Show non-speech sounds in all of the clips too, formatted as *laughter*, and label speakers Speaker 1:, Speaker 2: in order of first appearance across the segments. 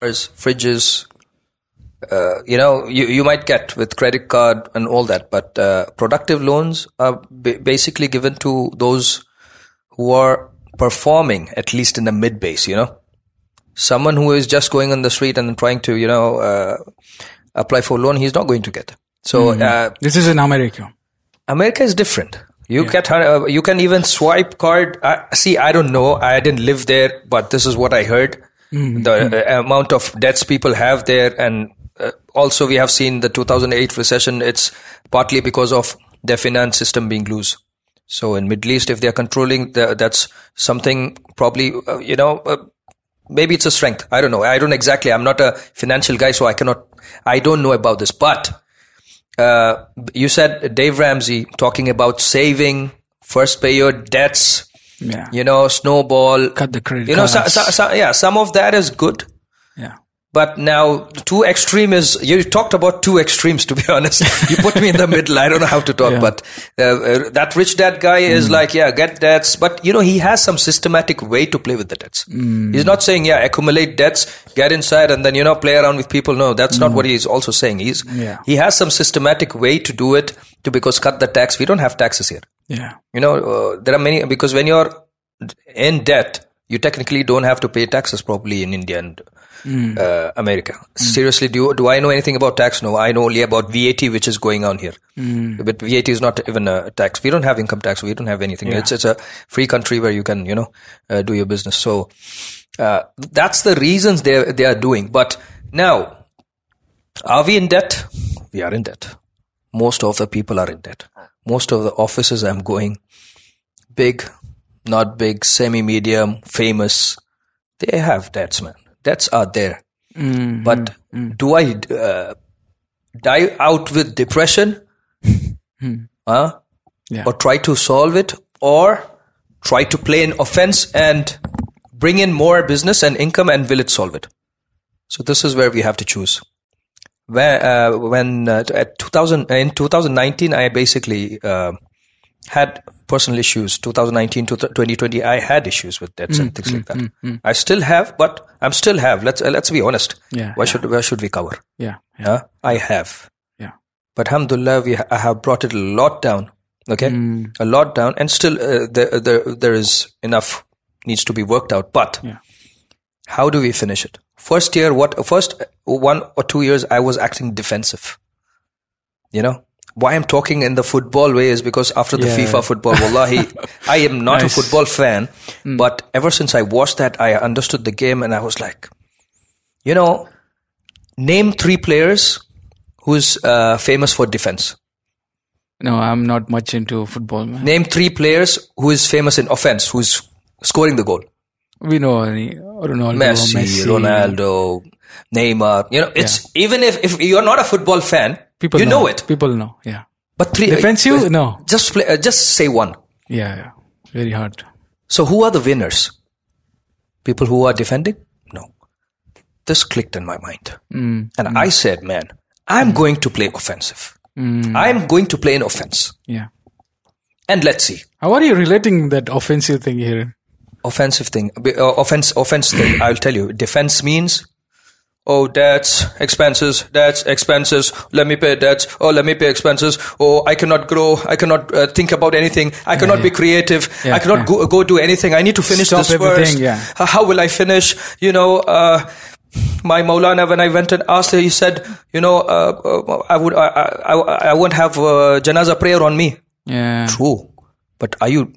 Speaker 1: cars, fridges. Uh, you know, you, you might get with credit card and all that, but uh, productive loans are b- basically given to those who are performing at least in the mid base. You know, someone who is just going on the street and trying to you know uh, apply for a loan, he's not going to get. So uh,
Speaker 2: This is in America.
Speaker 1: America is different. You get uh, you can even swipe card. Uh, see, I don't know. I didn't live there, but this is what I heard. The uh, amount of debts people have there, and uh, also we have seen the 2008 recession. It's partly because of their finance system being loose. So in Middle East, if they are controlling, the, that's something probably uh, you know. Uh, maybe it's a strength. I don't know. I don't exactly. I'm not a financial guy, so I cannot. I don't know about this, but uh, you said Dave Ramsey talking about saving, first pay your debts,
Speaker 2: Yeah.
Speaker 1: you know, snowball.
Speaker 2: Cut the credit
Speaker 1: You know, so,
Speaker 2: cards.
Speaker 1: so, so, yeah, some of that is good.
Speaker 2: Yeah.
Speaker 1: But now, two extreme is you talked about two extremes. To be *laughs* honest, you put me in the middle. I don't know how to talk, but uh, uh, that rich dad guy is like, yeah, get debts. But you know, he has some systematic way to play with the debts. He's not saying, yeah, accumulate debts, get inside, and then you know, play around with people. No, that's not what he's also saying. He's
Speaker 2: Yeah.
Speaker 1: he has some systematic way to do it to because cut the tax. We don't have taxes here.
Speaker 2: Yeah.
Speaker 1: You know, uh, there are many because when you're in debt, you technically don't have to pay taxes probably in India and uh, America. Seriously, do you, do I know anything about tax? No, I know only about VAT, which is going on here. But VAT is not even a tax. We don't have income tax. We don't have anything. It's it's a free country where you can you know uh, do your business. So uh, that's the reasons they they are doing. But now, are we in debt? We are in debt most of the people are in debt. Most of the offices I'm going, big, not big, semi medium, famous, they have debts, man. Debts are there. But do I uh, die out with depression? huh?
Speaker 2: Hmm. Yeah.
Speaker 1: Or try to solve it? Or try to play an offense and bring in more business and income and will it solve it? So this is where we have to choose where uh, when uh, at 2000 in 2019 i basically uh, had personal issues 2019 to 2020 i had issues with debts
Speaker 2: Hmm.
Speaker 1: and things like that i still have but i'm still have let's uh, let's be honest
Speaker 2: Yeah,
Speaker 1: why should where should we cover
Speaker 2: Yeah.
Speaker 1: yeah, i have
Speaker 2: Yeah.
Speaker 1: but alhamdulillah we ha- I have brought it a lot down okay
Speaker 2: Hmm.
Speaker 1: a lot down and still uh, there, there there is enough needs to be worked out but
Speaker 2: Yeah.
Speaker 1: how do we finish it first year what first uh, one or two years i was acting defensive you know why i'm talking in the football way is because after the
Speaker 2: Yeah.
Speaker 1: fifa football
Speaker 2: *laughs*
Speaker 1: wallahi i am not
Speaker 2: Nice. Hmm.
Speaker 1: a football fan but ever since i watched that i understood the game and i was like you know name three players who's uh, famous for defense
Speaker 2: No, I'm not much into football, man.
Speaker 1: name three players who is famous in offense who's scoring the goal
Speaker 2: We know any- Ronaldo,
Speaker 1: Messi,
Speaker 2: Messi,
Speaker 1: Ronaldo, Neymar. You know, it's even if, if you're not a football fan,
Speaker 2: People
Speaker 1: you know, it.
Speaker 2: People know. Yeah.
Speaker 1: But three
Speaker 2: Defensive? no.
Speaker 1: Just play, uh, just say one.
Speaker 2: Yeah. yeah. Very hard.
Speaker 1: So who are the winners? People who are defending? No. This clicked in my mind,
Speaker 2: Mm.
Speaker 1: and I said, "Man, I'm going to play offensive.
Speaker 2: Mm.
Speaker 1: I'm going to play an offense,
Speaker 2: Yeah.
Speaker 1: and let's see."
Speaker 2: How are you relating that offensive thing here?
Speaker 1: offensive thing b- uh, offense offense thing i'll tell you defense means oh debts expenses debts expenses let me pay debts oh let me pay expenses oh i cannot grow i cannot uh, think about anything i cannot be creative
Speaker 2: Yeah,
Speaker 1: i cannot
Speaker 2: yeah.
Speaker 1: go, go do anything i need to finish
Speaker 2: Stop
Speaker 1: this
Speaker 2: everything,
Speaker 1: first
Speaker 2: yeah.
Speaker 1: H- how will i finish you know uh, my Maulana, when I went and asked her, he said, "You know, uh, uh, I would, I, I, I I won't have uh, janaza prayer on me."
Speaker 2: Yeah.
Speaker 1: True, but are you?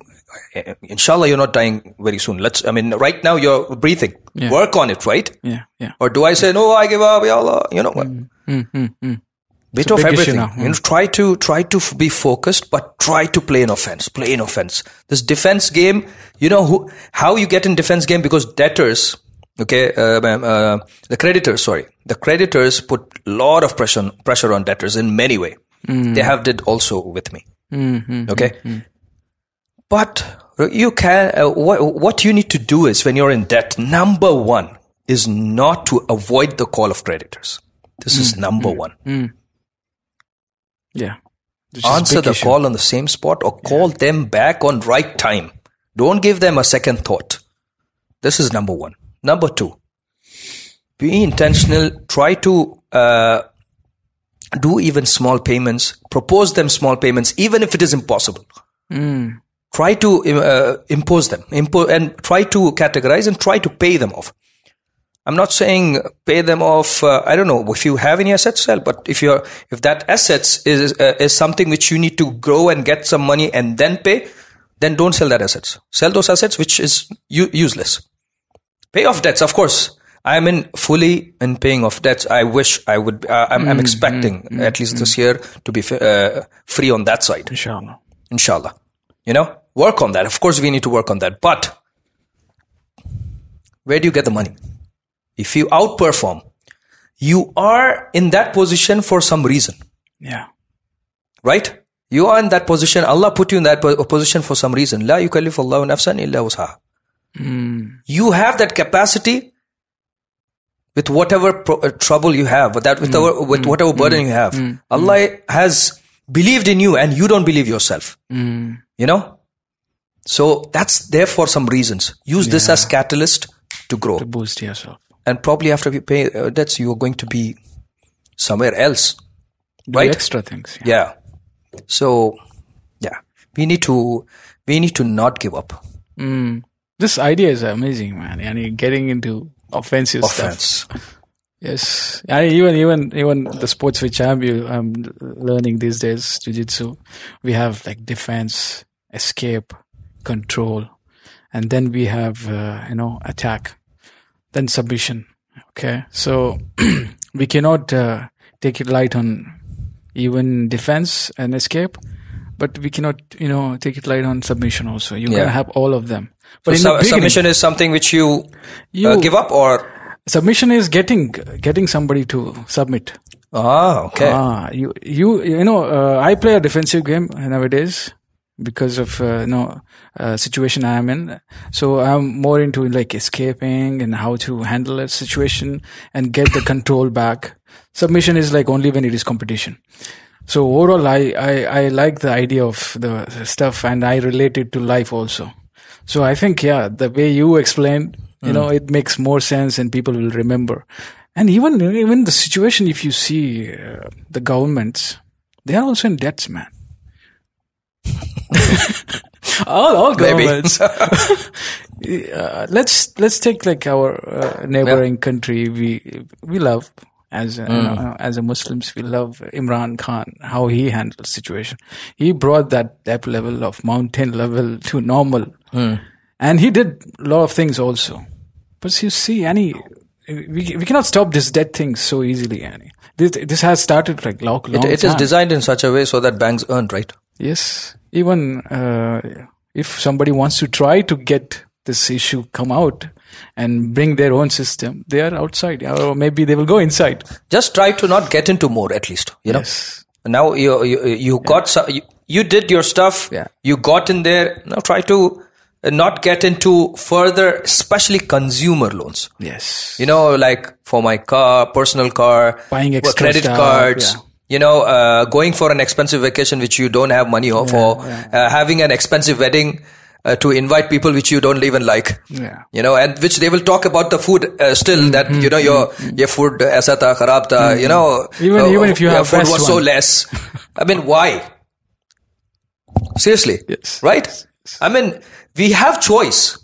Speaker 1: Inshallah, you're not dying very soon. Let's. I mean, right now you're breathing.
Speaker 2: Yeah.
Speaker 1: Work on it, right?
Speaker 2: Yeah. Yeah.
Speaker 1: Or do I say no? I give up. Ya Allah. You know what?
Speaker 2: Mm, mm, mm.
Speaker 1: Bit
Speaker 2: a
Speaker 1: of
Speaker 2: big issue
Speaker 1: everything.
Speaker 2: now. hmm.
Speaker 1: You know, try to try to f- be focused, but try to play an offense. Play an offense. This defense game. You know who? How you get in defense game because debtors. Okay, uh, um, uh, the creditors. Sorry, the creditors put lot of pressure on- pressure on debtors in many way.
Speaker 2: Hmm.
Speaker 1: They have did also with me
Speaker 2: Mm, mm.
Speaker 1: okay but you can uh, what, what you need to do is when you're in debt number one is not to avoid the call of creditors this
Speaker 2: Mm.
Speaker 1: is number one
Speaker 2: Yeah. This is
Speaker 1: answer
Speaker 2: big
Speaker 1: the
Speaker 2: issue.
Speaker 1: call on the same spot or call them back on right time don't give them a second thought this is number one number two be intentional. Try to uh, do even small payments. Propose them small payments, even if it is impossible. Try to uh, impose them, impo- and try to categorize and try to pay them off. I'm not saying pay them off. Uh, I don't know if you have any assets, sell. But if you're if that assets is uh, is something which you need to grow and get some money and then pay, then don't sell that assets. Sell those assets which is u- useless. Pay off debts, of course. I am in fully in paying off debts. I wish I would. Uh, I'm, I'm expecting at least this year to be f- uh, free on that side,
Speaker 2: Inshallah.
Speaker 1: inshallah. You know, work on that. Of course, we need to work on that. But where do you get the money? If you outperform, you are in that position for some reason,
Speaker 2: Yeah.
Speaker 1: right? You are in that position. Allah put you in that po- position for some reason. La yukallifullahu nafsan illa wus'aha. You have that capacity with whatever pro- uh, trouble you have, with that, with, our, with whatever burden you have. Allah has believed in you, and you don't believe yourself.
Speaker 2: Mm.
Speaker 1: You know. So that's there for some reasons. Use this as catalyst to grow
Speaker 2: To boost yourself.
Speaker 1: and probably after you pay uh, debts, you are going to be somewhere else.
Speaker 2: Do
Speaker 1: Right.
Speaker 2: extra things. Yeah.
Speaker 1: Yeah. So, yeah, we need to we need to not give up.
Speaker 2: Mm. This idea is amazing, man. And you're getting into offensive stuff.
Speaker 1: Offense.
Speaker 2: Yes, I even even even the sports which I'm you- I'm learning these days, jujitsu. We have like defense, escape, control, and then we have uh, you know attack, then submission. Okay, so *clears throat* we cannot uh, take it light on even defense and escape, but we cannot you know take it light on submission also. You're
Speaker 1: Yeah.
Speaker 2: gonna have all of them. But in the
Speaker 1: Sub-
Speaker 2: beginning,
Speaker 1: submission is something which you, uh,
Speaker 2: You-
Speaker 1: give up or
Speaker 2: submission is getting getting somebody to submit.
Speaker 1: ah okay
Speaker 2: Ah, you you you know, uh, I play a defensive game nowadays because of uh, you know uh, situation I am in. So I'm more into like escaping and how to handle a situation and get the control back. Submission is like only when it is competition. So overall, I, I, I like the idea of the stuff and I relate it to life also. So I think, yeah, the way you explained, you know, it makes more sense and people will remember. And even, even the situation, if you see uh, the governments, they are also in debts, man. *laughs* all, all
Speaker 1: Maybe.
Speaker 2: governments. uh, let's let's take like our uh, neighboring country we we love as a,
Speaker 1: Mm.
Speaker 2: you know, as a Muslims we love Imran Khan how he handled situation. He brought that depth level of mountain level to normal,
Speaker 1: Mm.
Speaker 2: and he did a lot of things also. But you see, any we, we cannot stop this debt thing so easily. Annie, this this has started like long, long
Speaker 1: it, it is
Speaker 2: time.
Speaker 1: designed in such a way so that banks earn right
Speaker 2: Yes, even uh, if somebody wants to try to get this issue come out and bring their own system, they are outside, or maybe they will go inside.
Speaker 1: just try to not get into more at least you know
Speaker 2: Yes,
Speaker 1: now you you, you got so, you, you did your stuff
Speaker 2: Yeah.
Speaker 1: you got in there now try to uh, not get into further especially consumer loans
Speaker 2: yes,
Speaker 1: you know like for my car personal car
Speaker 2: Buying extra
Speaker 1: credit
Speaker 2: stuff,
Speaker 1: cards
Speaker 2: yeah.
Speaker 1: you know uh, going for an expensive vacation which you don't have money for Uh, having an expensive wedding uh, to invite people which you don't even like
Speaker 2: yeah.
Speaker 1: you know and which they will talk about the food uh, still
Speaker 2: Mm-hmm.
Speaker 1: that you know your your food uh, aisa tha kharab tha you know uh,
Speaker 2: Even- even if you
Speaker 1: your
Speaker 2: have
Speaker 1: food
Speaker 2: best
Speaker 1: was so
Speaker 2: one.
Speaker 1: less i mean why seriously
Speaker 2: Yes.
Speaker 1: right i mean we have choice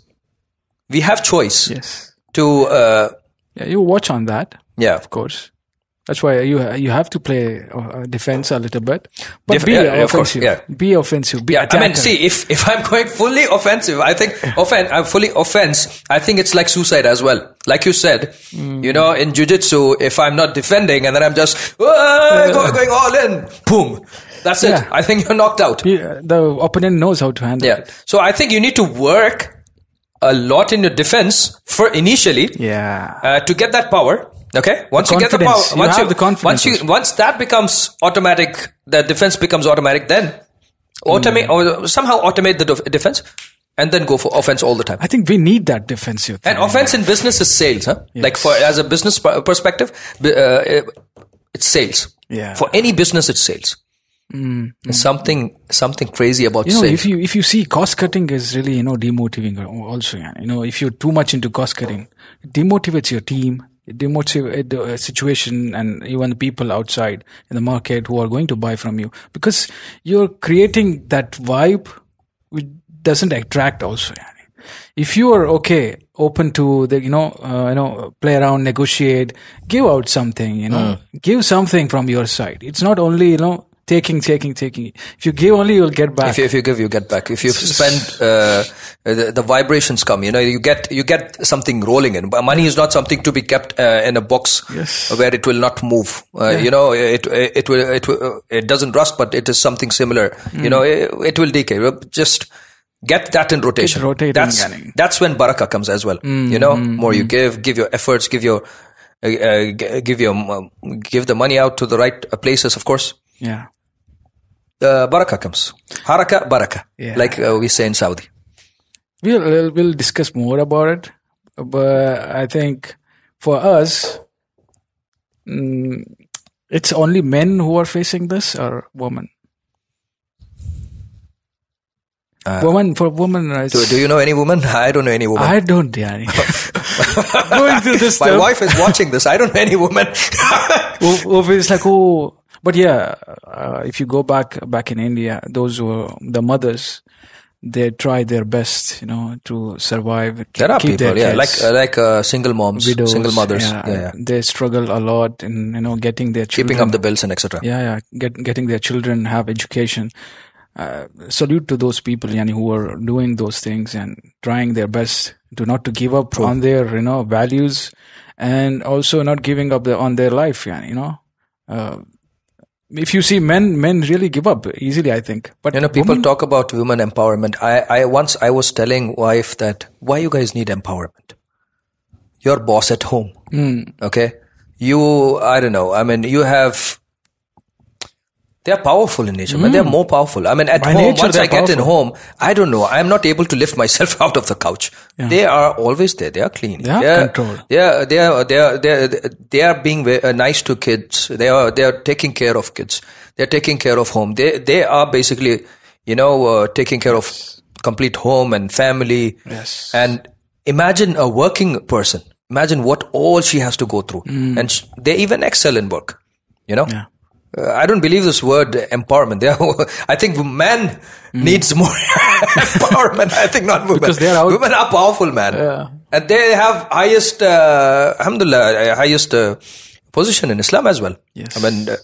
Speaker 1: we have choice
Speaker 2: Yes,
Speaker 1: to uh,
Speaker 2: yeah. You watch on that,
Speaker 1: yeah
Speaker 2: of course. That's why you you have to play uh, defense a little bit, but
Speaker 1: Def-
Speaker 2: be
Speaker 1: yeah, yeah, of course,
Speaker 2: offensive.
Speaker 1: yeah.
Speaker 2: Be offensive. Be
Speaker 1: Yeah, I mean,
Speaker 2: attacker.
Speaker 1: see, if if I'm going fully offensive, I
Speaker 2: *laughs*
Speaker 1: think offense. I'm fully offense. I think it's like suicide as well. Like you said,
Speaker 2: Hmm.
Speaker 1: you know, in jujitsu, if I'm not defending and then I'm just "Wah,
Speaker 2: *laughs*
Speaker 1: go- going all in, boom, that's it.
Speaker 2: Yeah.
Speaker 1: I think you're knocked out.
Speaker 2: Yeah, uh, the opponent knows how to handle
Speaker 1: Yeah.
Speaker 2: it.
Speaker 1: So I think you need to work a lot in your defense for initially
Speaker 2: Yeah,
Speaker 1: uh, to get that power. Okay. Once you get the power,
Speaker 2: confidence. You
Speaker 1: once
Speaker 2: have the confidence
Speaker 1: once you
Speaker 2: also.
Speaker 1: once that becomes automatic, the defense becomes automatic. Then
Speaker 2: Hmm.
Speaker 1: automate or somehow automate the def- defense, and then go for offense all the time.
Speaker 2: I think we need that defensive. Thing.
Speaker 1: And offense in business is sales, huh? Like for as a business per- perspective, b- uh, it's sales.
Speaker 2: Yeah. Hmm.
Speaker 1: For any business, it's sales. There's Something something crazy about
Speaker 2: you know
Speaker 1: sales.
Speaker 2: if you if you see cost cutting is really you know demotivating also yeah. you know if you're too much into cost cutting it demotivates your team demotivate the uh, situation and even people outside in the market who are going to buy from you because you're creating that vibe which doesn't attract also if you are okay open to the you know uh, you know play around negotiate give out something you know give something from your side it's not only you know taking taking taking if you give only you'll get back
Speaker 1: If you, if you give, you get back. If you spend, uh, the, the vibrations come. You know, you get you get something rolling in. But money is not something to be kept uh, in a box
Speaker 2: Yes.
Speaker 1: where it will not move. Uh, You know, it it will it will, uh, it doesn't rust, but it is something similar.
Speaker 2: Hmm.
Speaker 1: You know, it, it will decay. Just get that in rotation.
Speaker 2: rotating Hmm,
Speaker 1: that's
Speaker 2: and-
Speaker 1: that's when baraka comes as well. You know, more you give, give your efforts, give your uh, uh, g- give your um, give the money out to the right uh, places. Of course
Speaker 2: yeah
Speaker 1: uh, baraka comes. Haraka, baraka.
Speaker 2: Yeah.
Speaker 1: Like uh, we say in Saudi.
Speaker 2: we'll we'll discuss more about it but i think for us mm, it's only men who are facing this or women
Speaker 1: Uh,
Speaker 2: women for women rights
Speaker 1: Do, do you know any woman? *laughs* I don't know any
Speaker 2: *laughs*
Speaker 1: woman.
Speaker 2: i don't
Speaker 1: *laughs*
Speaker 2: yani. going through this
Speaker 1: My
Speaker 2: stuff.
Speaker 1: wife is watching this. I don't know any
Speaker 2: *laughs*
Speaker 1: woman.
Speaker 2: Ov- ov- it's like oh but yeah uh, if you go back back in india those were the mothers they try their best you know to survive
Speaker 1: there are
Speaker 2: keep their
Speaker 1: people, yeah, like
Speaker 2: kids,
Speaker 1: uh, like uh, single moms,
Speaker 2: widows,
Speaker 1: single mothers, yeah, yeah,
Speaker 2: they struggle a lot in you know getting their children
Speaker 1: keeping up the bills and etc.
Speaker 2: yeah yeah get, getting their children have education uh, salute to those people yani who are doing those things and trying their best to not to give up on their you know values and also not giving up the, on their life yani you know uh, if you see men men really give up easily i think but
Speaker 1: You know, people
Speaker 2: women-
Speaker 1: talk about women empowerment. I, I once I was telling wife that why you guys need empowerment. Your boss at home,
Speaker 2: Hmm.
Speaker 1: okay? You, I don't know. I mean, you have. They are powerful in nature, but they are more powerful. I mean, at
Speaker 2: Hmm. By
Speaker 1: home,
Speaker 2: nature,
Speaker 1: once
Speaker 2: they are
Speaker 1: I get in home, I don't know. I am not able to lift myself *laughs* out of the couch. They are always there. They are clean.
Speaker 2: They have control.
Speaker 1: Yeah, they are they are they are, they are being ve- uh, nice to kids. They are they are taking care of kids. They are taking care of home. They they are basically you know uh, taking care of complete home and family.
Speaker 2: Yes.
Speaker 1: And imagine a working person. Imagine what all she has to go through. And sh- they even excel in work. You know.
Speaker 2: Mm. Yeah.
Speaker 1: Uh, I don't believe this word uh, empowerment. *laughs* They are, I think man needs more *laughs* empowerment. I think not women.
Speaker 2: Hmm. Because they are out-
Speaker 1: women are powerful, man.
Speaker 2: Yeah.
Speaker 1: And they have highest, uh, alhamdulillah, uh, highest uh, position in Islam as well.
Speaker 2: Yes.
Speaker 1: I mean, uh,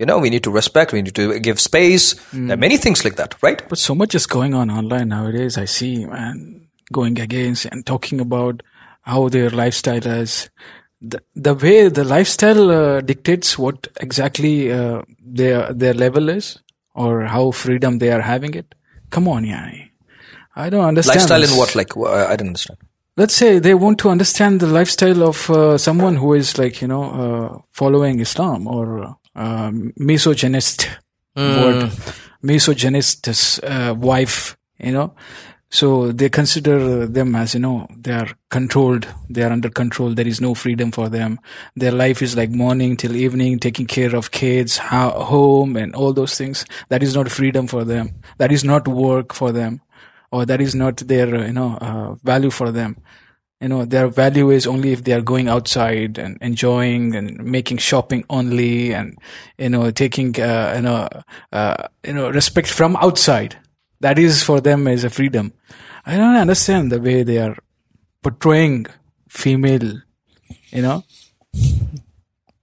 Speaker 1: you know, we need to respect, we need to give space.
Speaker 2: Hmm.
Speaker 1: There are many things like that, right?
Speaker 2: But so much is going on online nowadays. I see man going against and talking about how their lifestyle is. The, the way the lifestyle uh, dictates what exactly uh, their their level is or how freedom they are having it. Come on, yeah. I don't understand.
Speaker 1: Lifestyle
Speaker 2: this.
Speaker 1: in what? Like, uh, I don't understand.
Speaker 2: Let's say they want to understand the lifestyle of uh, someone who is like, you know, uh, following Islam or uh, misogynist word, misogynist's uh, wife, you know. So they consider them as, you know, they are controlled, they are under control, there is no freedom for them. Their life is like morning till evening, taking care of kids, ho- home, and all those things. That is not freedom for them. That is not work for them or that is not their uh, you know uh, value for them you know their value is only if they are going outside and enjoying and making shopping only and you know taking uh, you know uh, you know respect from outside that is for them as a freedom i don't understand the way they are portraying female you know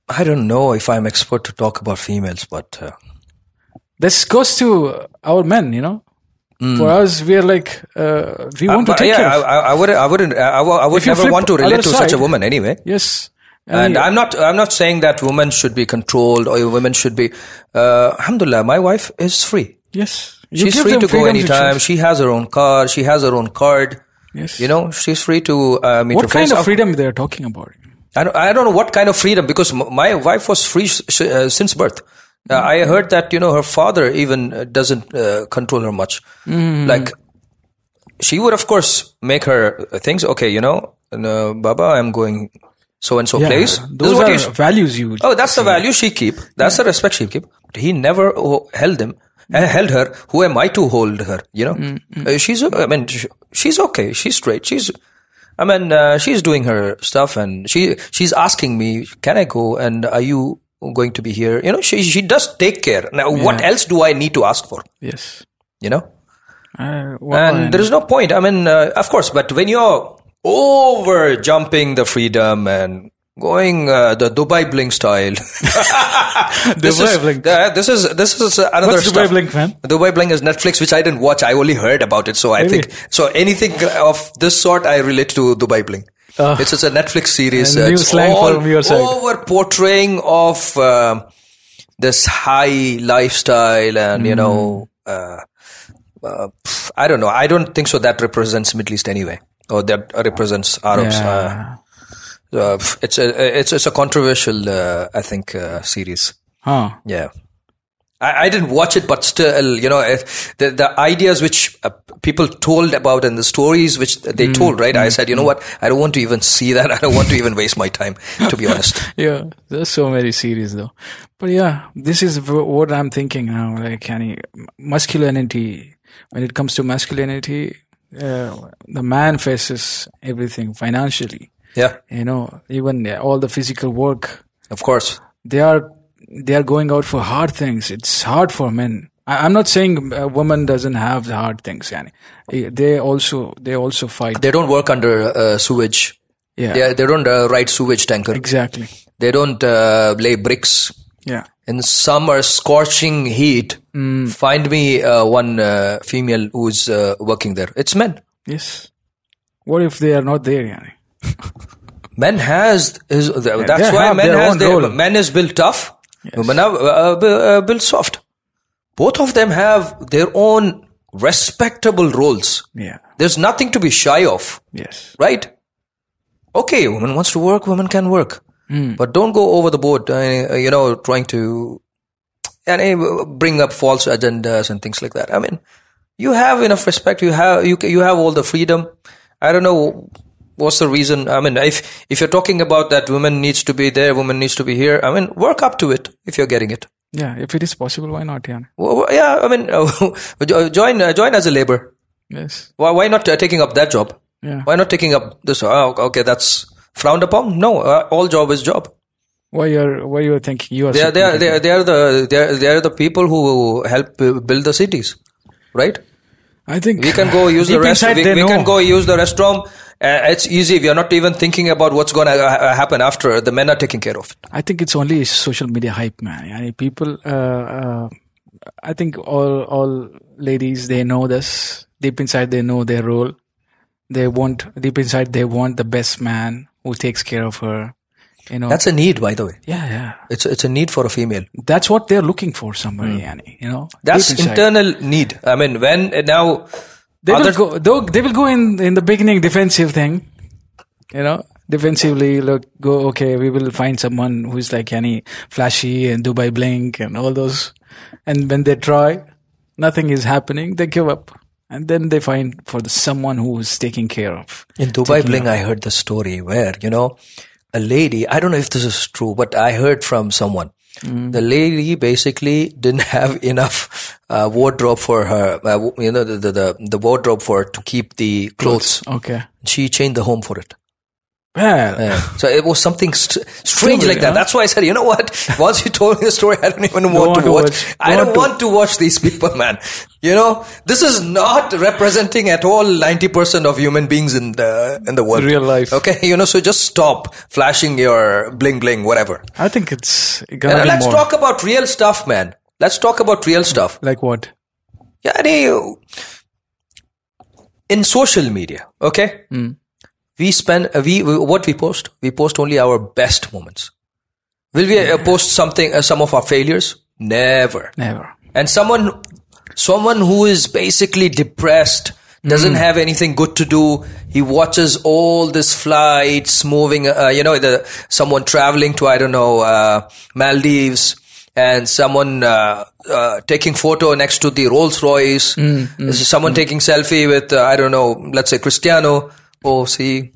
Speaker 1: I don't know if I'm expert to talk about females, but uh,
Speaker 2: this goes to our men you know for us we are like uh, we
Speaker 1: Mm.
Speaker 2: want
Speaker 1: but
Speaker 2: to take
Speaker 1: yeah,
Speaker 2: care
Speaker 1: I,
Speaker 2: of
Speaker 1: I, I would, I wouldn't, I, would- I would
Speaker 2: you
Speaker 1: never
Speaker 2: flip
Speaker 1: want to relate to
Speaker 2: other
Speaker 1: such a
Speaker 2: side-
Speaker 1: woman anyway.
Speaker 2: yes
Speaker 1: And I'm not, I'm not saying that women should be controlled or women should be. Uh, alhamdulillah, my wife is free.
Speaker 2: Yes. You
Speaker 1: She's
Speaker 2: give
Speaker 1: free
Speaker 2: them
Speaker 1: to go
Speaker 2: freedom
Speaker 1: anytime.
Speaker 2: choose.
Speaker 1: she has her own car. She has her own card.
Speaker 2: yes.
Speaker 1: You know, she's free to uh, meet her
Speaker 2: what kind
Speaker 1: friends.
Speaker 2: of freedom they're talking about?
Speaker 1: I don't, I don't know what kind of freedom because m- my wife was free sh- sh- uh, since birth. Uh,
Speaker 2: Mm-hmm.
Speaker 1: I heard that you know her father even uh, doesn't uh, control her much.
Speaker 2: Mm-hmm.
Speaker 1: Like she would, of course, make her uh, things. Okay, you know, and, uh, Baba, I'm going so and so place. This is
Speaker 2: Uh, Those
Speaker 1: what
Speaker 2: are
Speaker 1: you sh-
Speaker 2: values you.
Speaker 1: Oh, that's the value she keep. That's the respect she keep. But he never oh, held him, uh, held her. Who am I to hold her? You know, Uh, she's. uh, I mean, sh- she's okay. She's straight. She's. I mean, uh, she's doing her stuff, and she she's asking me, "Can I go? And are you going to be here?" You know, she she does take care. Now, what
Speaker 2: Yeah.
Speaker 1: else do I need to ask for?
Speaker 2: Yes.
Speaker 1: You know,
Speaker 2: Uh,
Speaker 1: and there is no point. I mean, uh, of course, but when you're over jumping the freedom and going uh, the Dubai Blink style, *laughs* this
Speaker 2: Dubai
Speaker 1: is
Speaker 2: Blink.
Speaker 1: uh, this is this is another
Speaker 2: What's Dubai
Speaker 1: stuff.
Speaker 2: Blink, man?
Speaker 1: Dubai Blink is Netflix, which I didn't watch. I only heard about it, so I
Speaker 2: Really?
Speaker 1: think so. Anything of this sort, I relate to Dubai Blink.
Speaker 2: Ah.
Speaker 1: it's just a Netflix series.
Speaker 2: And
Speaker 1: uh,
Speaker 2: new
Speaker 1: it's
Speaker 2: slang
Speaker 1: all
Speaker 2: from your side.
Speaker 1: over portraying of um this high lifestyle and you know.
Speaker 2: Hmm.
Speaker 1: Uh, uh, pff, I don't know. I don't think so. That represents Middle East anyway, or that represents Arabs. Uh,
Speaker 2: Yeah.
Speaker 1: uh, pff, it's a it's it's a controversial, uh, I think, uh, series.
Speaker 2: huh.
Speaker 1: Yeah. I, I didn't watch it, but still, you know, eh, the the ideas which uh, people told about and the stories which they told, right? I said, you know what? I don't want to even see that. *laughs* I don't want to even waste my time, to be honest.
Speaker 2: Yeah, there's so many series though. But yeah, this is w- what I'm thinking now. Like, any masculinity, when it comes to masculinity, uh, the man faces everything financially.
Speaker 1: Yeah,
Speaker 2: You know, even uh, all the physical work.
Speaker 1: of course.
Speaker 2: They are they are going out for hard things. It's hard for men. I, I'm not saying a woman doesn't have the hard things. Yani. Eh, They also they also fight.
Speaker 1: They don't work under uh, sewage.
Speaker 2: Yeah,
Speaker 1: They, they don't uh, ride sewage tanker.
Speaker 2: exactly.
Speaker 1: They don't uh, lay bricks.
Speaker 2: Yeah.
Speaker 1: In summer, scorching heat. Find me uh, one uh, female who's uh, working there. It's men.
Speaker 2: Yes. What if they are not there? Yani?
Speaker 1: Men has is that's
Speaker 2: they
Speaker 1: why
Speaker 2: have
Speaker 1: men
Speaker 2: their
Speaker 1: has
Speaker 2: own
Speaker 1: their
Speaker 2: role.
Speaker 1: men is built tough, women are uh, bu- uh, built soft. Both of them have their own respectable roles.
Speaker 2: Yeah.
Speaker 1: There's nothing to be shy of,
Speaker 2: Yes.
Speaker 1: right? Okay, woman wants to work, woman can work, but don't go over the board. Uh, you know, trying to and uh, bring up false agendas and things like that. I mean, you have enough respect. You have you ca- you have all the freedom. I don't know what's the reason. I mean, if if you're talking about that woman needs to be there, woman needs to be here. I mean, work up to it if you're getting it.
Speaker 2: Yeah, if it is possible, why not? Yeah.
Speaker 1: Wo- wo- Yeah, I mean, *laughs* jo- join uh, join as a labor.
Speaker 2: Yes.
Speaker 1: Why why not uh, taking up that job?
Speaker 2: Yeah.
Speaker 1: Why not taking up this? Oh, okay, that's frowned upon. No, uh, all job is job.
Speaker 2: Why you're why you're thinking you are?
Speaker 1: They are, they are, they are,
Speaker 2: superior.
Speaker 1: they are the they are, they are the people who help uh, build the cities, right?
Speaker 2: I think
Speaker 1: We can go use the
Speaker 2: *laughs* deep
Speaker 1: rest.
Speaker 2: inside
Speaker 1: We,
Speaker 2: they
Speaker 1: we
Speaker 2: know.
Speaker 1: can go use the restroom. Uh, it's easy. We are not even thinking about what's going to uh, happen after. The men are taking care of it.
Speaker 2: I think it's only social media hype, man. I mean, people. Uh, uh, I think all all ladies they know this deep inside. They know their role. They want deep inside. They want the best man who takes care of her. You know.
Speaker 1: That's a need, by the way.
Speaker 2: yeah, yeah.
Speaker 1: It's it's a need for a female.
Speaker 2: That's what they're looking for. Somebody, yani, you know.
Speaker 1: Hmm. That's
Speaker 2: deep inside.
Speaker 1: internal need. I mean, when uh, now
Speaker 2: They
Speaker 1: other
Speaker 2: will go. Though they will go in in the beginning defensive thing, you know. Defensively, look, go okay. We will find someone who's like any flashy and Dubai Blink and all those. And when they try, nothing is happening. They give up, and then they find for the, someone who is taking care of.
Speaker 1: In Dubai Bling, I heard the story where, you know, a lady, I don't know if this is true, but I heard from someone. The lady basically didn't have enough uh, wardrobe for her, uh, w- you know, the, the, the, the wardrobe for to keep the clothes.
Speaker 2: Okay.
Speaker 1: She changed the home for it.
Speaker 2: Well,
Speaker 1: Yeah. So it was something st- strange like that.
Speaker 2: huh?
Speaker 1: That's why I said, you know *laughs* what? Once you told me the story, I don't even want,
Speaker 2: want
Speaker 1: to
Speaker 2: to
Speaker 1: watch.
Speaker 2: watch.
Speaker 1: I
Speaker 2: Don't
Speaker 1: don't want to watch these people, man. You know, this is not representing at all ninety percent of human beings in the in the world,
Speaker 2: Real life.
Speaker 1: Okay, you know, so just stop flashing your bling bling, whatever.
Speaker 2: I think it's gonna
Speaker 1: And
Speaker 2: be
Speaker 1: let's
Speaker 2: more.
Speaker 1: talk about real stuff, man. Let's talk about real stuff.
Speaker 2: like what?
Speaker 1: Yeah, they- in social media, okay? We spend uh, we we- what we post. We post only our best moments. Will we uh, post something? Uh, some of our failures? Never.
Speaker 2: Never.
Speaker 1: And someone, someone who is basically depressed, doesn't
Speaker 2: Hmm.
Speaker 1: have anything good to do. He watches all these flights moving. Uh, you know, the someone traveling to I don't know uh, Maldives. And someone uh, uh, taking photo next to the Rolls Royce.
Speaker 2: Hmm,
Speaker 1: This is someone taking selfie with uh, I don't know, let's say Cristiano. Oh, see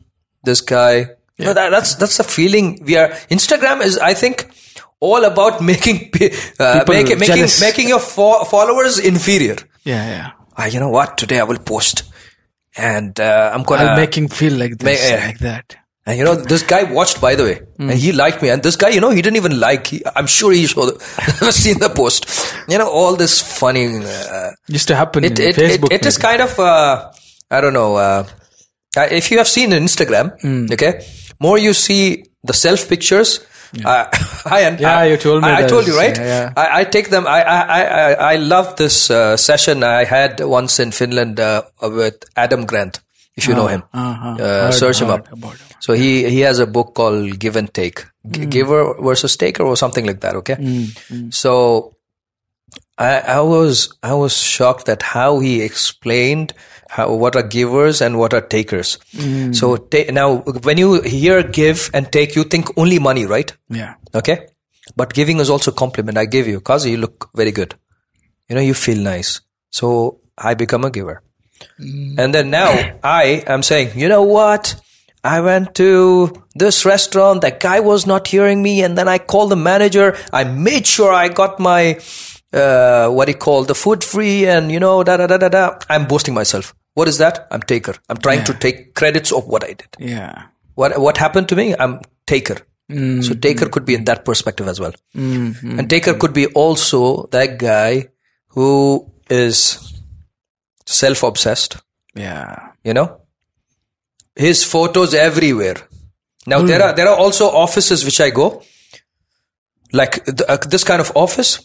Speaker 1: this guy. You know, that, that's that's the feeling we are. Instagram is, I think, all about *laughs* making pe- uh,
Speaker 2: People
Speaker 1: making making
Speaker 2: jealous.
Speaker 1: making your fo- followers inferior.
Speaker 2: Yeah, yeah.
Speaker 1: Ah, you know what? Today I will post and uh, I'm gonna
Speaker 2: I'll make him feel like this,
Speaker 1: yeah.
Speaker 2: like that.
Speaker 1: And you know, this guy watched, by the way,
Speaker 2: Hmm.
Speaker 1: and he liked me. And this guy, you know, he didn't even like. He, I'm sure he saw the, *laughs* seen the post. You know, all this funny. Uh,
Speaker 2: Used to happen
Speaker 1: it,
Speaker 2: in
Speaker 1: it, it,
Speaker 2: Facebook.
Speaker 1: it is
Speaker 2: maybe.
Speaker 1: kind of. Uh, I don't know. Uh, uh, if you have seen Instagram,
Speaker 2: Hmm.
Speaker 1: okay, more you see the self pictures. I *laughs* I, and
Speaker 2: Yeah,
Speaker 1: I,
Speaker 2: you told me
Speaker 1: I, I
Speaker 2: that.
Speaker 1: told you right.
Speaker 2: Yeah, yeah.
Speaker 1: I, I take them. I I I, I, I love this uh, session I had once in Finland uh, with Adam Grant. If you know him,
Speaker 2: Uh-huh.
Speaker 1: Uh,
Speaker 2: Heard-
Speaker 1: search him
Speaker 2: heard
Speaker 1: up.
Speaker 2: about it.
Speaker 1: So he he has a book called Give and Take, G- Giver versus Taker, or something like that. Okay, so I I was I was shocked that how he explained how what are givers and what are takers. So ta- now when you hear give and take, you think only money, right?
Speaker 2: Yeah.
Speaker 1: Okay, but giving is also compliment. I give you, Kazi, you look very good. You know, you feel nice. So I become a giver. And then now I am saying, you know what? I went to this restaurant. That guy was not hearing me. And then I called the manager. I made sure I got my, uh, what he called the food free. And you know, da, da, da, da, da. I'm boasting myself. What is that? I'm taker. I'm trying to take credits of what I did.
Speaker 2: Yeah.
Speaker 1: What, what happened to me? I'm taker. So taker could be in that perspective as well. And taker could be also that guy who is self-obsessed
Speaker 2: Yeah.
Speaker 1: you know his photos everywhere now there are there are also offices which i go like th- uh, this kind of office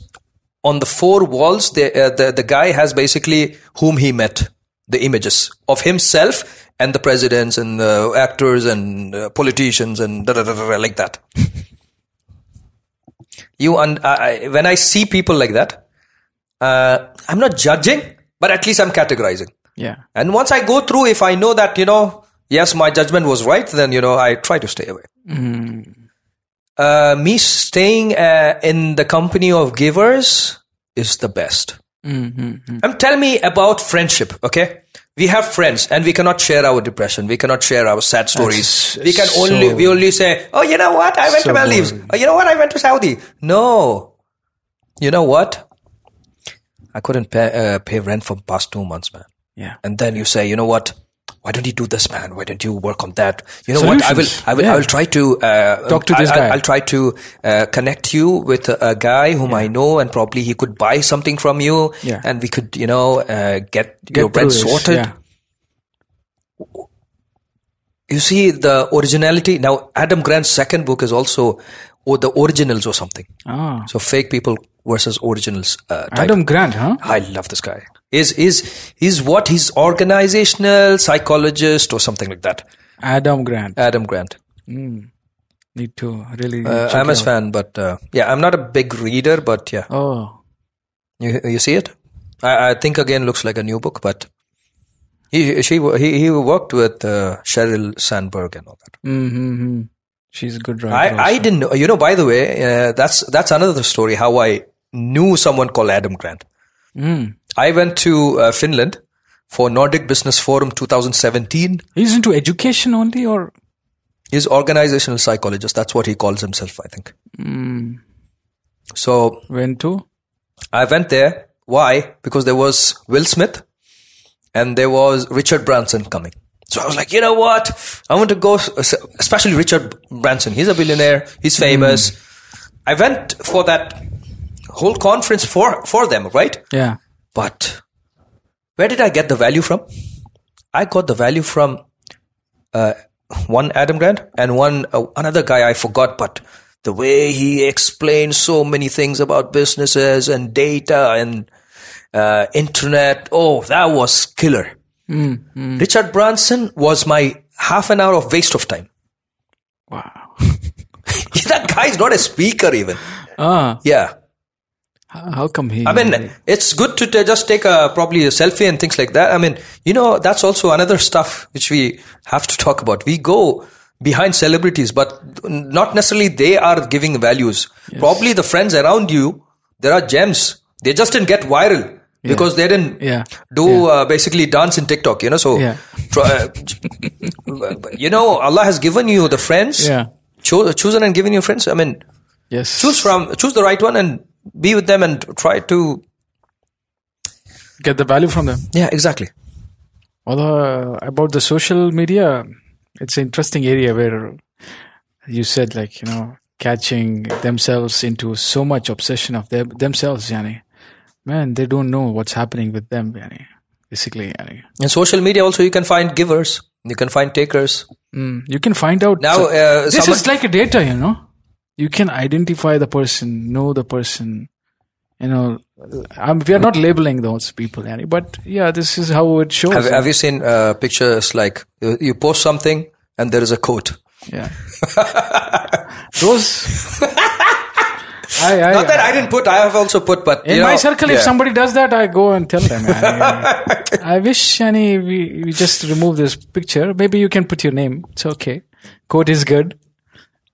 Speaker 1: on the four walls the, uh, the the guy has basically whom he met the images of himself and the presidents and uh, actors and uh, politicians and da, da, da, da, da, like that you and I, I- when i see people like that uh, i'm not judging but at least i'm categorizing
Speaker 2: Yeah.
Speaker 1: and once I go through, if I know that, you know, yes, my judgment was right, then, you know, I try to stay away.
Speaker 2: Hmm.
Speaker 1: Uh, me staying uh, in the company of givers is the best.
Speaker 2: Mm-hmm.
Speaker 1: And tell me about friendship, okay? We have friends and we cannot share our depression. We cannot share our sad stories. we can only,
Speaker 2: so-
Speaker 1: we only say, oh, you know what? I went
Speaker 2: so
Speaker 1: to Maldives. Oh, you know what? I went to Saudi. No. You know what? I couldn't pay, uh, pay rent for past two months, man
Speaker 2: Yeah.
Speaker 1: and then you say, you know what? Why don't you do this, man? Why don't you work on that? You know what? I will,
Speaker 2: Solutions.
Speaker 1: I will, I will
Speaker 2: Yeah.
Speaker 1: try to uh,
Speaker 2: Talk to
Speaker 1: I,
Speaker 2: this
Speaker 1: I-
Speaker 2: guy.
Speaker 1: I'll try to uh, connect you with a, a guy whom I know, and probably he could buy something from you,
Speaker 2: Yeah.
Speaker 1: and we could, you know, uh, get, your
Speaker 2: Get through
Speaker 1: rent
Speaker 2: this.
Speaker 1: sorted.
Speaker 2: Yeah.
Speaker 1: You see the originality. Now, Adam Grant's second book is also or the originals or something.
Speaker 2: Ah.
Speaker 1: So, fake people versus originals. Uh, title.
Speaker 2: Adam Grant, huh?
Speaker 1: I love this guy. Is is is what he's organizational psychologist or something like that.
Speaker 2: Adam Grant. Hmm.
Speaker 1: Adam Grant.
Speaker 2: Need to really.
Speaker 1: Uh,
Speaker 2: check
Speaker 1: I'm a
Speaker 2: it out.
Speaker 1: fan, but uh, yeah, I'm not a big reader, but yeah,
Speaker 2: Oh.
Speaker 1: you, you see it. I, I think again looks like a new book, but he she he he worked with uh, Sheryl Sandberg and all that.
Speaker 2: Mm-hmm. She's a good writer.
Speaker 1: I, I didn't know. You know, by the way, uh, that's that's another story. How I knew someone called Adam Grant.
Speaker 2: Mm.
Speaker 1: I went to uh, Finland for Nordic Business Forum 2017.
Speaker 2: He's into education only, or
Speaker 1: He's organizational psychologist. That's what he calls himself, I think. So
Speaker 2: went hmm, to?
Speaker 1: I went there. Why? Because there was Will Smith and there was Richard Branson coming. So I was like, you know what? I want to go, especially Richard Branson. He's a billionaire. He's famous. I went for that whole conference for, for them, right?
Speaker 2: Yeah.
Speaker 1: But where did I get the value from? I got the value from uh, one Adam Grant and one uh, another guy I forgot, but the way he explained so many things about businesses and data and uh, internet, oh, that was killer. Richard Branson was my half an hour of waste of time.
Speaker 2: Wow.
Speaker 1: *laughs* that guy's not a speaker even.
Speaker 2: Ah.
Speaker 1: Yeah.
Speaker 2: How how come he?
Speaker 1: I mean, it's good to t- just take a probably a selfie and things like that. I mean, you know, that's also another stuff which we have to talk about. We go behind celebrities, but not necessarily they are giving values. Probably the friends around you, there are gems. They just didn't get viral because they didn't
Speaker 2: Yeah.
Speaker 1: do uh, basically dance in TikTok. You know, so
Speaker 2: Yeah.
Speaker 1: tr- uh, *laughs* you know, Allah has given you the friends.
Speaker 2: Yeah.
Speaker 1: Cho- chosen and given you friends. I mean,
Speaker 2: Yes.
Speaker 1: choose from choose the right one and be with them and try to
Speaker 2: Get the value from them.
Speaker 1: yeah, exactly.
Speaker 2: Although uh, about the social media, it's an interesting area where you said like you know catching themselves into so much obsession of them, themselves, yani. Man, they don't know what's happening with them, yani. Basically, yani.
Speaker 1: In social media, also you can find givers, you can find takers.
Speaker 2: Mm, you can find out
Speaker 1: Now, uh,
Speaker 2: this
Speaker 1: someone-
Speaker 2: is like a data, you know. You can identify the person, know the person. You know, I'm, we are not labeling those people, yani. But yeah, this is how it shows.
Speaker 1: have, have you seen uh, pictures like you you post something and there is a quote? *laughs*
Speaker 2: Yeah. Those. I, I,
Speaker 1: Not that I didn't put. I have also put, but
Speaker 2: in
Speaker 1: you
Speaker 2: my
Speaker 1: know,
Speaker 2: circle, if
Speaker 1: yeah.
Speaker 2: somebody does that, I go and tell them. I,
Speaker 1: *laughs*
Speaker 2: I wish any we, we just remove this picture. Maybe you can put your name. It's okay. Code is good.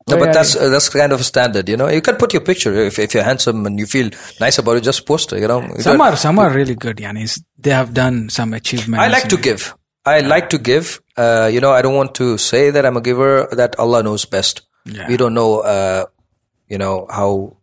Speaker 1: No,
Speaker 2: Why
Speaker 1: but
Speaker 2: are
Speaker 1: that's uh, that's kind of a standard, you know. You can put your picture if if you're handsome and you feel nice about it. Just post it, you know. You
Speaker 2: Some
Speaker 1: don't-
Speaker 2: are some are really good, Yanis. They have done some achievements.
Speaker 1: I like to give. I like to give. Uh, you know, I don't want to say that I'm a giver. That Allah knows best.
Speaker 2: Yeah.
Speaker 1: We don't know. Uh, you know how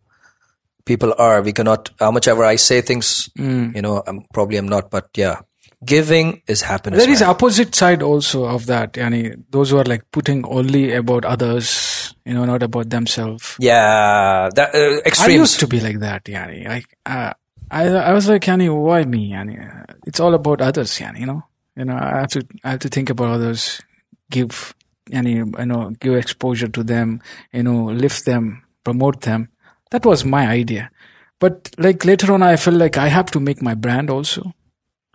Speaker 1: people are. We cannot. How much ever I say things,
Speaker 2: Mm.
Speaker 1: you know, I'm probably I'm not. But yeah, giving is happiness.
Speaker 2: There is
Speaker 1: man.
Speaker 2: opposite side also of that, yani those who are like putting only about others, you know, not about themselves.
Speaker 1: yeah, that uh,
Speaker 2: I
Speaker 1: extremes.
Speaker 2: used to be like that, Yani. Like, uh, I, I was like, Yani, why me, Yani? Uh, It's all about others, Yani. You know, you know, I have to, I have to think about others, give, Yani, you know, give exposure to them, you know, lift them, promote them. That was my idea. But like later on, I felt like I have to make my brand also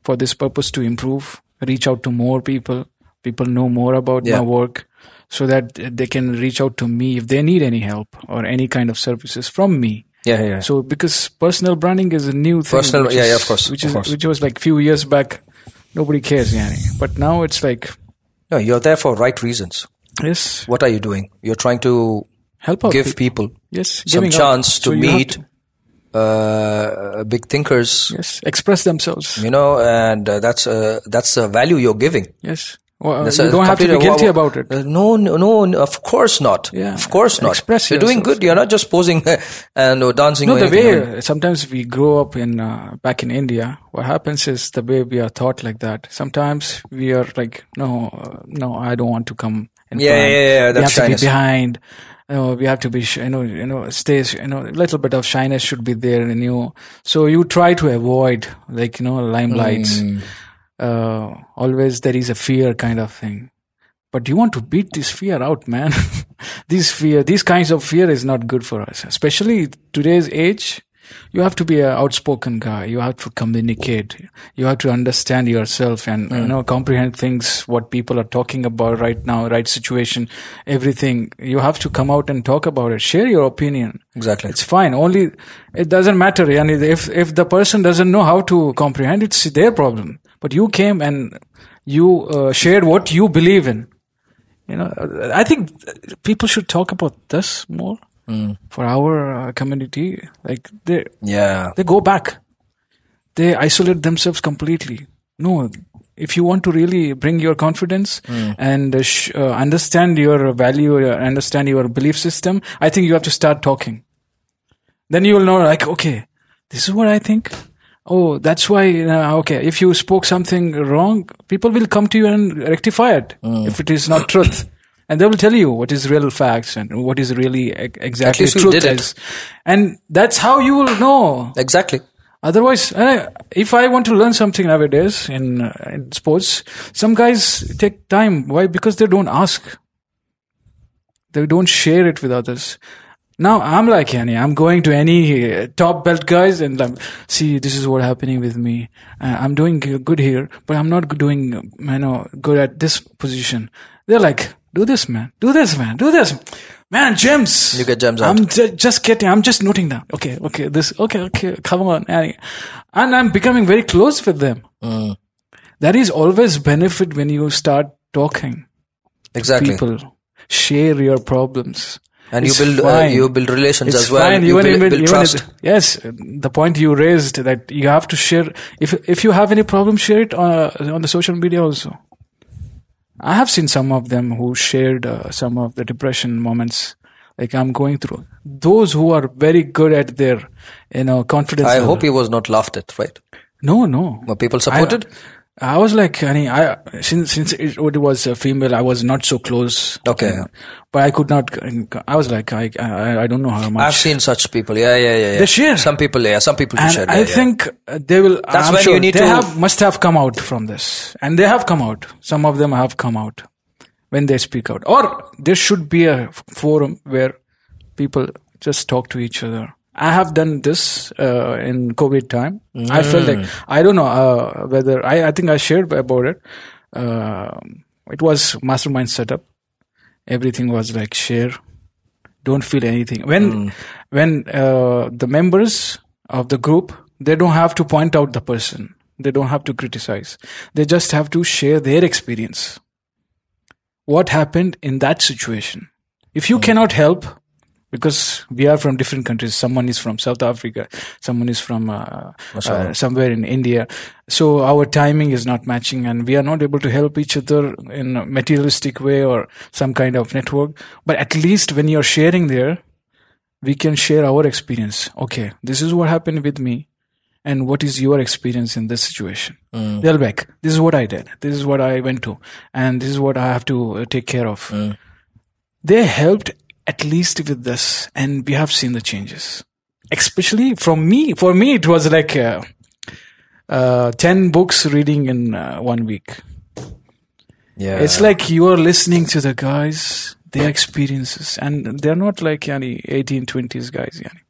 Speaker 2: for this purpose to improve, reach out to more people. People know more about
Speaker 1: Yeah.
Speaker 2: my work so that they can reach out to me if they need any help or any kind of services from me.
Speaker 1: yeah, yeah.
Speaker 2: So because personal branding is a new thing.
Speaker 1: Personal-
Speaker 2: which
Speaker 1: yeah,
Speaker 2: is-
Speaker 1: yeah, of course,
Speaker 2: Which
Speaker 1: of
Speaker 2: is
Speaker 1: course.
Speaker 2: which was like few years back, nobody cares, yani. But now it's like
Speaker 1: No, you're there for right reasons.
Speaker 2: yes,
Speaker 1: What are you doing? You're trying to
Speaker 2: help out.
Speaker 1: give
Speaker 2: people.
Speaker 1: people
Speaker 2: yes,
Speaker 1: some
Speaker 2: giving out.
Speaker 1: chance to
Speaker 2: So you have
Speaker 1: meet uh, big thinkers.
Speaker 2: yes, express themselves.
Speaker 1: You know, and uh, that's uh, that's the value you're giving.
Speaker 2: Yes, well, uh,
Speaker 1: That's
Speaker 2: you
Speaker 1: a
Speaker 2: don't have to be
Speaker 1: completely-
Speaker 2: guilty
Speaker 1: wha-
Speaker 2: about it.
Speaker 1: Uh, no, no, no, no, of course not.
Speaker 2: Yeah.
Speaker 1: Of course not.
Speaker 2: Express
Speaker 1: You're doing
Speaker 2: yourself.
Speaker 1: good. You're not just posing *laughs* and or dancing.
Speaker 2: No,
Speaker 1: or
Speaker 2: the
Speaker 1: anything. I mean,
Speaker 2: way uh, sometimes we grow up in uh, back in India, what happens is the way we are taught like that. Sometimes we are like, no, uh, no, I don't want to come. In
Speaker 1: Yeah,
Speaker 2: front.
Speaker 1: yeah, yeah, yeah,
Speaker 2: We have
Speaker 1: that's
Speaker 2: to be
Speaker 1: shyness.
Speaker 2: behind. You know, we have to be, sh- you know, you know, stay, sh- you know, a little bit of shyness should be there in you. So you try to avoid, like, you know, limelights.
Speaker 1: Mm.
Speaker 2: Uh, always there is a fear kind of thing. But you want to beat this fear out, man. *laughs* this fear, these kinds of fear is not good for us, especially today's age. You have to be an outspoken guy. You have to communicate. You have to understand yourself and you know comprehend things, what people are talking about right now, right situation, everything. You have to come out and talk about it. Share your opinion.
Speaker 1: exactly.
Speaker 2: It's fine. Only it doesn't matter. And if if the person doesn't know how to comprehend, it's their problem. But you came and you uh, shared what you believe in. You know, uh, I think people should talk about this more for our uh, community. Like they
Speaker 1: yeah.
Speaker 2: they go back, they isolate themselves completely. No, if you want to really bring your confidence
Speaker 1: Hmm.
Speaker 2: and uh, sh- uh, understand your value, uh, understand your belief system, I think you have to start talking then you will know like okay this is what i think oh that's why uh, okay if you spoke something wrong people will come to you and rectify it
Speaker 1: Hmm.
Speaker 2: if it is not
Speaker 1: *coughs*
Speaker 2: truth and they will tell you what is real facts and what is really e- exactly
Speaker 1: least you
Speaker 2: truth
Speaker 1: did it.
Speaker 2: is and that's how you will know
Speaker 1: Exactly.
Speaker 2: otherwise uh, if i want to learn something nowadays in, uh, in sports some guys take time why because they don't ask they don't share it with others. Now I'm like any, I'm going to any uh, top belt guys and I'm, see this is what happening with me. Uh, I'm doing g- good here, but I'm not doing uh, you know good at this position. They're like, do this, man, do this, man, do this, man, gems.
Speaker 1: You get gems out.
Speaker 2: I'm ju- just getting, I'm just noting down. Okay, okay, this, okay, okay, come on, Annie. and I'm becoming very close with them.
Speaker 1: Mm.
Speaker 2: That is always benefit when you start talking
Speaker 1: Exactly.
Speaker 2: people share your problems
Speaker 1: and you
Speaker 2: It's
Speaker 1: build uh,
Speaker 2: fine.
Speaker 1: you build relations
Speaker 2: it's
Speaker 1: as well.
Speaker 2: fine
Speaker 1: You
Speaker 2: even,
Speaker 1: build,
Speaker 2: even,
Speaker 1: build
Speaker 2: even
Speaker 1: trust.
Speaker 2: if- yes the point you raised that you have to share if if you have any problem share it on, on the social media also i have seen some of them who shared uh, some of the depression moments like i'm going through those who are very good at their you know confidence
Speaker 1: I
Speaker 2: level.
Speaker 1: hope he was not laughed at, right?
Speaker 2: no no
Speaker 1: Were people
Speaker 2: I-
Speaker 1: supported?
Speaker 2: I was like, I mean, I since since it, it was a female, I was not so close.
Speaker 1: Okay.
Speaker 2: to them. but I could not. I was like, I I, I don't know how much.
Speaker 1: I've seen such people. Yeah, yeah, yeah. yeah.
Speaker 2: They share.
Speaker 1: Some people, yeah. Some people do
Speaker 2: and
Speaker 1: share. yeah,
Speaker 2: I
Speaker 1: yeah.
Speaker 2: think uh, they will.
Speaker 1: That's
Speaker 2: I'm
Speaker 1: when
Speaker 2: sure
Speaker 1: you need
Speaker 2: they
Speaker 1: to-
Speaker 2: have must have come out from this, and they have come out. Some of them have come out when they speak out, or there should be a f- forum where people just talk to each other. I have done this uh, in COVID time. I felt
Speaker 1: Hmm.
Speaker 2: like I don't know uh, whether I. I think I shared about it. Uh, it was mastermind setup. Everything was like share don't feel anything when when uh, the members of the group they don't have to point out the person they don't have to criticize they just have to share their experience what happened in that situation if you cannot help because we are from different countries someone is from south africa someone is from uh, uh, somewhere in india so our timing is not matching and we are not able to help each other in a materialistic way or some kind of network but at least when you're sharing there we can share our experience okay this is what happened with me and what is your experience in this situation they'll be like this is what i did this is what i went to and this is what i have to uh, take care of they helped at least with this and we have seen the changes especially from me for me it was like uh, uh, 10 books reading in uh, one week
Speaker 1: Yeah.
Speaker 2: it's like you are listening to the guys their experiences and they're not like any 18 20s guys yani.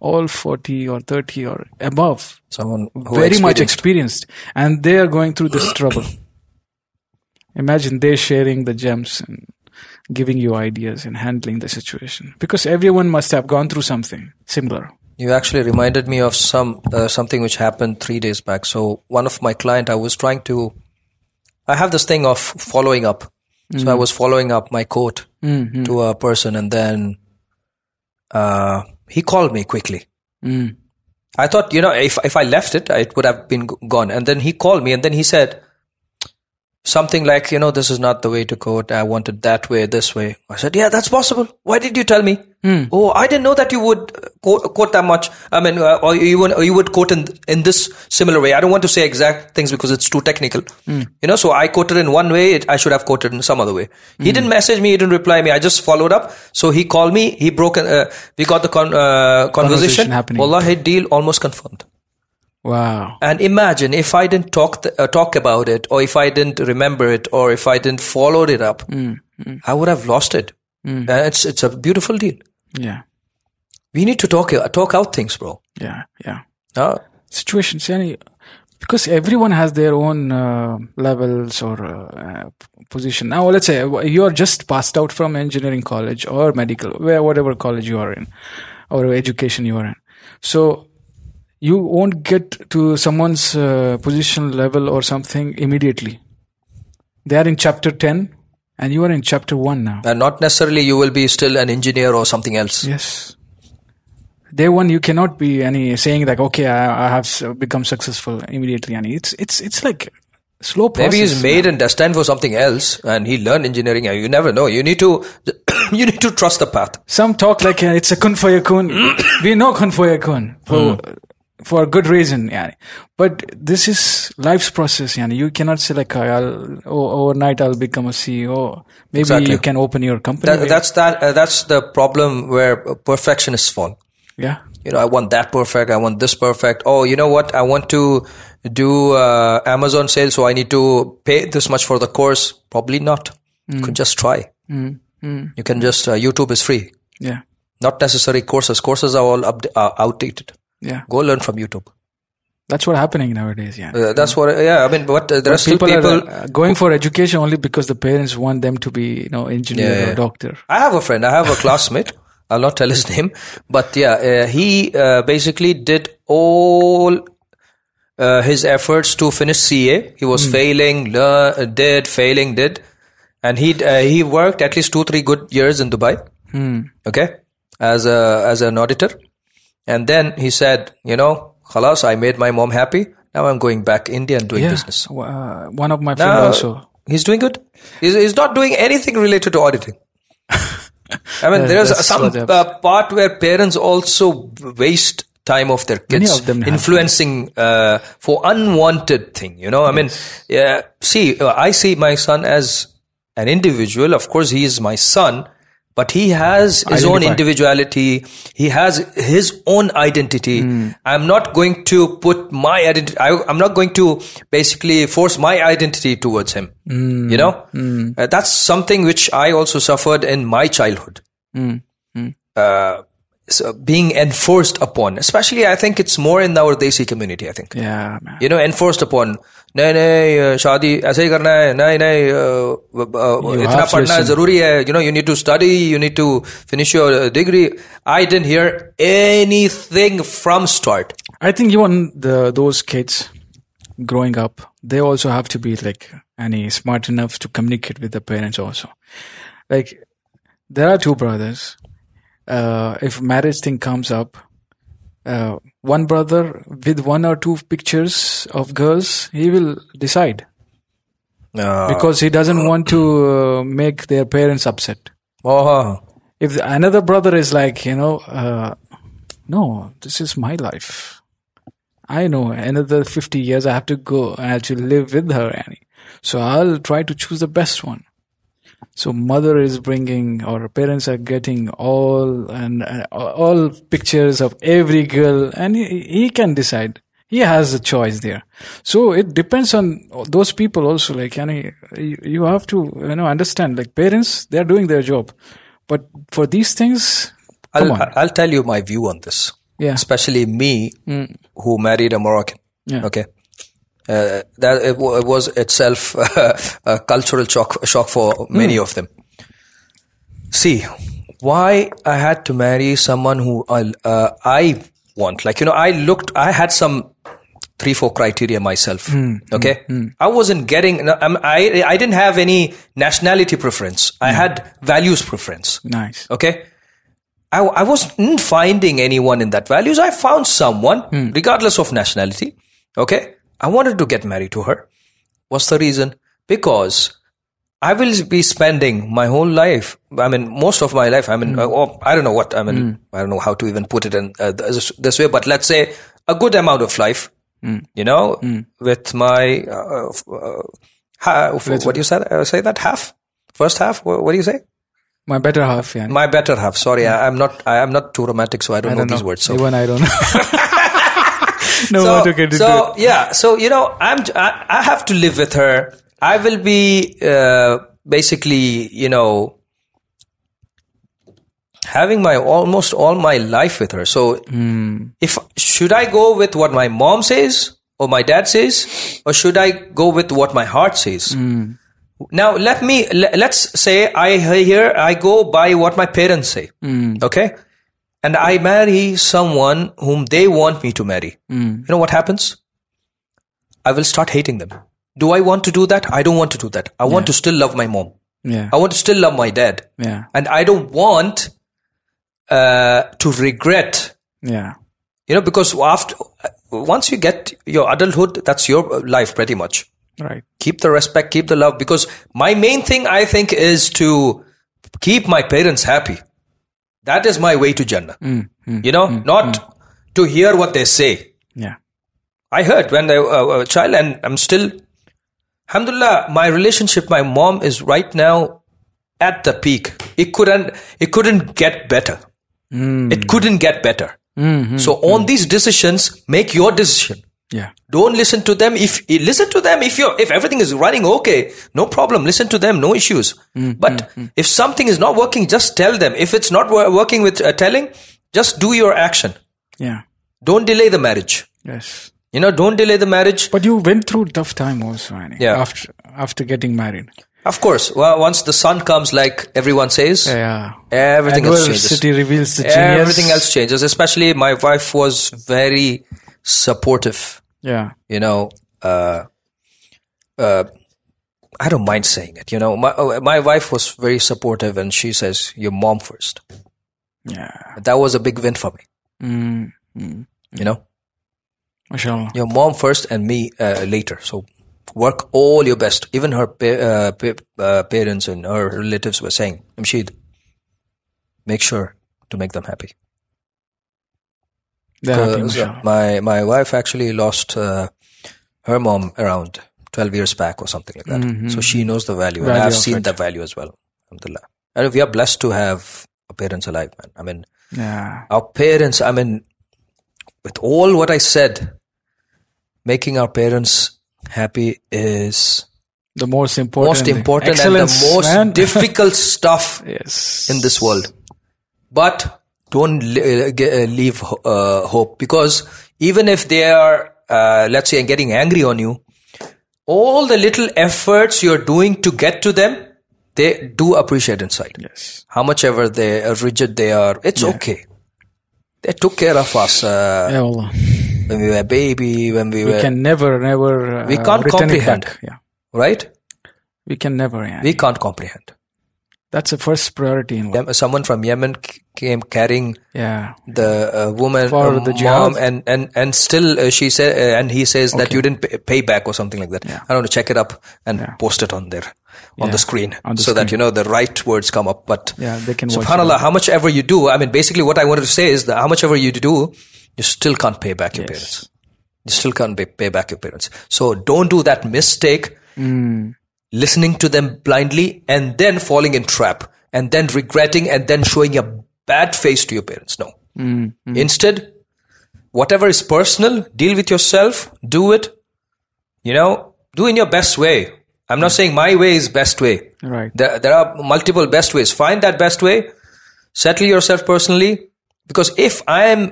Speaker 2: all 40 or 30 or above
Speaker 1: someone who
Speaker 2: very much
Speaker 1: experienced-
Speaker 2: experienced and they are going through this trouble imagine they sharing the gems and giving you ideas and handling the situation because everyone must have gone through something similar
Speaker 1: You actually reminded me of some uh, something which happened three days back. So one of my client, I was trying to, I have this thing of following up. So I was following up my quote
Speaker 2: Mm-hmm.
Speaker 1: to a person, and then uh, he called me quickly.
Speaker 2: Mm.
Speaker 1: I thought, you know, if if I left it, it would have been g- gone. And then he called me, and then he said something like, you know, this is not the way to quote. I want it that way, this way. I said, yeah, that's possible. Why did you tell me? Oh, I didn't know that you would uh, quote, quote that much. I mean, uh, or you would you would quote in in this similar way. I don't want to say exact things because it's too technical. You know, so I quoted in one way. It, I should have quoted in some other way. He didn't message me. He didn't reply me. I just followed up. So he called me. He broke. Uh, we got the con, uh, conversation.
Speaker 2: Conversation happening.
Speaker 1: Wallahi, deal almost confirmed.
Speaker 2: wow
Speaker 1: And imagine if I didn't talk th- uh, talk about it, or if I didn't remember it, or if I didn't follow it up, I would have lost it. Uh, it's it's a beautiful deal.
Speaker 2: yeah
Speaker 1: We need to talk uh, talk out things, bro.
Speaker 2: yeah yeah
Speaker 1: Uh,
Speaker 2: situations any because everyone has their own uh, levels or uh, uh, position now let's say you are just passed out from engineering college or medical where whatever college you are in or education you are in so you won't get to someone's uh, position level or something immediately they are in chapter 10 and you are in chapter 1 now
Speaker 1: and not necessarily you will be still an engineer or something else.
Speaker 2: Yes. Day one, you cannot be any saying like, okay, I, I have s- become successful immediately. And it's it's it's like slow process.
Speaker 1: Maybe he's made and destined for something else, and he learned engineering. You never know. You need to *coughs* you need to trust the path.
Speaker 2: Some talk like uh, it's a kun for
Speaker 1: *coughs*
Speaker 2: your kun. we know kun for your kun for
Speaker 1: Hmm.
Speaker 2: for a good reason, yani. But this is life's process, yani. You cannot say like, "I- I'll o- overnight I'll become a CEO. Maybe
Speaker 1: Exactly.
Speaker 2: you can open your company.
Speaker 1: That, that's that. Uh, that's the problem where uh, perfectionists fall.
Speaker 2: yeah.
Speaker 1: you know, I want that perfect. I want this perfect. Oh, you know what? I want to do uh, Amazon sale, so I need to pay this much for the course. Probably not. You can just try. You can just uh, YouTube is free.
Speaker 2: Yeah.
Speaker 1: Not necessary courses. Courses are all up, uh, outdated.
Speaker 2: Yeah.
Speaker 1: Go learn from YouTube.
Speaker 2: That's what's happening nowadays, yeah.
Speaker 1: Uh, that's what. Yeah, I mean, but uh, there are still
Speaker 2: people,
Speaker 1: people.
Speaker 2: are uh, going for education only because the parents want them to be you know engineer
Speaker 1: Yeah, yeah.
Speaker 2: or doctor
Speaker 1: I have a friend. I have a classmate. I'll not tell his name, but yeah, uh, he uh, basically did all uh, his efforts to finish CA. He was failing, lear- did failing, did, and he uh, he worked at least two three good years in Dubai. Okay, as a as an auditor, and then he said, you know, halas, I made my mom happy. Now I'm going back India and doing
Speaker 2: yeah.
Speaker 1: business.
Speaker 2: Uh, one of my friend
Speaker 1: Uh,
Speaker 2: also
Speaker 1: He's doing good. He's, he's not doing anything related to auditing. I mean,
Speaker 2: Yeah,
Speaker 1: there's
Speaker 2: that's
Speaker 1: some
Speaker 2: what happens.
Speaker 1: uh, part where parents also waste time of their
Speaker 2: Many
Speaker 1: kids
Speaker 2: of them have.
Speaker 1: influencing uh, for unwanted thing you know i mean yeah, see uh, i see my son as an individual of course he is my son but he has his own
Speaker 2: Identify.
Speaker 1: individuality he has his own identity
Speaker 2: Hmm.
Speaker 1: i'm not going to put my identity I, i'm not going to basically force my identity towards him
Speaker 2: Hmm.
Speaker 1: you know Uh, that's something which i also suffered in my childhood uh, so being enforced upon. Especially, I think it's more in our Desi community. I think
Speaker 2: Yeah, man.
Speaker 1: you know, enforced upon. uh, नहीं नहीं अ, शादी ऐसे ही करना है नहीं नहीं अ, व- अ,
Speaker 2: You
Speaker 1: इतना
Speaker 2: have to
Speaker 1: पढ़ना
Speaker 2: listen.
Speaker 1: जरूरी है you know you need to study you need to finish your degree I didn't hear anything from start
Speaker 2: I think even the those kids growing up, they also have to be like any smart enough to communicate with the parents also. Like there are two brothers. Uh, if marriage thing comes up, uh, one brother with one or two pictures of girls, he will decide Uh, because he doesn't want to uh, make their parents upset. If another brother is like, you know, uh, no, this is my life. I know another 50 years I have to go, I have to live with her, Annie. So I'll try to choose the best one. So mother is bringing, or parents are getting all and uh, all pictures of every girl, and he, he can decide. He has a choice there. So it depends on those people also. Like, Annie, you, you have to you know understand. Like parents, they are doing their job, but for these things,
Speaker 1: I'll,
Speaker 2: come on,
Speaker 1: I'll tell you my view on this.
Speaker 2: yeah, Mm.
Speaker 1: especially me who married a Moroccan.
Speaker 2: Yeah.
Speaker 1: Okay. Uh, that it, wa- it was itself *laughs* a cultural shock, shock for many
Speaker 2: Mm.
Speaker 1: of them. See, why I had to marry someone who I, uh, I want. Like, you know, I looked, I had some three, four criteria myself.
Speaker 2: Mm.
Speaker 1: Okay. I wasn't getting, no, I'm, I, I didn't have any nationality preference. I
Speaker 2: Mm.
Speaker 1: had values preference.
Speaker 2: nice.
Speaker 1: Okay. I, I wasn't finding anyone in that values. I found someone, regardless of nationality. Okay. I wanted to get married to her. What's the reason? Because I will be spending my whole life. I mean, most of my life. I mean, uh, oh, I don't know what. I mean, I don't know how to even put it in uh, this, this way. But let's say a good amount of life. You know, with my uh, f- uh, ha- what do you say? Uh, say that half, first half. What, what do you say?
Speaker 2: My better half, yeah.
Speaker 1: My better half. Sorry, I, I'm not. I, am not too romantic, so I don't, know, these words. So,
Speaker 2: Even
Speaker 1: *laughs*
Speaker 2: I don't know. *laughs* no
Speaker 1: so,
Speaker 2: one to get into it.
Speaker 1: so yeah. So you know, I'm. I, I have to live with her. I will be uh, basically, you know, having my almost all my life with her. So, if should I go with what my mom says or my dad says, or should I go with what my heart says? Now let me le- let's say I he- here I go by what my parents say. Okay? And I marry someone whom they want me to marry. You know what happens? I will start hating them. Do I want to do that? I don't want to do that. I want to still love my mom.
Speaker 2: Yeah,
Speaker 1: I want to still love my dad.
Speaker 2: yeah,
Speaker 1: And I don't want uh, to regret
Speaker 2: yeah,
Speaker 1: you know because after once you get your adulthood that's your life pretty much
Speaker 2: right.
Speaker 1: keep the respect keep the love because my main thing i think is to keep my parents happy that is my way to jannah you know not to hear what they say
Speaker 2: Yeah,
Speaker 1: i heard when i uh, was a child and i'm still alhamdulillah my relationship my mom is right now at the peak it couldn't it couldn't get better
Speaker 2: Mm,
Speaker 1: it couldn't get better so on these decisions make your decision
Speaker 2: yeah,
Speaker 1: don't listen to them if eh, listen to them if you're if everything is running okay no problem listen to them no issues
Speaker 2: Hmm,
Speaker 1: but if something is not working just tell them if it's not wor- working with uh, telling just do your action
Speaker 2: yeah.
Speaker 1: don't delay the marriage
Speaker 2: Yes.
Speaker 1: you know don't delay the marriage
Speaker 2: But you went through tough time also, Annie.
Speaker 1: Yeah.
Speaker 2: After after getting married.
Speaker 1: of course well, once the sun comes like everyone says
Speaker 2: Yeah.
Speaker 1: everything else changes
Speaker 2: Adversity reveals the genius.
Speaker 1: everything else changes especially my wife was very supportive
Speaker 2: Yeah.
Speaker 1: you know uh, uh, i don't mind saying it you know my, uh, my wife was very supportive and she says your mom first
Speaker 2: Yeah.
Speaker 1: that was a big win for me
Speaker 2: Mm.
Speaker 1: you know
Speaker 2: Mashallah.
Speaker 1: your mom first and me uh, later so work all your best even her pa- uh, pa- uh, parents and her relatives were saying Mshid, make sure to make them happy
Speaker 2: They're happy,
Speaker 1: 'Cause
Speaker 2: mashallah.
Speaker 1: Uh, my my wife actually lost uh, her mom around 12 years back or something like that. So she knows the value, and
Speaker 2: Mm-hmm. Value
Speaker 1: I've
Speaker 2: of
Speaker 1: seen
Speaker 2: it.
Speaker 1: the value as well. Alhamdulillah. And we are blessed to have our parents alive, man. I mean,
Speaker 2: Yeah.
Speaker 1: our parents, I mean, with all what I said, making our parents happy is
Speaker 2: The most important.
Speaker 1: most important and the
Speaker 2: Excellence,
Speaker 1: most
Speaker 2: man. *laughs*
Speaker 1: difficult stuff
Speaker 2: yes.
Speaker 1: in this world. But don't le- uh, ge- uh, leave ho- uh, hope because even if they are, uh, let's say, getting angry on you, all the little efforts you're doing to get to them, they do appreciate inside.
Speaker 2: Yes.
Speaker 1: How much ever they uh, rigid they are, it's okay. They took care of us uh,
Speaker 2: Yeah, Allah.
Speaker 1: when we were baby, when we
Speaker 2: We
Speaker 1: were
Speaker 2: can never, never. Uh,
Speaker 1: We can't
Speaker 2: return it
Speaker 1: comprehend.
Speaker 2: back. Yeah.
Speaker 1: right.
Speaker 2: We can never. Yeah.
Speaker 1: We can't comprehend.
Speaker 2: That's the first priority in life.
Speaker 1: Yem- Someone from Yemen c- came carrying
Speaker 2: Yeah.
Speaker 1: the uh, woman
Speaker 2: For
Speaker 1: or
Speaker 2: the
Speaker 1: mom
Speaker 2: jihad.
Speaker 1: and and and still uh, she said uh, and he says that you didn't pay, pay back or something like that i don't know check it up and post it on there on the screen
Speaker 2: on the
Speaker 1: so that you know the right words come up but
Speaker 2: Yeah. They can. watch
Speaker 1: subhanallah how much ever you do i mean basically what i wanted to say is that how much ever you do you still can't pay back your parents you still can't pay, pay back your parents so don't do that mistake
Speaker 2: Hmm.
Speaker 1: listening to them blindly and then falling in trap and then regretting and then showing a bad face to your parents no
Speaker 2: Hmm.
Speaker 1: instead whatever is personal deal with yourself do it you know do in your best way i'm
Speaker 2: Hmm.
Speaker 1: not saying my way is best way
Speaker 2: Right.
Speaker 1: there, there are multiple best ways find that best way settle yourself personally because if i am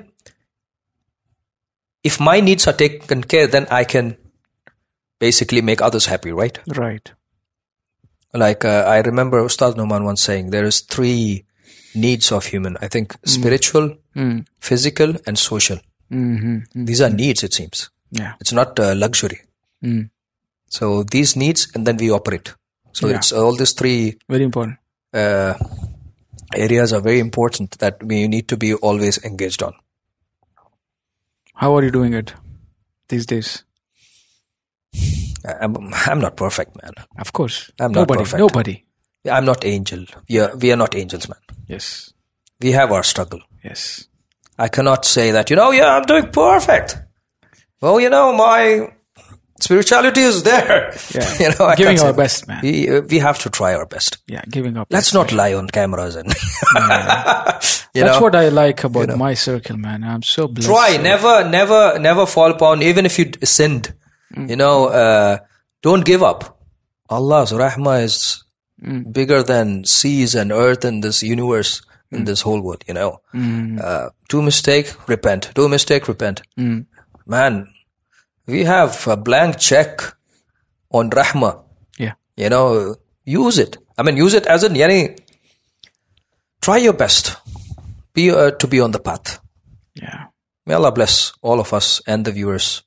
Speaker 1: if my needs are taken care then i can basically make others happy right
Speaker 2: Right.
Speaker 1: like uh, i remember ustad noman once saying there is three needs of human i think
Speaker 2: Hmm.
Speaker 1: spiritual physical and social
Speaker 2: Mm-hmm.
Speaker 1: these are needs it seems
Speaker 2: Yeah.
Speaker 1: it's not uh, luxury
Speaker 2: Mm.
Speaker 1: so these needs and then we operate so
Speaker 2: Yeah.
Speaker 1: it's uh, all these three
Speaker 2: Very important.
Speaker 1: uh, areas are very important that we need to be always engaged on
Speaker 2: How are you doing it these days?
Speaker 1: I- i'm, I'm not perfect man
Speaker 2: Of course.
Speaker 1: I'm not
Speaker 2: nobody.
Speaker 1: perfect.
Speaker 2: Nobody.
Speaker 1: i'm not angel yeah we are not angels man
Speaker 2: Yes.
Speaker 1: we have our struggle
Speaker 2: Yes.
Speaker 1: I cannot say that, you know, yeah, I'm doing perfect. Well, you know, my spirituality is there.
Speaker 2: Yeah.
Speaker 1: *laughs* you know, Oh, I
Speaker 2: giving
Speaker 1: can't
Speaker 2: our
Speaker 1: say-
Speaker 2: best, man.
Speaker 1: We, uh, we have to try our best.
Speaker 2: Yeah. Giving up.
Speaker 1: Let's not lie on cameras and, *laughs* you
Speaker 2: That's
Speaker 1: know,
Speaker 2: what I like about my circle, man. I'm so blessed.
Speaker 1: try. Never, never, never fall upon, even if you d- sinned, you know, uh, don't give up. Allah's rahmah is bigger than seas and earth and this universe and this whole world, you know. Uh, do mistake, repent. Do mistake, repent. man, we have a blank check on Rahma.
Speaker 2: Yeah.
Speaker 1: You know, use it. I mean, use it as in, yani, try your best be, uh, to be on the path.
Speaker 2: Yeah.
Speaker 1: May Allah bless all of us and the viewers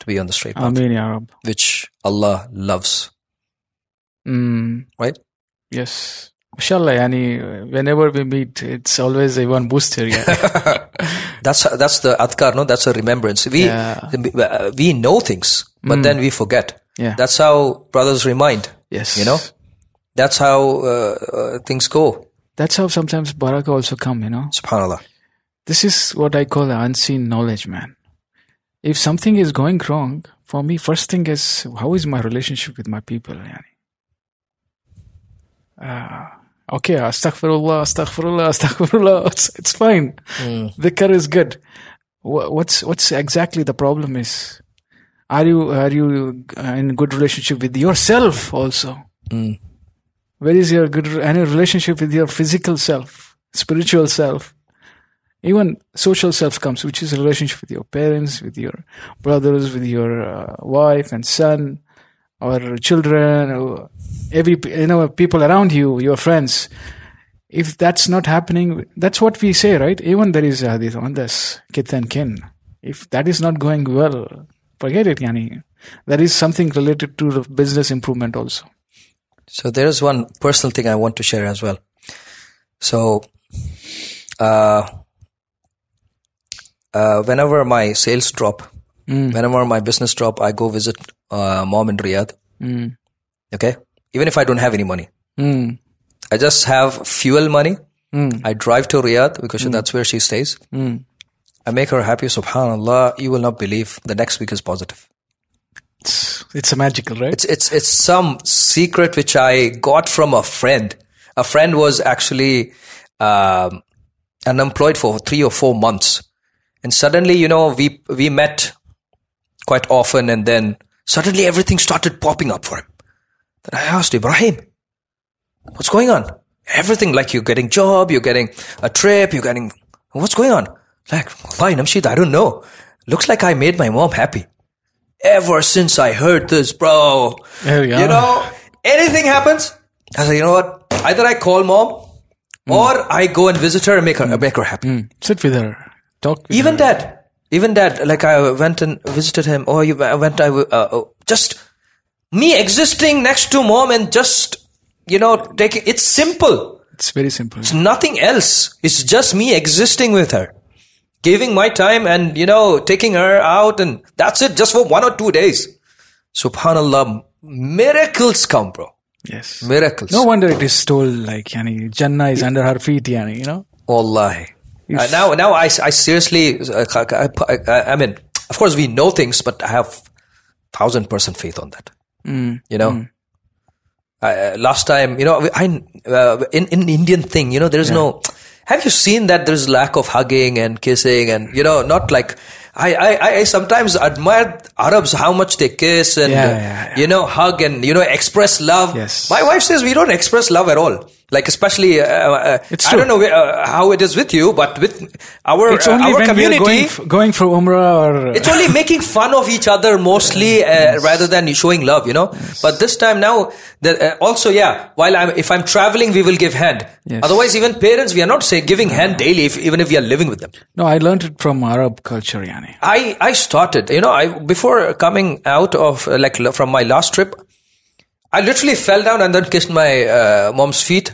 Speaker 1: to be on the straight path,
Speaker 2: Amin, Ya Rab.
Speaker 1: which Allah loves,
Speaker 2: Mm,
Speaker 1: right?
Speaker 2: yes. Inshallah, yani, whenever we meet, it's always a one booster.
Speaker 1: *laughs*
Speaker 2: Yeah.
Speaker 1: That's that's the adhkar, no? That's a remembrance. We
Speaker 2: Yeah. Mm.
Speaker 1: uh, we know things, but then we forget.
Speaker 2: Yeah.
Speaker 1: That's how brothers remind.
Speaker 2: yes.
Speaker 1: You know, that's how uh, uh, things go.
Speaker 2: That's how sometimes Baraka also come, you know.
Speaker 1: Subhanallah.
Speaker 2: This is what I call unseen knowledge, man. If something is going wrong, for me, first thing is how is my relationship with my people, yani? Uh, okay, astaghfirullah, astaghfirullah, astaghfirullah. *laughs* It's, it's fine. The Dhikr is good. Wha- What's what's exactly the problem is? Are you are you uh, in good relationship with yourself also? Where is your good any relationship with your physical self, spiritual self? even social self comes, which is a relationship with your parents, with your brothers, with your uh, wife and son, or children, or every you know people around you, your friends. If that's not happening, that's what we say, right? Even there is a hadith on this kith and kin. If that is not going well, forget it, Yani. There is something related to the business improvement also.
Speaker 1: So there is one personal thing I want to share as well. So, uh, uh, whenever my sales drop, whenever my business drop, I go visit uh, mom in Riyadh.
Speaker 2: Mm.
Speaker 1: Okay, even if I don't have any money,
Speaker 2: Mm.
Speaker 1: I just have fuel money.
Speaker 2: Mm.
Speaker 1: I drive to Riyadh because that's where she stays.
Speaker 2: Mm.
Speaker 1: I make her happy, subhanAllah, you will not believe the next week is positive.
Speaker 2: It's, it's a magical, right?
Speaker 1: It's, it's, it's some secret which I got from a friend. A friend was actually um, unemployed for three or four months. And suddenly, you know, we, we met quite often and then suddenly everything started popping up for him. Then I asked Ibrahim, what's going on? Everything like you're getting job, you're getting a trip, you're getting, what's going on? Like, why Namshid, I don't know. Looks like I made my mom happy. Ever since I heard this, bro.
Speaker 2: There we
Speaker 1: You
Speaker 2: are.
Speaker 1: know, anything happens. I said, you know what? Either I call mom or I go and visit her and make her, make her happy.
Speaker 2: Mm. Sit with her. Talk with
Speaker 1: Even dad, even dad, like I went and visited him, or you I went, I w- uh, uh, just me existing next to mom and just you know taking. It's simple.
Speaker 2: her. It's very simple.
Speaker 1: It's nothing else. It's just me existing with her, giving my time and you know taking her out, and that's it. Just for one or two days. Subhanallah, miracles come, bro.
Speaker 2: Yes.
Speaker 1: Miracles.
Speaker 2: No wonder it is told like yani, Jannah is under her feet, yani, you know?
Speaker 1: Wallahi. Uh, now, now I, I seriously, uh, I, I, I mean, of course we know things, but I have thousand percent faith on that.
Speaker 2: Mm,
Speaker 1: You know, I, uh, last time, you know, I, uh, in, in Indian thing, you know, there is no, have you seen that there's lack of hugging and kissing and, you know, not like, I, I, I sometimes admire Arabs how much they kiss and,
Speaker 2: Yeah,
Speaker 1: uh,
Speaker 2: yeah, yeah.
Speaker 1: you know, hug and, you know, express love.
Speaker 2: Yes.
Speaker 1: My wife says we don't express love at all. Like, especially, uh, uh,
Speaker 2: It's
Speaker 1: I
Speaker 2: true.
Speaker 1: don't know uh, how it is with you, but with our
Speaker 2: It's
Speaker 1: uh,
Speaker 2: only
Speaker 1: our
Speaker 2: when
Speaker 1: community,
Speaker 2: we're going, f- going for Umrah or.
Speaker 1: it's only making fun of each other mostly uh, rather than showing love, you know. But this time now, the, uh, also yeah, while I'm if I'm traveling, we will give hand.
Speaker 2: Yes.
Speaker 1: Otherwise, even parents, we are not say giving hand daily, if, even if we are living with them.
Speaker 2: no, I learned it from Arab culture, yani.
Speaker 1: I I started, you know, I before coming out of uh, like l- from my last trip, I literally fell down and then kissed my uh, mom's feet.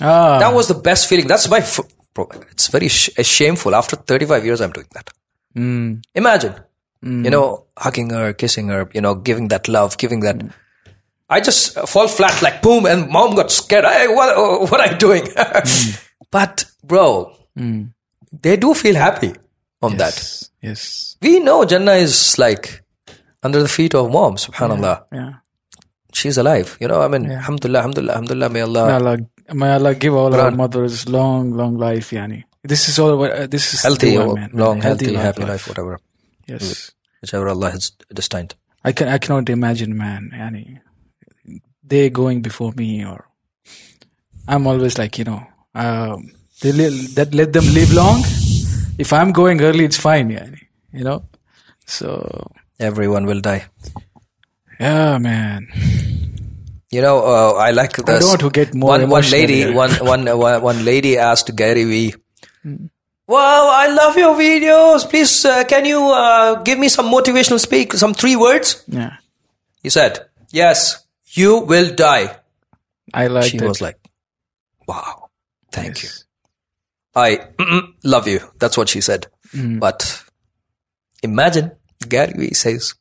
Speaker 2: Ah,
Speaker 1: That was the best feeling. That's my. F- bro, it's very sh- shameful. After 35 years, I'm doing that.
Speaker 2: Hmm.
Speaker 1: Imagine, you know, hugging her, kissing her, you know, giving that love, giving that. I just uh, fall flat like boom, and mom got scared. Hey, what, uh, what are you doing? *laughs*
Speaker 2: Hmm.
Speaker 1: But, bro, they do feel happy on that.
Speaker 2: yes. Yes.
Speaker 1: We know Jannah is like under the feet of mom, subhanAllah.
Speaker 2: Yeah.
Speaker 1: She's alive. You know, I mean, alhamdulillah, alhamdulillah, alhamdulillah, may Allah.
Speaker 2: May Allah, may Allah give all our mothers long, long life, yani. This is all. Uh, this is the
Speaker 1: Healthy,
Speaker 2: one,
Speaker 1: or
Speaker 2: man.
Speaker 1: long, healthy, happy
Speaker 2: life.
Speaker 1: life, whatever.
Speaker 2: Yes,
Speaker 1: whichever Allah has destined.
Speaker 2: I can. I cannot imagine, man. Yani, they going before me, or I'm always like, you know, um, they li- that let them live long. If I'm going early, it's fine, yani. You know, so
Speaker 1: Everyone will die.
Speaker 2: yeah, man.
Speaker 1: You know, uh, I like this.
Speaker 2: Oh, don't want to get more
Speaker 1: one, one
Speaker 2: emotional
Speaker 1: lady,
Speaker 2: here.
Speaker 1: one, one, one, one lady asked Gary Vee,
Speaker 2: Hmm.
Speaker 1: Wow, I love your videos. Please, uh, can you uh, give me some motivational speak, some three words?
Speaker 2: Yeah,
Speaker 1: He said, Yes, you will die.
Speaker 2: I like.
Speaker 1: She
Speaker 2: that.
Speaker 1: was like, Wow, thank you.
Speaker 2: Yes.
Speaker 1: I mm, love you. That's what she said. But imagine Gary Vee says,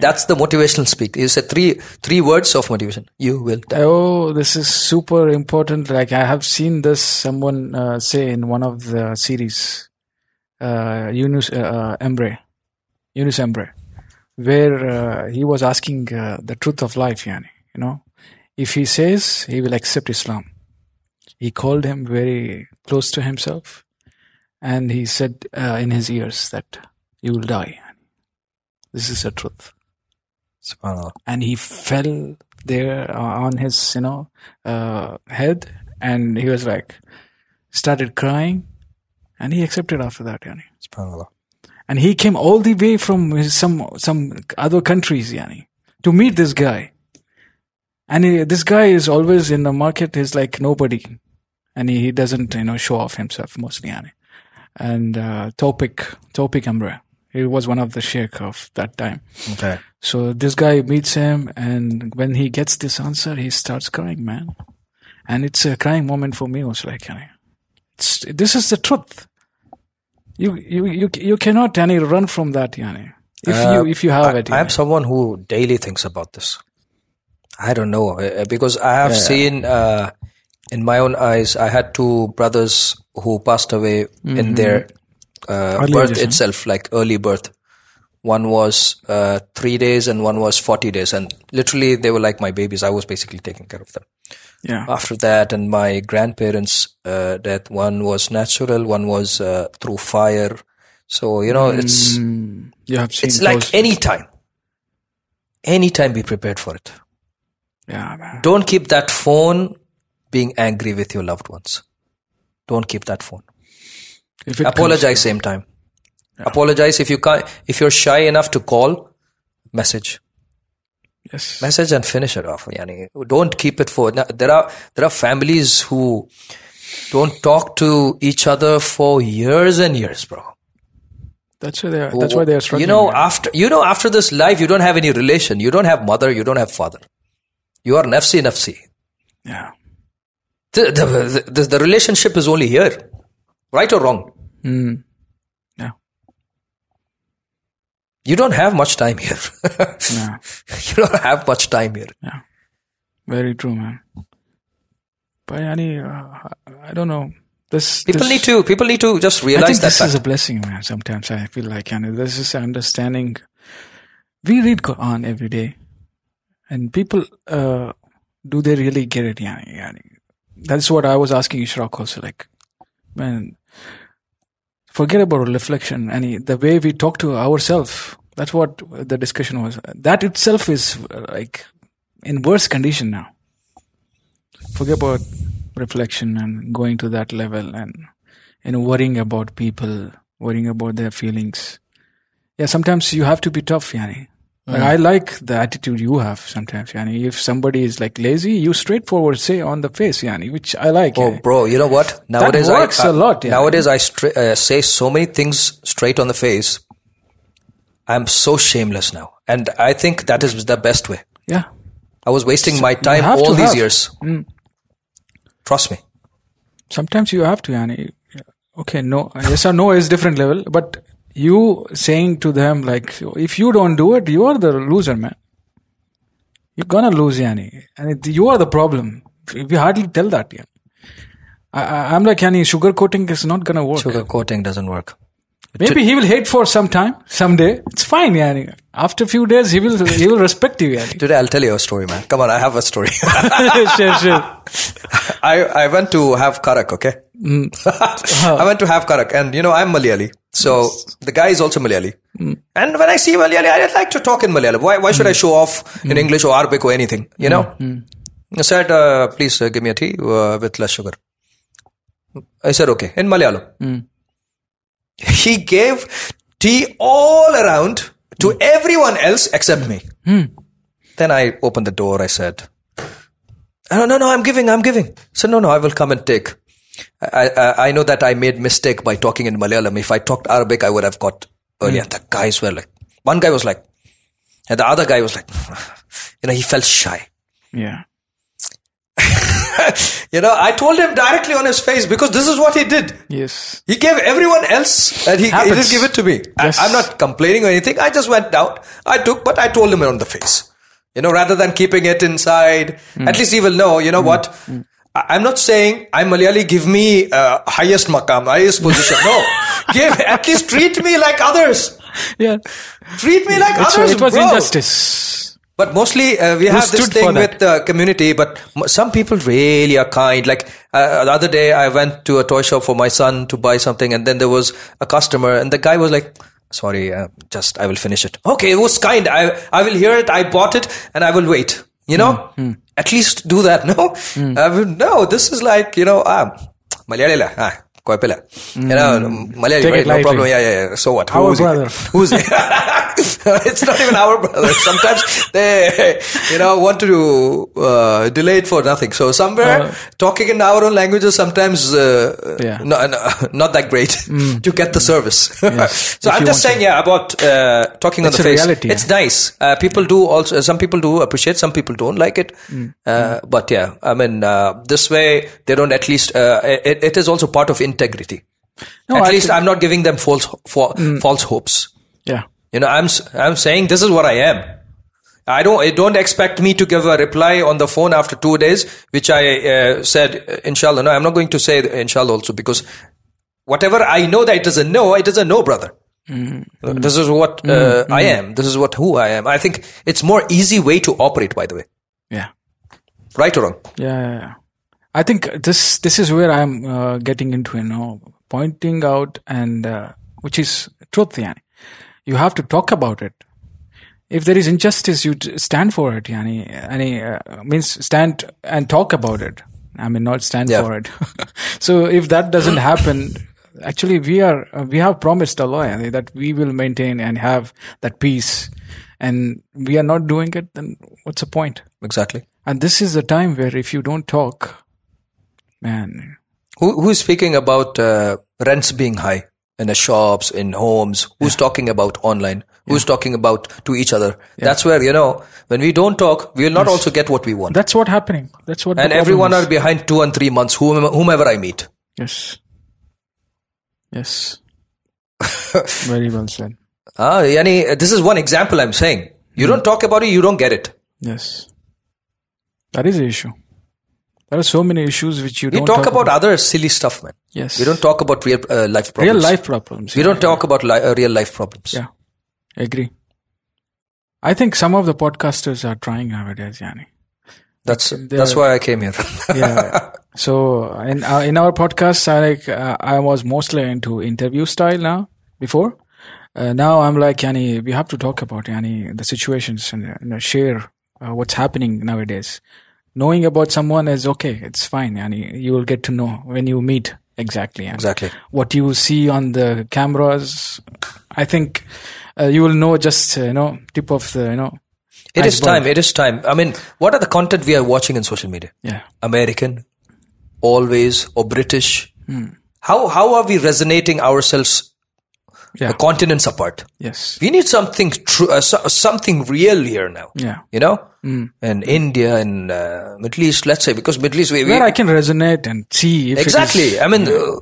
Speaker 1: that's the motivational speak. He said three three words of motivation. You will die.
Speaker 2: Oh, this is super important. Like I have seen this someone uh, say in one of the series, uh, Yunus uh, uh, Emre, Yunus Emre, where uh, he was asking uh, the truth of life. Yani, you know, if he says he will accept Islam, he called him very close to himself, and he said uh, in his ears that you will die. This is the truth
Speaker 1: SubhanAllah.
Speaker 2: and he fell there uh, on his you know uh, head and he was like started crying and he accepted after that yani
Speaker 1: SubhanAllah.
Speaker 2: and he came all the way from his, some some other countries yani to meet this guy and he, this guy is always in the market he's like nobody and he, he doesn't you know show off himself mostly yani and uh, Topik Topik Amra he was one of the sheikh of that time
Speaker 1: Okay.
Speaker 2: so this guy meets him, and when he gets this answer, he starts crying, man. And it's a crying moment for me. Also, like, you know, it's, this is the truth. You you you you cannot any run from that, yani. If you if you have it,
Speaker 1: Uh, I am
Speaker 2: yani.
Speaker 1: someone who daily thinks about this. I don't know uh, because I have seen uh, in my own eyes. I had two brothers who passed away in their uh, birth itself, like early birth. One was uh, three days and one was 40 days. And literally, they were like my babies. I was basically taking care of them.
Speaker 2: Yeah.
Speaker 1: After that, and my grandparents' uh, death, one was natural, one was uh, through fire. So, you know, it's
Speaker 2: Mm, you have seen
Speaker 1: it's
Speaker 2: those-
Speaker 1: like any time. Any time be prepared for it.
Speaker 2: yeah, man.
Speaker 1: Don't keep that phone being angry with your loved ones. Don't keep that phone.
Speaker 2: If it
Speaker 1: apologize same time apologize if you can't if you're shy enough to call message
Speaker 2: comes- yes.
Speaker 1: message and finish it off yani. don't keep it for now, there are there are families who don't talk to each other for years and years bro
Speaker 2: That's why they are, that's why they are struggling.
Speaker 1: you know
Speaker 2: man.
Speaker 1: after you know after this life you don't have any relation you don't have mother you don't have father you are nafsi nafsi
Speaker 2: yeah.
Speaker 1: the, the, the, the relationship is only here right or wrong
Speaker 2: Mm. Yeah.
Speaker 1: you don't have much time here *laughs*
Speaker 2: Yeah.
Speaker 1: you don't have much time here
Speaker 2: Very true, man. But any, uh, I don't know. This
Speaker 1: people
Speaker 2: this,
Speaker 1: need to people need to just
Speaker 2: I
Speaker 1: realize
Speaker 2: think
Speaker 1: that
Speaker 2: this
Speaker 1: fact.
Speaker 2: is a blessing, man. Sometimes I feel like, and this is understanding. We read Quran every day, and people, uh, do they really get it? Yeah, yeah. That's what I was asking Ishraq also. Like, man, forget about reflection. And the way we talk to ourselves, that's what the discussion was. That itself is uh, like in worse condition now. Forget about reflection and going to that level and and worrying about people, worrying about their feelings. Yeah, sometimes you have to be tough, Yani. Like, I like the attitude you have sometimes, Yani. If somebody is like lazy, you straightforward say on the face, Yani, which I like.
Speaker 1: oh
Speaker 2: yani.
Speaker 1: bro you know what nowadays
Speaker 2: works
Speaker 1: I, uh,
Speaker 2: a lot, yeah.
Speaker 1: nowadays i stra- uh, say so many things straight on the face i'm so shameless now and i think that is the best way
Speaker 2: Yeah.
Speaker 1: i was wasting my time
Speaker 2: have
Speaker 1: all
Speaker 2: to
Speaker 1: these
Speaker 2: have. Hmm.
Speaker 1: years trust me
Speaker 2: Sometimes you have to, Yani. Okay, no, yes or no is different level, but you saying to them like, if you don't do it, you are the loser, man. You're gonna lose, Yani, and it, you are the problem. We hardly tell that, yeah. I, I, I'm like, Yani, sugarcoating is not gonna work.
Speaker 1: *laughs* sugar coating doesn't work
Speaker 2: Maybe he will hate for some time, someday. It's fine, yani. After few days, he will he will respect you,
Speaker 1: *laughs*
Speaker 2: yani.
Speaker 1: today i'll tell you a story man come on i have a story
Speaker 2: *laughs*
Speaker 1: *laughs*
Speaker 2: sure, sure.
Speaker 1: I, I went to have karak, okay? *laughs* I went to have karak, and you know, I'm Malayali. So the guy is also Malayali. And when I see Malayali, I like to talk in Malayalam. Why, why should I show off in English or Arabic or anything, you know? I said, uh, please uh, give me a tea uh, with less sugar. I said, okay, in Malayalam. *laughs*
Speaker 2: Hmm.
Speaker 1: He gave tea all around to everyone else except me.
Speaker 2: Hmm.
Speaker 1: Then I opened the door, I said, no, no, no, I'm giving, I'm giving. So no, no, I will come and take. I, I, I know that I made mistake by talking in Malayalam. If I talked Arabic, I would have got earlier. The guys were like, one guy was like, and the other guy was like, *laughs* you know, he felt shy. *laughs*
Speaker 2: Yeah.
Speaker 1: you know, I told him directly on his face because this is what he did.
Speaker 2: Yes.
Speaker 1: He gave everyone else and he, he
Speaker 2: Happens.
Speaker 1: didn't give it to me.
Speaker 2: Yes.
Speaker 1: I, I'm not complaining or anything. I just went down. I took, but I told him on the face. You know, rather than keeping it inside,
Speaker 2: Hmm.
Speaker 1: at least he will know, you know what? I, I'm not saying I'm Malayali, give me uh, highest makam, highest position.
Speaker 2: *laughs*
Speaker 1: No. give, at least treat me like others.
Speaker 2: Yeah.
Speaker 1: Treat me like
Speaker 2: It's,
Speaker 1: others.
Speaker 2: it was
Speaker 1: bro.
Speaker 2: injustice.
Speaker 1: But mostly uh, we have this
Speaker 2: stood for
Speaker 1: thing
Speaker 2: that?
Speaker 1: with the community, but m- some people really are kind. Like uh, the other day, I went to a toy shop for my son to buy something, and then there was a customer, and the guy was like, "Sorry, uh, just I will finish it." Okay, it was kind. I I will hear it. I bought it, and I will wait. You know,
Speaker 2: Hmm,
Speaker 1: at least do that. *laughs* No, I will, no. This is like you know, ah, Malayali lah, ah, koi pila. You know, Malayali,
Speaker 2: Hmm. Take it
Speaker 1: right, no
Speaker 2: lightly.
Speaker 1: problem. Yeah, yeah, yeah. So what?
Speaker 2: Our
Speaker 1: Who's it?
Speaker 2: brother.
Speaker 1: Who's it? *laughs* it's not even our brother. Sometimes they, you know, want to uh, delay it for nothing. So somewhere
Speaker 2: Uh,
Speaker 1: talking in our own language is sometimes uh,
Speaker 2: Yeah.
Speaker 1: no, *laughs* no, not that great *laughs* to get the service. *laughs*
Speaker 2: Yes,
Speaker 1: so
Speaker 2: if
Speaker 1: I'm just
Speaker 2: you want to.
Speaker 1: saying, yeah, about uh, talking on
Speaker 2: It's a
Speaker 1: the face.
Speaker 2: reality,
Speaker 1: it's nice. Uh, people do also. Some people do appreciate. Some people don't like it.
Speaker 2: Mm.
Speaker 1: Uh, But yeah, I mean, uh, this way they don't. At least uh, it, it is also part of integrity.
Speaker 2: No,
Speaker 1: at
Speaker 2: I
Speaker 1: least
Speaker 2: think- Mm.
Speaker 1: I'm not giving them false ho- for, false hopes.
Speaker 2: Yeah.
Speaker 1: You know, I'm s- I'm saying this is what I am. I don't eh, don't expect me to give a reply on the phone after two days, which I uh, said eh, inshallah. No, I'm not going to say inshallah also because whatever I know that it is a no, it is a no, brother. This is what uh, I am. This is what who I am. I think it's more easy way to operate. By the way,
Speaker 2: yeah.
Speaker 1: right or wrong?
Speaker 2: Yeah, yeah, yeah. I think this this is where I'm uh, getting into, you know, pointing out and uh, which is truth, yani. You have to talk about it. If there is injustice, you t- stand for it, yani. Any uh, means stand and talk about it. I mean, not stand
Speaker 1: Yeah.
Speaker 2: for it. *laughs* so if that doesn't happen, actually we are uh, we have promised Allah yani, that we will maintain and have that peace, and we are not doing it. Then what's the point?
Speaker 1: Exactly.
Speaker 2: And this is the time where if you don't talk, man,
Speaker 1: Who who is speaking about uh, rents being high in the shops, in homes? Who's talking about online? Who's talking about to each other? That's where you know when we don't talk, we will not also get what we want.
Speaker 2: that's what happening. That's what the
Speaker 1: and
Speaker 2: problem
Speaker 1: everyone
Speaker 2: is.
Speaker 1: are behind two and three months. Whomever, whomever I meet,
Speaker 2: yes, yes, *laughs* very well said.
Speaker 1: ah, yani, this is one example I'm saying.
Speaker 2: Hmm.
Speaker 1: You don't talk about it, you don't get it.
Speaker 2: Yes, that is the issue. There are so many issues which you
Speaker 1: We
Speaker 2: don't
Speaker 1: talk, about, other silly stuff, man.
Speaker 2: Yes,
Speaker 1: We don't talk about real uh, life problems.
Speaker 2: real life problems.
Speaker 1: We don't talk about li- uh, real life problems.
Speaker 2: Yeah, agree. I think some of the podcasters are trying nowadays, Yani.
Speaker 1: That's
Speaker 2: They're-
Speaker 1: that's why I came here. *laughs*
Speaker 2: yeah. *laughs* So in uh, in our podcast, I like uh, I was mostly into interview style now. Before, uh, now I'm like yani we have to talk about yani the situations and uh, you know, share uh, what's happening nowadays. Knowing about someone is okay. It's fine. Yani you will get to know when you meet exactly. yani.
Speaker 1: exactly.
Speaker 2: What you see on the cameras, I think uh, you will know just uh, you know tip of the you know.
Speaker 1: It is
Speaker 2: iceberg.
Speaker 1: time. It is time. I mean, what are the content we are watching in social media?
Speaker 2: Yeah.
Speaker 1: American, always, or British?
Speaker 2: Hmm.
Speaker 1: How how are we resonating ourselves
Speaker 2: Yeah.
Speaker 1: continents apart?
Speaker 2: Yes.
Speaker 1: We need something true, uh, so, something real here now.
Speaker 2: Yeah.
Speaker 1: You know,
Speaker 2: Hmm.
Speaker 1: and India and uh, Middle East. Let's say because Middle East, we, we
Speaker 2: Where I can resonate and see if it is-
Speaker 1: exactly. I mean. Uh,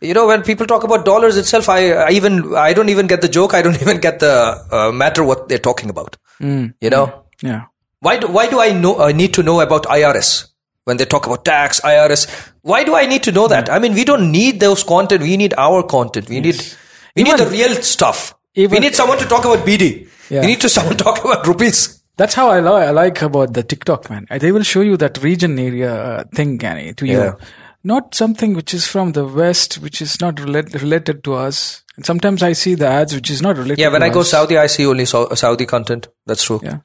Speaker 1: you know, when people talk about dollars itself, I, I even I don't even get the joke. I don't *laughs* even get the uh, matter what they're talking about.
Speaker 2: Mm.
Speaker 1: You know,
Speaker 2: Hmm. yeah.
Speaker 1: Why do, why do I know I need to know about IRS when they talk about tax IRS? Why do I need to know that? I mean, we don't need those content. We need our content. We need we need the real stuff. we
Speaker 2: even-
Speaker 1: need someone to talk about BD.
Speaker 2: Yeah.
Speaker 1: We need to *laughs* someone talk about rupees.
Speaker 2: That's how I, li- I like about the TikTok man. Uh, They will show you that region area uh, thing, Gani, to you,
Speaker 1: Yeah.
Speaker 2: not something which is from the West, which is not relate- related to us. And sometimes I see the ads which is not related.
Speaker 1: Yeah, when
Speaker 2: to
Speaker 1: I go
Speaker 2: us.
Speaker 1: Saudi, I see only Sau- Saudi content. That's true.
Speaker 2: yeah,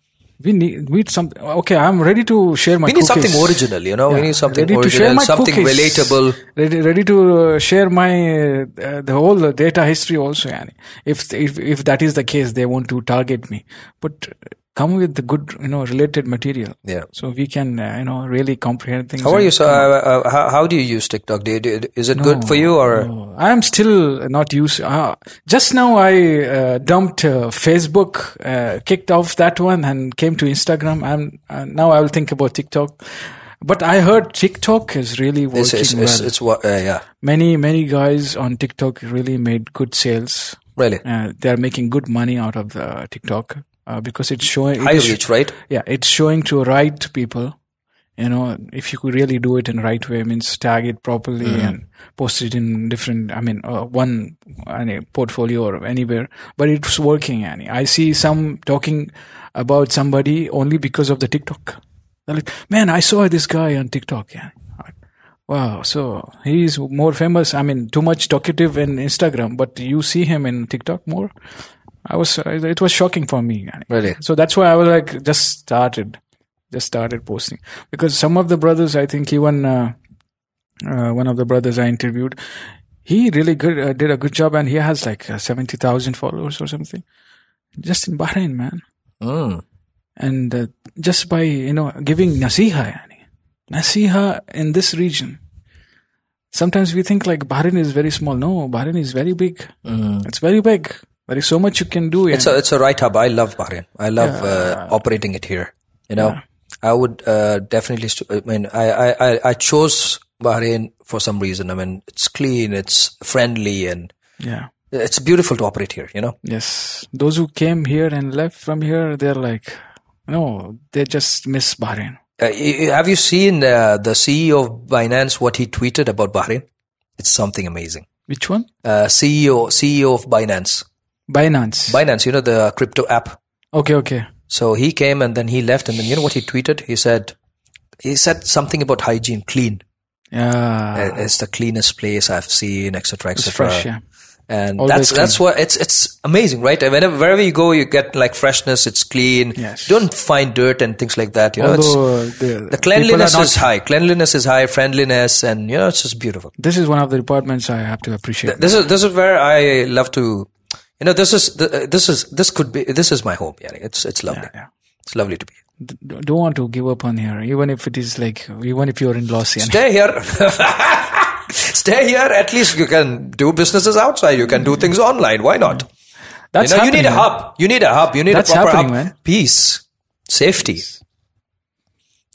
Speaker 2: we need we need some. Okay, I'm ready to share my.
Speaker 1: We need something
Speaker 2: cookies.
Speaker 1: original, you know. we
Speaker 2: Yeah,
Speaker 1: need something
Speaker 2: ready to share
Speaker 1: original,
Speaker 2: my
Speaker 1: something
Speaker 2: cookies.
Speaker 1: relatable.
Speaker 2: Ready, ready to uh, share my uh, the whole data history also. Yani. If if if that is the case, they want to target me. But uh, come with the good, you know, related material.
Speaker 1: Yeah.
Speaker 2: so we can uh, you know really comprehend things
Speaker 1: How are
Speaker 2: and-
Speaker 1: you? So, uh, uh, how, how do you use TikTok? Do you, do, is it good for you or?
Speaker 2: No, i am still not used uh, just now i uh, dumped uh, facebook uh, kicked off that one and came to instagram i'm uh, now i will think about tiktok but i heard tiktok is really working
Speaker 1: It's it's, it's,
Speaker 2: well
Speaker 1: it's what? Uh, yeah,
Speaker 2: many many guys on tiktok really made good sales
Speaker 1: really.
Speaker 2: uh, they are making good money out of uh, tiktok uh, because it's showing it
Speaker 1: High
Speaker 2: is-
Speaker 1: reach, right?
Speaker 2: yeah it's showing to right people you know if you could really do it in right way means tag it properly and post it in different i mean uh, one any portfolio or anywhere but it's working Annie. i see some talking about somebody only because of the tiktok they're like man i saw this guy on tiktok yeah wow so he's more famous i mean too much talkative in instagram but you see him in tiktok more i was uh, it was shocking for me Annie.
Speaker 1: Really.
Speaker 2: So that's why I was like, just started, just started posting because some of the brothers, I think even uh, uh, one of the brothers I interviewed, he really good uh, did a good job and he has like uh, seventy thousand followers or something, just in Bahrain, man.
Speaker 1: Mm.
Speaker 2: And uh, just by you know giving nasiha, yani. nasiha in this region. Sometimes we think like Bahrain is very small. No, Bahrain is very big. It's very big. There is so much you can do.
Speaker 1: Mm. It's a it's a right hub. I love Bahrain. I love uh, operating it here. You know, I would uh, definitely. St- I mean, I, I I I chose Bahrain for some reason. I mean, it's clean, it's friendly, and
Speaker 2: yeah.
Speaker 1: it's beautiful to operate here. You know,
Speaker 2: Yes, those who came here and left from here, they're like, no, they just miss Bahrain.
Speaker 1: uh, y- y- have you E seen uh, the CEO of Binance what he tweeted about Bahrain? It's something amazing.
Speaker 2: Which one?
Speaker 1: Uh, CEO CEO of Binance.
Speaker 2: Binance.
Speaker 1: Binance, you know the crypto app.
Speaker 2: okay, okay.
Speaker 1: So he came and then he left and then you know what he tweeted? He said he said something about hygiene, clean.
Speaker 2: Yeah.
Speaker 1: Uh, It's the cleanest place I've seen, etc.,
Speaker 2: it's
Speaker 1: etc.
Speaker 2: fresh, yeah.
Speaker 1: and
Speaker 2: Always
Speaker 1: that's that's what it's it's amazing, right? And Whenever wherever you go, you get like freshness. It's clean.
Speaker 2: Yes.
Speaker 1: You don't find dirt and things like that. You know, it's,
Speaker 2: Although uh, the,
Speaker 1: the cleanliness
Speaker 2: people are
Speaker 1: is high. Cleanliness is high. Friendliness, and you know, it's just beautiful.
Speaker 2: This is one of the departments I have to appreciate.
Speaker 1: This is this is where I love to. You know, this is the- uh, this is this could be this is my home. Yeah, it's it's lovely.
Speaker 2: yeah.
Speaker 1: It's lovely to be. here.
Speaker 2: D- don't want to give up on here, even if it is like, even if you're in Los Angeles.
Speaker 1: Stay here. *laughs* Stay here. At least you can do businesses outside. You can do things online. Why not?
Speaker 2: That's
Speaker 1: you know, you
Speaker 2: happening,
Speaker 1: need a
Speaker 2: man.
Speaker 1: hub. You need a hub. You need
Speaker 2: That's
Speaker 1: a proper
Speaker 2: happening,
Speaker 1: hub.
Speaker 2: man.
Speaker 1: Peace, safety.
Speaker 2: Yes.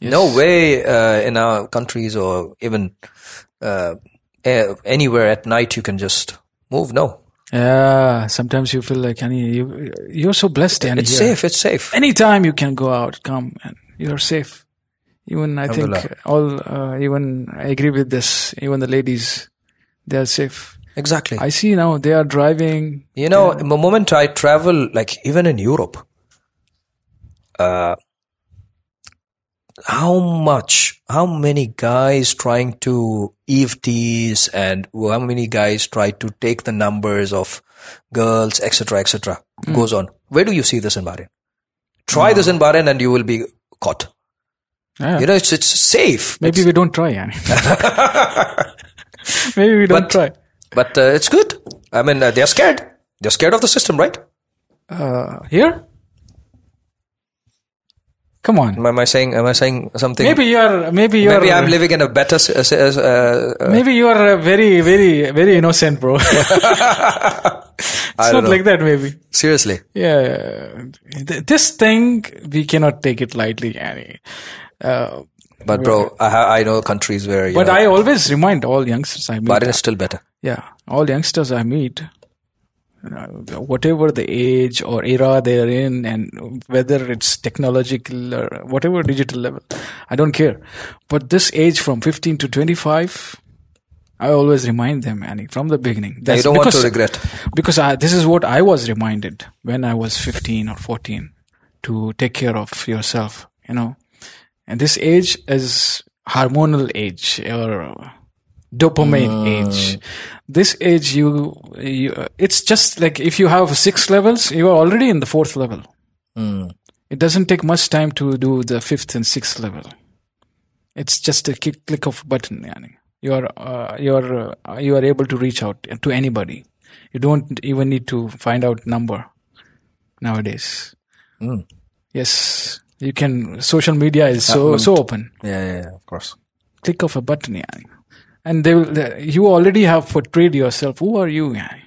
Speaker 1: No way uh, in our countries or even uh, a- anywhere at night you can just move. No,
Speaker 2: Yeah, sometimes you feel like, honey, you, you're so blessed, Danny.
Speaker 1: it's
Speaker 2: here.
Speaker 1: safe. It's safe.
Speaker 2: Anytime you can go out, come, and you're safe. Even I think
Speaker 1: Alhamdulillah.
Speaker 2: all, uh, even I agree with this. Even the ladies, they are safe.
Speaker 1: Exactly.
Speaker 2: I see now they are driving.
Speaker 1: You know, the moment I travel, like even in Europe, uh, how much, how many guys trying to eve tease and how many guys try to take the numbers of girls, etc., etc., goes on. Where do you see this in Bahrain? Try this in Bahrain and you will be caught.
Speaker 2: Yeah.
Speaker 1: You know, it's, it's safe.
Speaker 2: Maybe we don't try, Annie. *laughs* Maybe we don't
Speaker 1: But-
Speaker 2: try.
Speaker 1: But uh, it's good. I mean, uh, they're scared. They're scared of the system, right?
Speaker 2: Uh, here? Come on.
Speaker 1: Am I- am I saying, am I saying something?
Speaker 2: Maybe you are. Maybe you are.
Speaker 1: Maybe I'm living in a better. s- s- s- Uh, uh,
Speaker 2: maybe you are uh, very, very, very innocent, bro. it's
Speaker 1: *laughs* I
Speaker 2: not
Speaker 1: don't know.
Speaker 2: like that. Maybe.
Speaker 1: seriously,
Speaker 2: Yeah. Th- This thing we cannot take it lightly, Annie. Uh,
Speaker 1: but bro, I, ha- I know countries where. You
Speaker 2: but
Speaker 1: know,
Speaker 2: I always remind all youngsters I meet.
Speaker 1: Bahrain is still better.
Speaker 2: yeah, all youngsters I meet, uh, whatever the age or era they're in, and whether it's technological or whatever digital level, I don't care. But this age from 15 to 25, I always remind them, Annie, from the beginning.
Speaker 1: You
Speaker 2: That's
Speaker 1: don't want to
Speaker 2: because-
Speaker 1: regret.
Speaker 2: because I, this is what I was reminded when I was 15 or 14 to take care of yourself, you know. And this age is hormonal age or dopamine age. This age, you, you, it's just like if you have six levels, you are already in the fourth level.
Speaker 1: Hmm.
Speaker 2: It doesn't take much time to do the fifth and sixth level. It's just a click, click of button. Yani. You are uh, you are uh, you are able to reach out to anybody. You don't even need to find out number nowadays.
Speaker 1: Mm.
Speaker 2: Yes, you can. Social media is so so open.
Speaker 1: Yeah, yeah, yeah, of course.
Speaker 2: Click of a button, yani. and they will. they- You already have portrayed yourself. Who are you? Yani?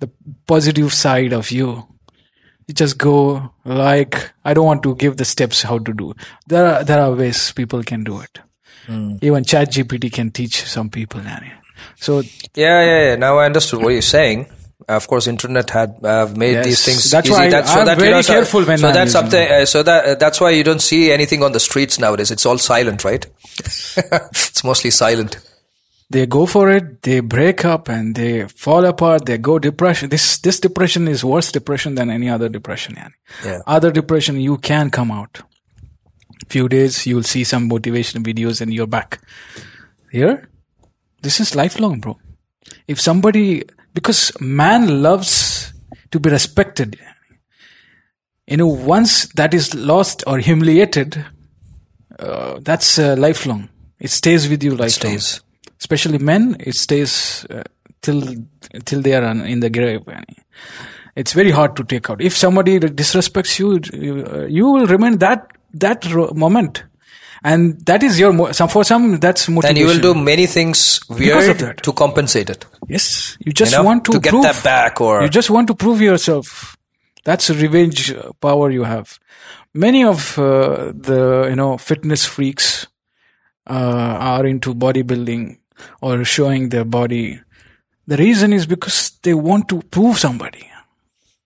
Speaker 2: The positive side of you you just go like i don't want to give the steps how to do there are there are ways people can do it even chat gpt can teach some people Nani. so
Speaker 1: Yeah, yeah, yeah. Now I understood what you're saying. Of course, internet had have made
Speaker 2: Yes.
Speaker 1: these things
Speaker 2: That's
Speaker 1: easy.
Speaker 2: why
Speaker 1: that's,
Speaker 2: I'm
Speaker 1: so that,
Speaker 2: very
Speaker 1: you know, so-
Speaker 2: careful when
Speaker 1: so
Speaker 2: I'm
Speaker 1: that's
Speaker 2: using
Speaker 1: something. Uh, so that uh, that's why you don't see anything on the streets nowadays. It's all silent, right? *laughs* it's mostly silent.
Speaker 2: they go for it they break up and they fall apart they go depression this this depression is worse depression than any other depression Nani.
Speaker 1: Yeah.
Speaker 2: other depression you can come out few days you'll see some motivation videos and you're back here this is lifelong bro if somebody because man loves to be respected you know once that is lost or humiliated uh, that's uh, lifelong it stays with you lifelong
Speaker 1: stays.
Speaker 2: especially men it stays uh, till till they are on- in the grave it's very hard to take out if somebody disrespects you you, uh, you will remain that that ro- moment and that is your mo- some for some that's motivation
Speaker 1: And you will do many things weird
Speaker 2: that.
Speaker 1: to compensate it.
Speaker 2: Yes, you just
Speaker 1: You know,
Speaker 2: want to,
Speaker 1: get
Speaker 2: prove.
Speaker 1: that back, or
Speaker 2: You just want to prove yourself. That's a revenge uh, power you have. Many of uh, the you know fitness freaks uh, are into bodybuilding or showing their body. The reason is because they want to prove somebody.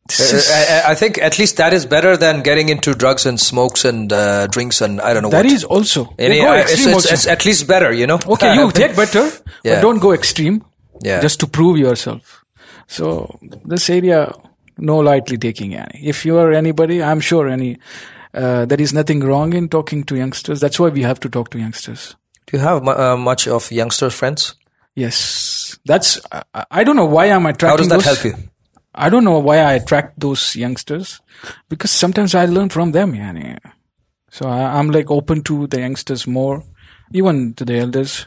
Speaker 2: This is-
Speaker 1: Uh, I, I- I think at least that is better than getting into drugs and smokes and uh, drinks and I don't know
Speaker 2: that
Speaker 1: what.
Speaker 2: is also. They
Speaker 1: Any-
Speaker 2: go
Speaker 1: I- it's,
Speaker 2: extreme
Speaker 1: it's-
Speaker 2: also.
Speaker 1: *laughs* it's at least better, you know.
Speaker 2: okay, you get better,
Speaker 1: Yeah.
Speaker 2: but don't go extreme.
Speaker 1: Yeah.
Speaker 2: just to prove yourself. So this area, no lightly taking any. If you are anybody, I'm sure any. Uh, there is nothing wrong in talking to youngsters. That's why we have to talk to youngsters.
Speaker 1: Do you have mu- uh, much of youngster friends?
Speaker 2: Yes, that's. I, I don't know why I'm attracting.
Speaker 1: How does that
Speaker 2: those-
Speaker 1: help you?
Speaker 2: I don't know why I attract those youngsters, because sometimes I learn from them. Yani. So I, I'm like open to the youngsters more, even to the elders.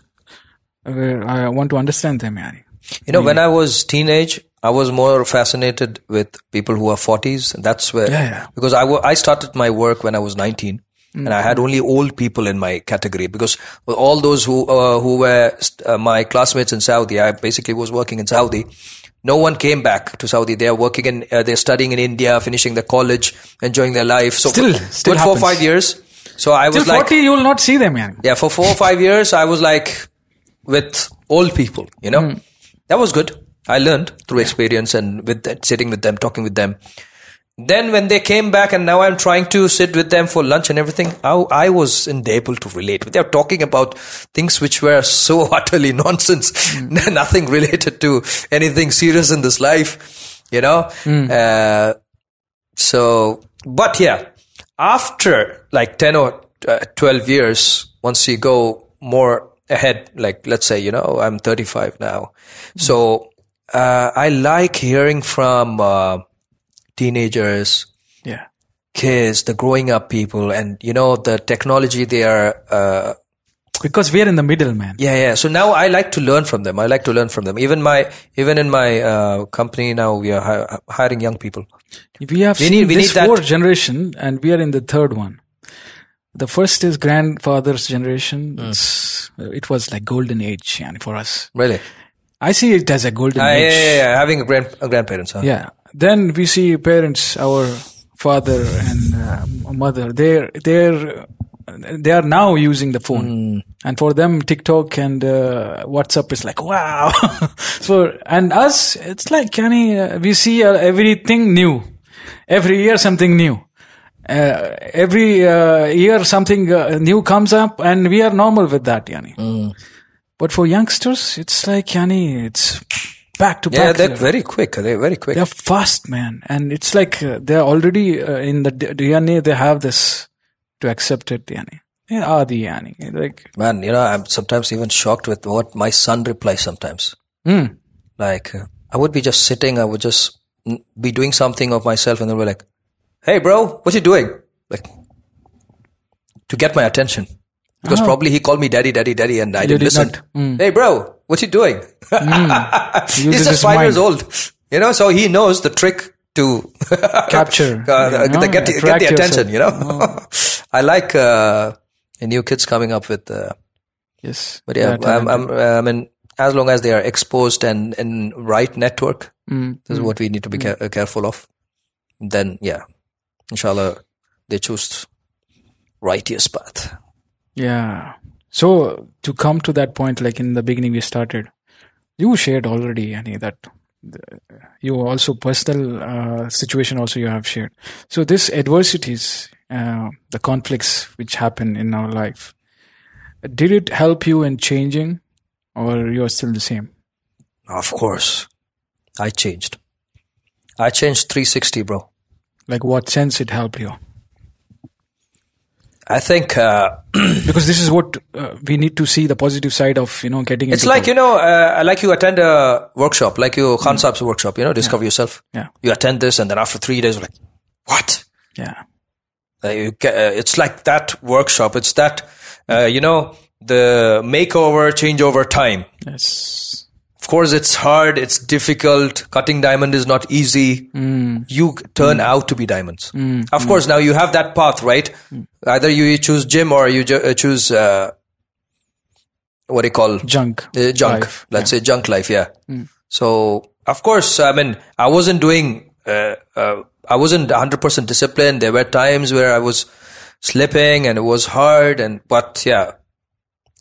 Speaker 2: Where I want to understand them. Yani.
Speaker 1: You know, when I was teenage, I was more fascinated with people who are 40s. That's where,
Speaker 2: Yeah, yeah.
Speaker 1: because I wa- I started my work when I was 19 and I
Speaker 2: Mm.
Speaker 1: had only old people in my category because all those who, uh, who were st- uh, my classmates in Saudi, I basically was working in Saudi. No one came back to Saudi. They are working in, uh, they're studying in India, finishing their college, enjoying their life. So
Speaker 2: Still-
Speaker 1: for,
Speaker 2: still
Speaker 1: good four
Speaker 2: happens.
Speaker 1: five years. So I
Speaker 2: Till
Speaker 1: was like,
Speaker 2: 40, you will not see them. Yani.
Speaker 1: yeah, for four or five years, I was like with old people, you know. That was good. I learned through experience and with that, sitting with them, talking with them. Then when they came back, and now I'm trying to sit with them for lunch and everything, I, I was unable to relate. They're talking about things which were so *laughs* utterly nonsense, *laughs* nothing related to anything serious in this life, you know. Uh, so, but yeah, after like 10 or uh, 12 years, once you go more ahead, like let's say, you know, I'm 35 now. So, uh, I like hearing from uh, teenagers,
Speaker 2: Yeah.
Speaker 1: kids, the growing up people, and, you know, the technology they are uh,
Speaker 2: Because we are in the middle, man.
Speaker 1: yeah, yeah. So now I like to learn from them. I like to learn from them. Even my, even in my uh, company now, we are hi- hiring young people.
Speaker 2: We have
Speaker 1: We
Speaker 2: seen
Speaker 1: need- we
Speaker 2: this
Speaker 1: need that-
Speaker 2: fourth generation, and we are in the third one. The first is grandfather's generation.
Speaker 1: Hmm.
Speaker 2: It's, it was like golden age yani, for us.
Speaker 1: Really?
Speaker 2: I see it as a golden
Speaker 1: Uh, yeah,
Speaker 2: age.
Speaker 1: yeah, yeah. Having a grand, a grandparents. Huh?
Speaker 2: Yeah. Then we see parents, our father and uh, mother. They're they're they are now using the phone, and for them TikTok and uh, WhatsApp is like wow. *laughs* so and us, it's like yani, uh, we see uh, everything new. Every year something new. Uh, every uh, year something uh, new comes up, and we are normal with that, yani. But for youngsters, it's like yani, it's back to
Speaker 1: Yeah,
Speaker 2: back.
Speaker 1: they're very quick. They're very quick.
Speaker 2: They're fast, man, and it's like uh, they're already uh, in the D- DNA. They have this to accept it, yani. Yeah, Adi, yani. Like,
Speaker 1: Man, you know, I'm sometimes even shocked with what my son replies sometimes.
Speaker 2: mm,
Speaker 1: Like, uh, I would be just sitting, I would just mm, be doing something of myself, and they were like, hey, bro, what you doing? Like, to get my attention. Because probably he called me daddy, daddy, daddy, and I didn't
Speaker 2: Oh. did
Speaker 1: listen.
Speaker 2: not. Hmm.
Speaker 1: Hey, bro, what you doing? He's
Speaker 2: Uses
Speaker 1: just
Speaker 2: his
Speaker 1: five
Speaker 2: mind.
Speaker 1: years old. *laughs* You know, so he knows the trick to *laughs*
Speaker 2: Capture,
Speaker 1: uh,
Speaker 2: you know,
Speaker 1: the, get, the- get
Speaker 2: attract
Speaker 1: the attention,
Speaker 2: yourself. Oh.
Speaker 1: you know? *laughs* I like uh, the new kids coming up with. Uh,
Speaker 2: yes.
Speaker 1: but yeah,
Speaker 2: they are
Speaker 1: I'm, I'm, uh, I mean, as long as they are exposed and in right network,
Speaker 2: Mm.
Speaker 1: this is what we need to be care- uh, careful of. Then, yeah, inshallah, they choose righteous path.
Speaker 2: Yeah. So to come to that point, like in the beginning we started, you shared already, Yani, that the- you also personal uh, situation also you have shared. So this adversities, uh, the conflicts which happen in our life, did it help you in changing, or you're still the same?
Speaker 1: Of course, I changed. I changed 360, bro.
Speaker 2: Like what sense it helped
Speaker 1: *clears throat*
Speaker 2: you?
Speaker 1: I think uh,
Speaker 2: Because this is what uh, we need to see the positive side of you know getting.
Speaker 1: it's
Speaker 2: into
Speaker 1: like you know, uh, like you attend a workshop, like you Khan Saab's workshop. You know, discover yourself.
Speaker 2: Mm. Yeah.
Speaker 1: You attend this, and then after three days, you're like, what?
Speaker 2: yeah,
Speaker 1: Uh, you ca uh, it's like that workshop. It's that uh, you know the makeover, changeover time.
Speaker 2: yes,
Speaker 1: Of course, it's hard. It's difficult. Cutting diamond is not easy. You turn out to be diamonds. Of course, now you have that path, right? Either you choose gym or you ju- uh, choose uh, what do you call
Speaker 2: junk,
Speaker 1: uh, junk.
Speaker 2: life.
Speaker 1: Let's say junk life. Yeah. So of course, I mean, I wasn't doing. Uh, uh, I wasn't 100% disciplined. There were times where I was slipping and it was hard. And but yeah,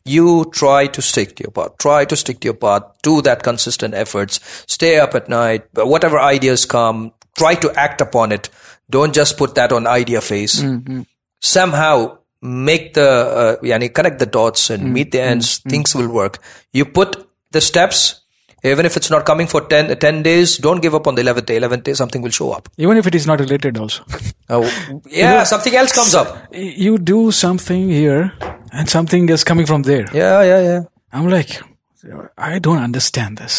Speaker 1: you try to stick to your path. Try to stick to your path. Do that consistent efforts. Stay up at night. But whatever ideas come, try to act upon it. Don't just put that on idea phase. Somehow make the
Speaker 2: Hmm.
Speaker 1: uh, yani connect the dots and meet the ends. Things will work. You put the steps Even if it's not coming for 10, 10 days, don't give up on the 11th day. 11th day, something will show up.
Speaker 2: even if it is not related also
Speaker 1: Uh, *laughs* yeah, something else comes
Speaker 2: *laughs*
Speaker 1: up.
Speaker 2: you do something here and something is coming from there
Speaker 1: Yeah, yeah, yeah.
Speaker 2: i'm like i don't understand this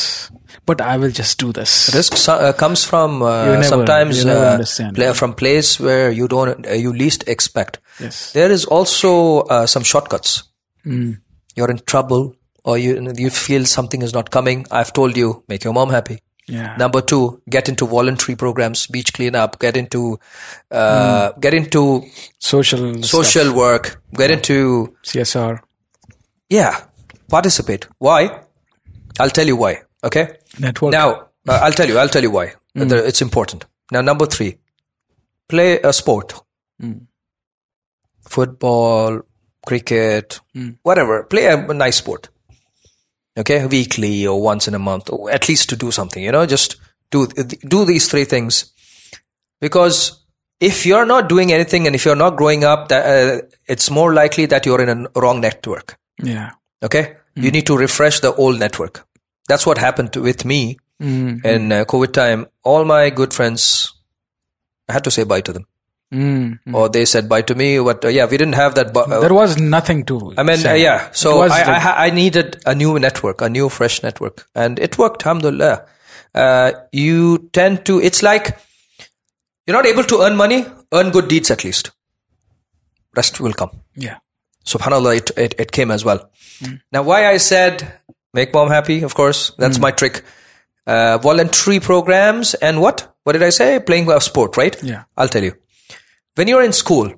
Speaker 2: but i will just do this
Speaker 1: Risk so- uh, comes from uh,
Speaker 2: never-
Speaker 1: sometimes
Speaker 2: you never
Speaker 1: uh,
Speaker 2: understand.
Speaker 1: pla- from place where you don't uh, you least expect.
Speaker 2: yes
Speaker 1: There is also uh, some shortcuts.
Speaker 2: Hmm.
Speaker 1: You're in trouble, or you you feel something is not coming. I've told you, make your mom happy.
Speaker 2: yeah
Speaker 1: Number two, get into voluntary programs, beach cleanup, get into uh, get into
Speaker 2: social
Speaker 1: social work, get into
Speaker 2: csr
Speaker 1: yeah, participate. Why? I'll tell you why. Okay.
Speaker 2: network
Speaker 1: Now, uh, I'll tell you. I'll tell you why. The- It's important. Now, number three, play a sport. Football, cricket, whatever. Play a, a nice sport. Okay, weekly or once in a month, or at least to do something. You know, just do do these three things, because if you're not doing anything and if you're not growing up, that, uh, it's more likely that you're in a wrong network.
Speaker 2: yeah
Speaker 1: Okay,
Speaker 2: Hmm.
Speaker 1: you need to refresh the old network. That's what happened to- with me
Speaker 2: mm.
Speaker 1: in uh, COVID time. All my good friends, I had to say bye to them,
Speaker 2: Mm.
Speaker 1: or they said bye to me. But uh, yeah, we didn't have that. Bu- uh,
Speaker 2: there was nothing to
Speaker 1: I mean, uh,
Speaker 2: say.
Speaker 1: yeah. So
Speaker 2: It
Speaker 1: I,
Speaker 2: was
Speaker 1: I,
Speaker 2: the-
Speaker 1: ha- I needed a new network, a new fresh network, and it worked. Alhamdulillah. Uh, you tend to. It's like you're not able to earn money. Earn good deeds at least. Rest will come
Speaker 2: yeah
Speaker 1: subhanallah it, it, it came as well
Speaker 2: Hmm.
Speaker 1: now why i said make mom happy of course that's
Speaker 2: Hmm.
Speaker 1: my trick uh, voluntary programs and what what did i say playing a sport right
Speaker 2: Yeah.
Speaker 1: i'll tell you when you're in school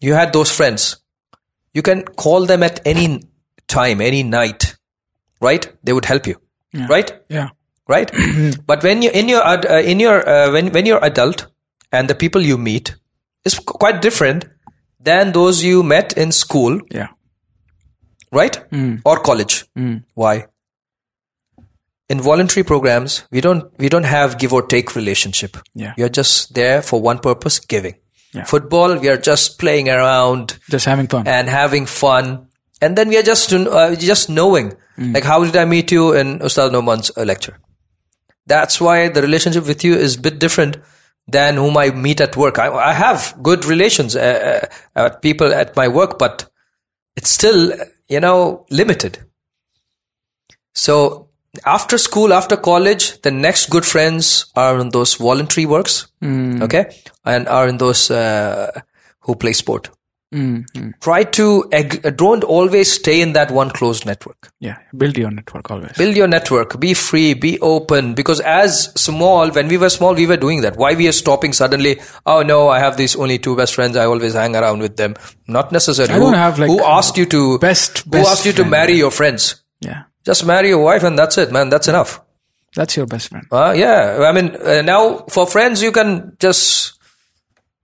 Speaker 1: you had those friends you can call them at any time any night right they would help you right
Speaker 2: yeah *clears throat*
Speaker 1: right but when you in your ad- uh, in your uh, when when you're adult and the people you meet is qu- quite different than those you met in school
Speaker 2: yeah
Speaker 1: right
Speaker 2: Hmm.
Speaker 1: or college why in voluntary programs we don't we don't have give or take relationship
Speaker 2: Yeah.
Speaker 1: you're just there for one purpose giving
Speaker 2: Yeah.
Speaker 1: football we are just playing around
Speaker 2: just having fun
Speaker 1: and having fun and then we are just uh, just knowing like how did i meet you in ustad noman's uh, lecture that's why the relationship with you is bit different than whom i meet at work i, I have good relations uh, uh, uh, people at my work but it's still you know limited so after school after college the next good friends are in those voluntary works okay and are in those uh, who play sport try to ag- don't always stay in that one closed network
Speaker 2: yeah build your network always
Speaker 1: build your network be free be open because as small when we were small we were doing that why we are stopping suddenly oh no i have these only two best friends i always hang around with them not necessary
Speaker 2: I don't
Speaker 1: who,
Speaker 2: have, like,
Speaker 1: who asked you to
Speaker 2: best-
Speaker 1: who
Speaker 2: best
Speaker 1: asked you to
Speaker 2: friend.
Speaker 1: marry your friends
Speaker 2: yeah
Speaker 1: just marry your wife and that's it man that's enough
Speaker 2: that's your best friend
Speaker 1: uh, yeah, I mean, uh, now for friends, you can just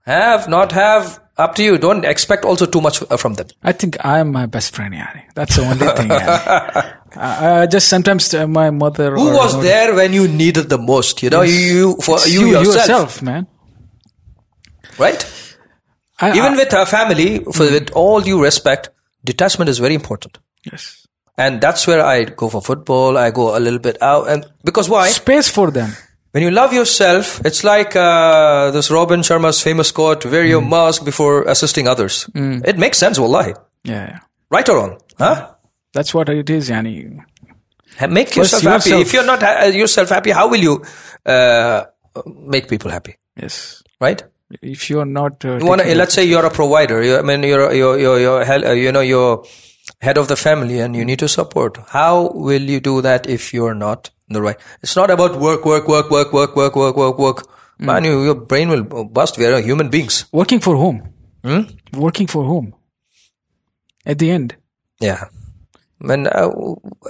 Speaker 1: have, not have, up to you. Don't expect also too much uh, from them.
Speaker 2: I think I am my best friend, Yani. That's the only thing. Yani.
Speaker 1: *laughs*
Speaker 2: I, I just sometimes uh, my mother.
Speaker 1: Who was there when you needed the most? You know, you, you for you, yourself,
Speaker 2: man.
Speaker 1: right?
Speaker 2: I,
Speaker 1: Even
Speaker 2: I-
Speaker 1: with our family, for, with all due respect, detachment is very important,
Speaker 2: yes.
Speaker 1: and that's where I go for football. I go a little bit out, and because why?
Speaker 2: space for them.
Speaker 1: When you love yourself, it's like uh, this Robin Sharma's famous quote: "Wear your mask before assisting others." It makes sense, wallahi.
Speaker 2: Yeah, yeah.
Speaker 1: right or wrong huh
Speaker 2: that's what it is, Yani.
Speaker 1: Ha- make yourself, happy
Speaker 2: yourself.
Speaker 1: if you're not ha- yourself happy how will you uh, make people happy
Speaker 2: Yes.
Speaker 1: right
Speaker 2: If you're not, uh,
Speaker 1: you wanna,
Speaker 2: taking-
Speaker 1: let's say you're a provider you, i mean you're you're you're, you're hel- uh, you know you're head of the family and you need to support how will you do that if you're not in the right it's not about work work work work work work work work work man you, your brain will bust we are human beings
Speaker 2: working for whom?
Speaker 1: hmm?
Speaker 2: Working for whom? At the end,
Speaker 1: yeah when uh,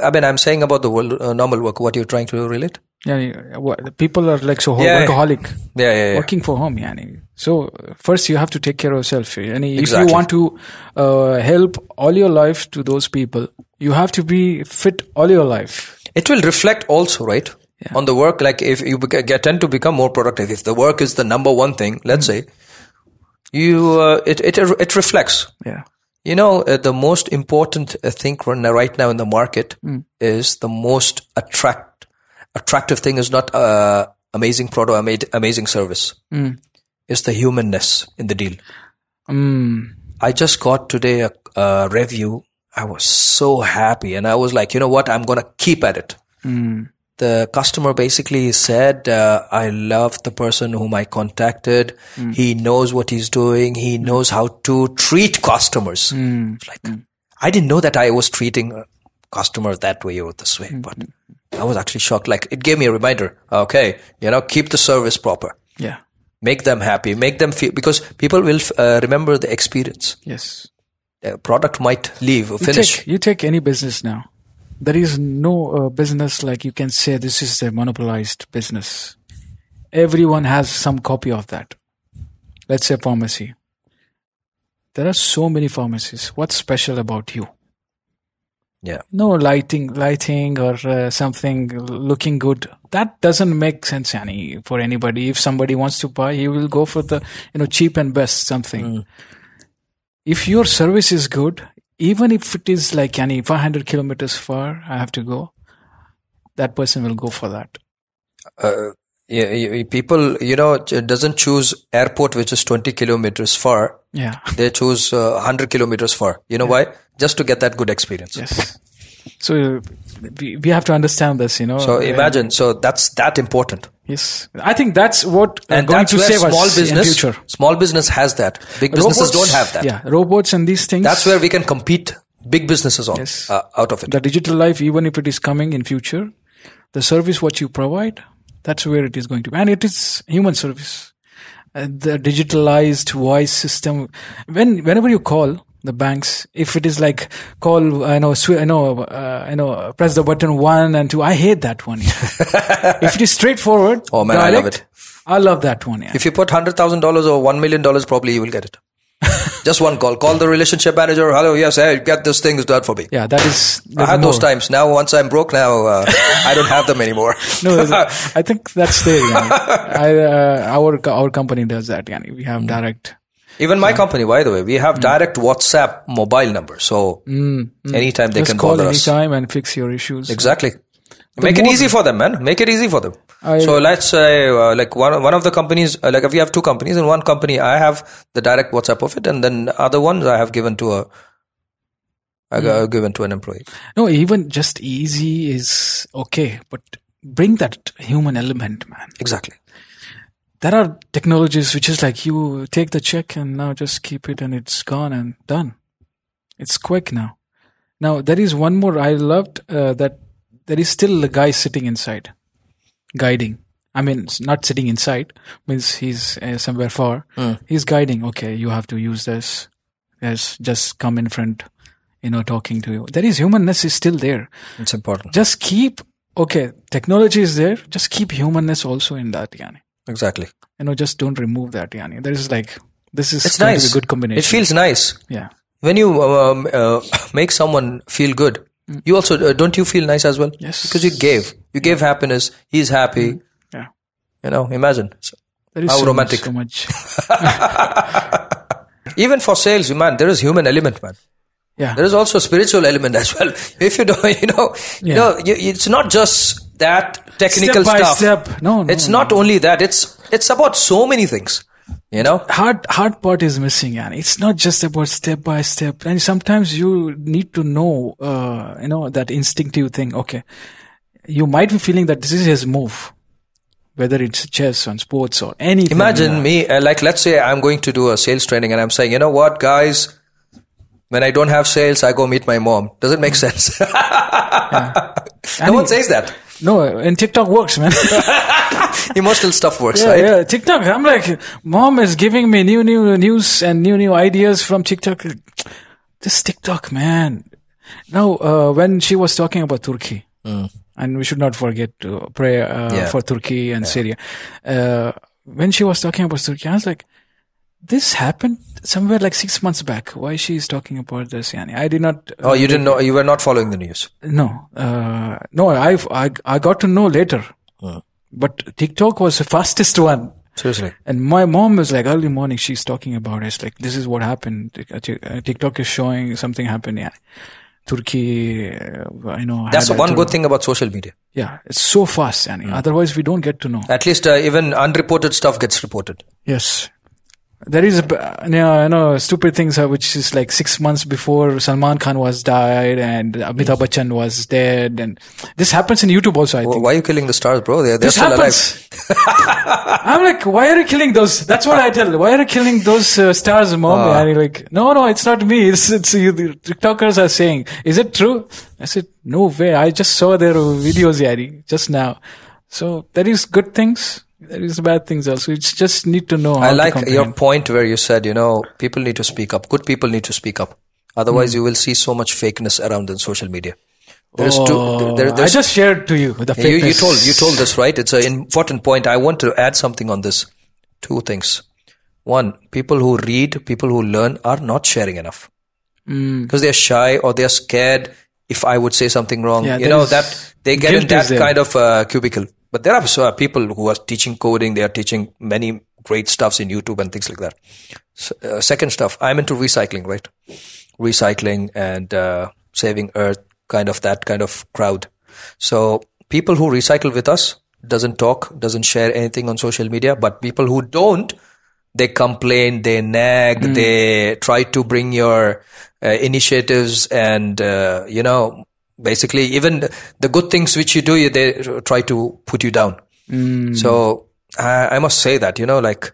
Speaker 1: i mean i'm saying about the world, uh, normal work what you're trying to relate
Speaker 2: Yani, what, the people are like so
Speaker 1: Yeah, yeah.
Speaker 2: workaholic.
Speaker 1: yeah yeah, yeah.
Speaker 2: working for whom yani so uh, first you have to take care of yourself and if
Speaker 1: Exactly.
Speaker 2: you want to uh, help all your life to those people you have to be fit all your life
Speaker 1: it will reflect also right on the work like if you bec- get tend to become more productive if the work is the number one thing let's say you uh, it, it it reflects
Speaker 2: yeah
Speaker 1: you know uh, the most important uh, thing run- right now in the market is the most attract attractive thing is not uh, amazing product, ama- amazing service. It's the humanness in the deal.
Speaker 2: Mm.
Speaker 1: I just got today a, a review. I was so happy, and I was like, you know what? I'm gonna keep at it. The customer basically said, uh, "I love the person whom I contacted. He knows what he's doing. He knows how to treat customers." It's like I didn't know that I was treating a customer that way or this way, but I was actually shocked. Like it gave me a reminder. Okay, you know, keep the service proper
Speaker 2: Yeah.
Speaker 1: make them happy make them feel because people will uh, remember the experience
Speaker 2: Yes.
Speaker 1: the product might leave or finish
Speaker 2: Take, you take any business now. There is no uh, business like you can say this is a monopolized business. Everyone has some copy of that. Let's say pharmacy. There are so many pharmacies. What's special about you?
Speaker 1: yeah
Speaker 2: No lighting, lighting or uh, something looking good. That doesn't make sense any for anybody. If somebody wants to buy, he will go for the you know cheap and best something.
Speaker 1: Hmm.
Speaker 2: if your service is good, even if it is like any 500 kilometers far, I have to go, that person will go for that.
Speaker 1: uh, yeah, y- y- people you know ch- doesn't choose airport which is 20 kilometers far
Speaker 2: Yeah.
Speaker 1: they choose uh, 100 kilometers far you know why just to get that good experience
Speaker 2: Yes. So uh, we, we have to understand this, you know.
Speaker 1: so
Speaker 2: Uh,
Speaker 1: imagine so that's that important
Speaker 2: Yes. I think that's what uh,
Speaker 1: and
Speaker 2: going
Speaker 1: that's
Speaker 2: to
Speaker 1: where
Speaker 2: save
Speaker 1: small
Speaker 2: us in
Speaker 1: business
Speaker 2: future.
Speaker 1: small business has that big businesses
Speaker 2: Robots-
Speaker 1: don't have that
Speaker 2: Yeah. Robots and these things.
Speaker 1: that's where we can compete big businesses on
Speaker 2: Yes.
Speaker 1: uh, out of it
Speaker 2: the digital life, even if it is coming in future, the service what you provide, that's where it is going to be. And it is human service. Uh, the digitalized voice system. When whenever you call the banks, if it is like call, I know, sw- I know, uh, I know, press the button one and two. I hate that
Speaker 1: *laughs*
Speaker 2: one. yeah. if it is straightforward,
Speaker 1: Oh, man, I love
Speaker 2: direct, I love that one. Yeah.
Speaker 1: If you put hundred thousand dollars or one million dollars, probably you will get
Speaker 2: *laughs*
Speaker 1: it. Just one call. Call the relationship manager. Hello, yes, hey, get this thing done for me.
Speaker 2: yeah, that is.
Speaker 1: I
Speaker 2: there's
Speaker 1: had those
Speaker 2: more.
Speaker 1: times. Now, once I'm broke, now uh, I don't have them
Speaker 2: *laughs*
Speaker 1: anymore.
Speaker 2: no, there's
Speaker 1: *laughs*
Speaker 2: a- I think that's there. Yani. I, uh, our co- our company does that. Yani. We
Speaker 1: Hmm.
Speaker 2: have direct.
Speaker 1: Even my company, by the way, we
Speaker 2: Hmm.
Speaker 1: have direct WhatsApp mobile number. So anytime they
Speaker 2: Just
Speaker 1: can
Speaker 2: call
Speaker 1: bother us.
Speaker 2: anytime and fix your issues.
Speaker 1: Exactly. Make it
Speaker 2: more-
Speaker 1: easy for them, man. Make it easy for them.
Speaker 2: I-
Speaker 1: so let's say, uh, like one one of the companies, uh, like we have two companies, and one company I have the direct WhatsApp of it, and then other ones I have given to a, I g-
Speaker 2: Hmm.
Speaker 1: given to an employee.
Speaker 2: No, even just easy is okay, but bring that human element, man.
Speaker 1: Exactly.
Speaker 2: There are technologies which is like you take the check and now just keep it and it's gone and done. It's quick now. Now there is one more I loved uh, that there is still a guy sitting inside, guiding. I mean, s- not sitting inside means he's uh, somewhere far. He's guiding. Okay, you have to use this. Yes, just come in front. You know, talking to you. There is humanness is still there.
Speaker 1: It's important.
Speaker 2: just keep okay technology is there just keep humanness also in that yani
Speaker 1: Exactly.
Speaker 2: you know just don't remove that yani there is like this is
Speaker 1: It's
Speaker 2: going
Speaker 1: nice.
Speaker 2: to be a good combination
Speaker 1: It feels nice
Speaker 2: yeah
Speaker 1: when you um, uh, *coughs* make someone feel good. You also uh, don't you feel nice as well?
Speaker 2: Mm. Yes. Mm.
Speaker 1: Because you gave, you gave happiness. He's happy.
Speaker 2: yeah
Speaker 1: You know, imagine. So-
Speaker 2: there is
Speaker 1: How
Speaker 2: so
Speaker 1: romantic.
Speaker 2: much, so
Speaker 1: *laughs*
Speaker 2: much
Speaker 1: even for sales, man, there is human element, man.
Speaker 2: yeah
Speaker 1: There is also a spiritual element as well. *laughs* If you don't, you know, you
Speaker 2: Yeah.
Speaker 1: know, you, it's not just that technical
Speaker 2: step by
Speaker 1: stuff.
Speaker 2: step no, no
Speaker 1: It's not only that. It's it's about so many things. You know,
Speaker 2: hard hard part is missing and it's not just about step by step and sometimes you need to know uh, you know that instinctive thing okay you might be feeling that this is his move whether it's chess on sports or anything
Speaker 1: imagine me uh, like let's say I'm going to do a sales training and I'm saying, you know what, guys, when I don't have sales, I go meet my mom. Does it
Speaker 2: Mm.
Speaker 1: make sense? *laughs* no
Speaker 2: And
Speaker 1: one
Speaker 2: it-
Speaker 1: says
Speaker 2: *laughs*
Speaker 1: that.
Speaker 2: no and tiktok works man *laughs*
Speaker 1: Emotional stuff works,
Speaker 2: Yeah,
Speaker 1: right?
Speaker 2: yeah, TikTok. I'm like, mom is giving me new, new news and new, new ideas from TikTok. This TikTok, man. Now, uh, when she was talking about Turkey, and we should not forget to pray uh,
Speaker 1: Mm. Yeah.
Speaker 2: for Turkey and Syria. Uh, when she was talking about Turkey, I was like, this happened somewhere like six months back. Why she is talking about this? Yani, I did not. uh,
Speaker 1: Oh, you didn't know. You were not following the news.
Speaker 2: No, uh, no. I've, I I got to know later, but TikTok was the fastest one.
Speaker 1: Seriously.
Speaker 2: And my mom is like early morning. She's talking about it. It's like this is what happened. Tik- uh, Tik- uh, TikTok is showing something happened. Yeah. Turkey, uh, you know.
Speaker 1: That's
Speaker 2: had a
Speaker 1: one Mm.
Speaker 2: Tur-
Speaker 1: good thing about social media.
Speaker 2: Yeah, it's so fast, and otherwise we don't get to know.
Speaker 1: At least uh, even unreported stuff gets reported.
Speaker 2: Yes. There is, a b- you know, you know, stupid things uh, which is like six months before Salman Khan was died and Amitabh Bachchan was dead, and this happens in YouTube also. I
Speaker 1: Wh-
Speaker 2: think
Speaker 1: Why are you killing the stars, bro? They're, they're
Speaker 2: this
Speaker 1: still alive.
Speaker 2: happens. *laughs* I'm like, why are you killing those? That's what I tell. Why are you killing those uh, stars, mom?
Speaker 1: Ah.
Speaker 2: and you're like, no, no, it's not me. It's it's you, the TikTokers are saying. Is it true? I said, no way. I just saw their videos, Yari, just now. So there is good things. There is bad things also. It's just need to know. How
Speaker 1: I
Speaker 2: to
Speaker 1: like
Speaker 2: comprehend.
Speaker 1: your point where you said, you know, people need to speak up. Good people need to speak up. Otherwise,
Speaker 2: Hmm.
Speaker 1: you will see so much fakeness around in social media. There's two. There,
Speaker 2: Oh. I
Speaker 1: there's,
Speaker 2: just shared to you the
Speaker 1: you, you
Speaker 2: fakeness.
Speaker 1: told you told this right. It's an important point. I want to add something on this. Two things. One, people who read, people who learn, are not sharing enough
Speaker 2: Hmm.
Speaker 1: because they're shy or they're scared. If I would say something wrong,
Speaker 2: Yeah,
Speaker 1: you
Speaker 2: there
Speaker 1: know
Speaker 2: is-
Speaker 1: that they get in
Speaker 2: guilt
Speaker 1: that
Speaker 2: is there.
Speaker 1: kind of uh, cubicle. But there are so, people who are teaching coding. They are teaching many great stuffs in YouTube and things like that. S uh, second stuff, I'm into recycling, right? Recycling and uh, saving Earth, kind of that kind of crowd. So people who recycle with us doesn't talk, doesn't share anything on social media, but people who don't, they complain, they nag, they try to bring your uh, initiatives and uh, you know basically even the good things which you do, you- they try to put you down. So I, I must say that you know like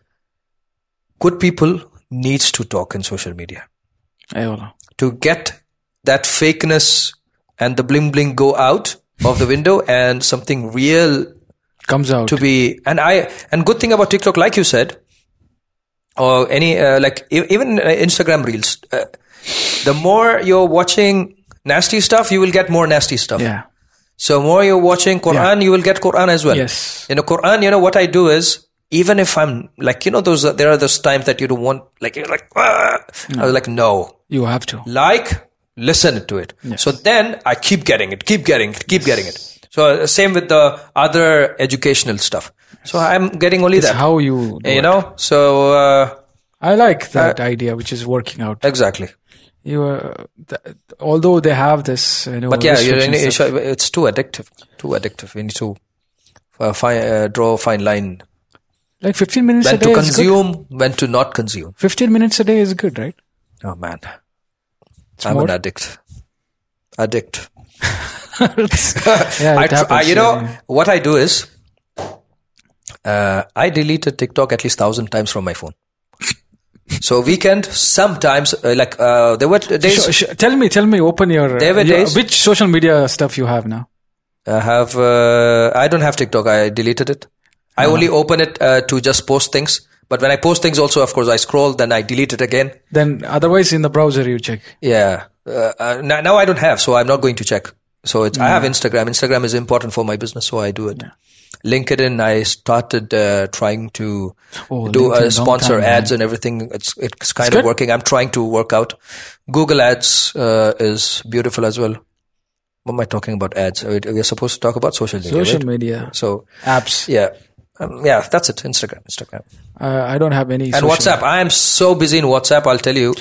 Speaker 1: good people needs to talk in social media
Speaker 2: Ayola.
Speaker 1: to get that fakeness and the bling bling go out of the window and something real
Speaker 2: comes out.
Speaker 1: to be and i and good thing about tiktok like you said or any uh, like e- even uh, instagram reels uh, the more you're watching nasty stuff you will get more nasty stuff
Speaker 2: yeah.
Speaker 1: so more you're watching quran you will get quran as well
Speaker 2: Yes.
Speaker 1: you know quran you know what i do is even if i'm like you know those uh, there are those times that you don't want like you're like "Ah." i was like no
Speaker 2: You have to.
Speaker 1: like listen to it so then i keep getting it keep getting it keep getting it so uh, same with the other educational stuff so i'm getting only that
Speaker 2: How you? do
Speaker 1: you
Speaker 2: it.
Speaker 1: know so uh,
Speaker 2: I like that idea, which is working out.
Speaker 1: exactly
Speaker 2: you uh, th- although they have this you know
Speaker 1: but yeah you're in,
Speaker 2: restrictions
Speaker 1: it's,
Speaker 2: of-
Speaker 1: uh, it's too addictive too addictive we need to uh, fi- uh, draw a fine line
Speaker 2: like 15 minutes a
Speaker 1: when
Speaker 2: day
Speaker 1: to
Speaker 2: is good.
Speaker 1: consume when to not consume
Speaker 2: 15 minutes a day is good
Speaker 1: *laughs*
Speaker 2: right
Speaker 1: oh man i'm
Speaker 2: more-
Speaker 1: an addict addict *laughs*
Speaker 2: yeah
Speaker 1: I,
Speaker 2: it
Speaker 1: tr- I
Speaker 2: happens,
Speaker 1: you know
Speaker 2: yeah.
Speaker 1: what I do is uh, I deleted TikTok at least thousand times from my phone. so weekend sometimes uh, like uh, there were days
Speaker 2: Sh- sh- tell me tell me open your, uh,
Speaker 1: There were
Speaker 2: your-
Speaker 1: days-
Speaker 2: which social media stuff you have now
Speaker 1: I have uh, I don't have TikTok. I deleted it. I
Speaker 2: Uh-huh.
Speaker 1: only open it uh, to just post things. But when I post things, also of course I scroll, then I delete it again.
Speaker 2: then otherwise in the browser you check
Speaker 1: Yeah. Uh, uh, now, now I don't have, so I'm not going to check. So it's, I have
Speaker 2: Mm.
Speaker 1: Instagram. Instagram is important for my business, so I do it. LinkedIn, I started uh, trying to
Speaker 2: Oh,
Speaker 1: do
Speaker 2: LinkedIn,
Speaker 1: uh,
Speaker 2: long
Speaker 1: sponsor
Speaker 2: time,
Speaker 1: ads and everything. It's it's kind of
Speaker 2: good.
Speaker 1: working. I'm trying to work out. Google Ads uh, is beautiful as well. What am I talking about ads? Uh, We are supposed to talk about social media,
Speaker 2: social
Speaker 1: right?
Speaker 2: media
Speaker 1: So
Speaker 2: apps
Speaker 1: yeah, um, yeah, that's it. Instagram, Instagram,
Speaker 2: uh, i don't have any
Speaker 1: and WhatsApp. I am so busy in WhatsApp. I'll tell you,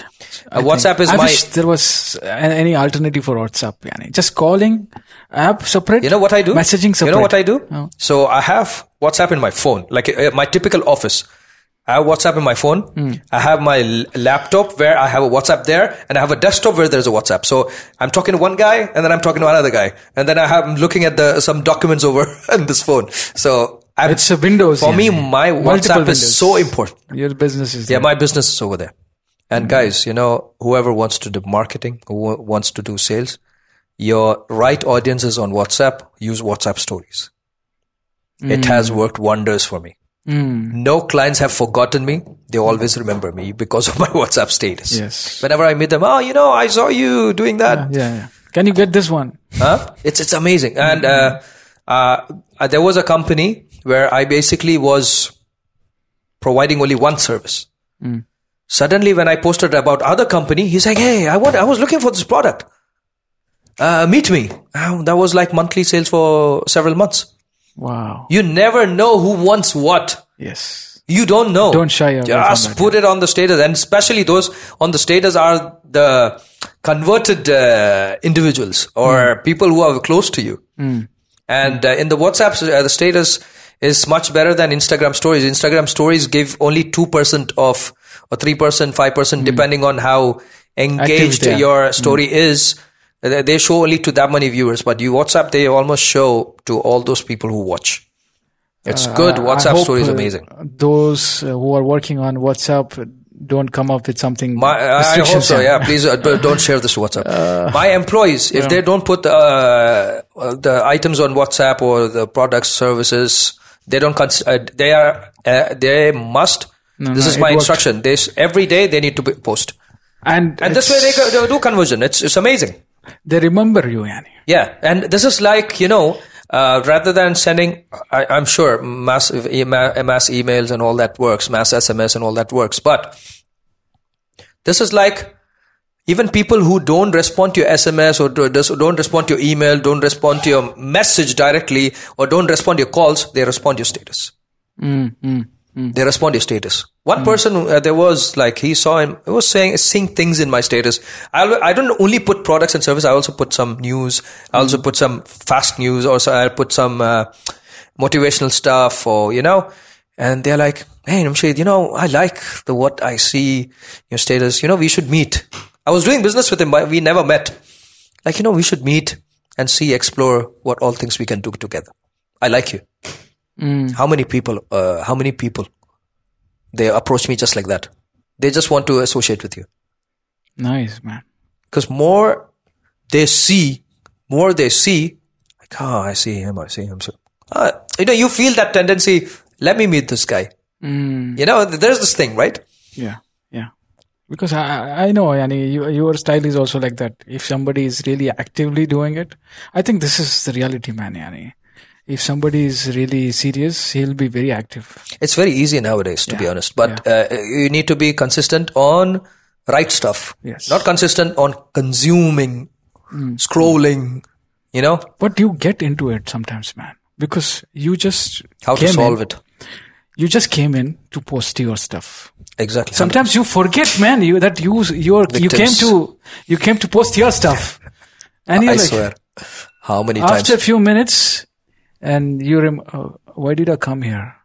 Speaker 1: uh, WhatsApp is
Speaker 2: I
Speaker 1: my.
Speaker 2: wish there was uh, any alternative for WhatsApp. Yani. Just calling app separate.
Speaker 1: You know what I do?
Speaker 2: Messaging separate.
Speaker 1: You know what I do?
Speaker 2: Oh.
Speaker 1: So I have WhatsApp in my phone, like uh, my typical office. I have WhatsApp in my phone.
Speaker 2: Hmm.
Speaker 1: I have my l- laptop where I have a WhatsApp there, and I have a desktop where there's a WhatsApp. So I'm talking to one guy, and then I'm talking to another guy, and then I have I'm looking at the some documents *laughs* over on this phone. So I'm,
Speaker 2: It's a Windows.
Speaker 1: for me,
Speaker 2: yani.
Speaker 1: my
Speaker 2: Multiple
Speaker 1: WhatsApp is
Speaker 2: windows.
Speaker 1: so important.
Speaker 2: Your business is
Speaker 1: Yeah,
Speaker 2: there.
Speaker 1: my business is over there. And
Speaker 2: Mm-hmm.
Speaker 1: guys, you know, whoever wants to do marketing, who wa- wants to do sales, your right audience is on WhatsApp. Use WhatsApp stories. It
Speaker 2: Mm.
Speaker 1: has worked wonders for me. No clients have forgotten me. They always remember me because of my *laughs* WhatsApp status.
Speaker 2: Yes.
Speaker 1: Whenever I meet them, oh, you know, I saw you doing that
Speaker 2: yeah, yeah. Can you get this one?
Speaker 1: huh? It's it's amazing. And uh, uh, uh, there was a company where I basically was providing only one service. Suddenly, when I posted about other company, he's like, "Hey, I want. I was looking for this product. Uh, meet me." Oh, that was like monthly sales for several months.
Speaker 2: Wow.
Speaker 1: You never know who wants what.
Speaker 2: Yes.
Speaker 1: You don't know.
Speaker 2: Don't shy away from
Speaker 1: Just
Speaker 2: that,
Speaker 1: put it on the status, and especially those on the status are the converted uh, individuals or
Speaker 2: Hmm.
Speaker 1: people who are close to you. And uh, in the WhatsApp, uh, the status is much better than Instagram stories. Instagram stories give only two percent of or three percent, five percent, depending on how engaged
Speaker 2: Hmm. Active they are. Hmm.
Speaker 1: your story is. They they show only to that many viewers, but you WhatsApp, they almost show to all those people who watch. It's good.
Speaker 2: I- I
Speaker 1: WhatsApp
Speaker 2: hope,
Speaker 1: story is
Speaker 2: uh,
Speaker 1: amazing.
Speaker 2: Those uh, who are working on WhatsApp don't come up with something.
Speaker 1: My, I- I hope
Speaker 2: restrictions Uh,
Speaker 1: so.
Speaker 2: in.
Speaker 1: Yeah, please uh, but don't share this to WhatsApp. My employees, if they don't put uh, uh, the items on WhatsApp or the products, services, they don't. Cons- uh, they are. Uh, they must. this
Speaker 2: no,
Speaker 1: is
Speaker 2: it
Speaker 1: my
Speaker 2: worked.
Speaker 1: instruction. They s- every day they need to be- post,
Speaker 2: And,
Speaker 1: and this way they, co- they do conversion. It's it's amazing.
Speaker 2: they remember you, Yani.
Speaker 1: Yeah, and this is like you know, uh, rather than sending, I, I'm sure mass e- ma- mass emails and all that works, mass SMS and all that works, but this is like even people who don't respond to your SMS or do- does- don't respond to your email, don't respond to your message directly, or don't respond to your calls, they respond to your status. They respond to your status. One person uh, there was like he saw him. He was saying seeing things in my status. I al- I don't only put products and service. I also put some news. I also put some fast news. Or so I put some uh, motivational stuff. Or you know, and they're like, hey, Namshid, you know, I like the what I see in your status. You know, we should meet. I was doing business with him, but we never met. Like you know, we should meet and see, explore what all things we can do together. I like you. How many people? Uh, how many people? They approach me just like that. They just want to associate with you
Speaker 2: Nice, man.
Speaker 1: because more they see, more they see. Like, oh, I see him. I see him. So, uh, you know, you feel that tendency. Let me meet this guy.
Speaker 2: Hmm.
Speaker 1: You know, th- there's this thing, right?
Speaker 2: Yeah, yeah. Because I- I, I know, Yani, you, your style is also like that. If somebody is really actively doing it, I think this is the reality, man, Yani. If somebody is really serious, he'll be very active.
Speaker 1: It's very easy nowadays, to be honest. But uh, you need to be consistent on right stuff.
Speaker 2: Yes. Hmm.
Speaker 1: Not consistent on consuming, scrolling. You know
Speaker 2: But you get into it sometimes, man. Because you just
Speaker 1: how to
Speaker 2: came
Speaker 1: solve
Speaker 2: in,
Speaker 1: it.
Speaker 2: You just came in to post your stuff.
Speaker 1: Exactly.
Speaker 2: Sometimes you forget, man, you that you you you came
Speaker 1: Victims.
Speaker 2: to you came to post your stuff, and you're
Speaker 1: I
Speaker 2: like
Speaker 1: swear. How many
Speaker 2: after a
Speaker 1: times?
Speaker 2: few minutes, and you rem- oh, why did I come
Speaker 1: *laughs*
Speaker 2: here?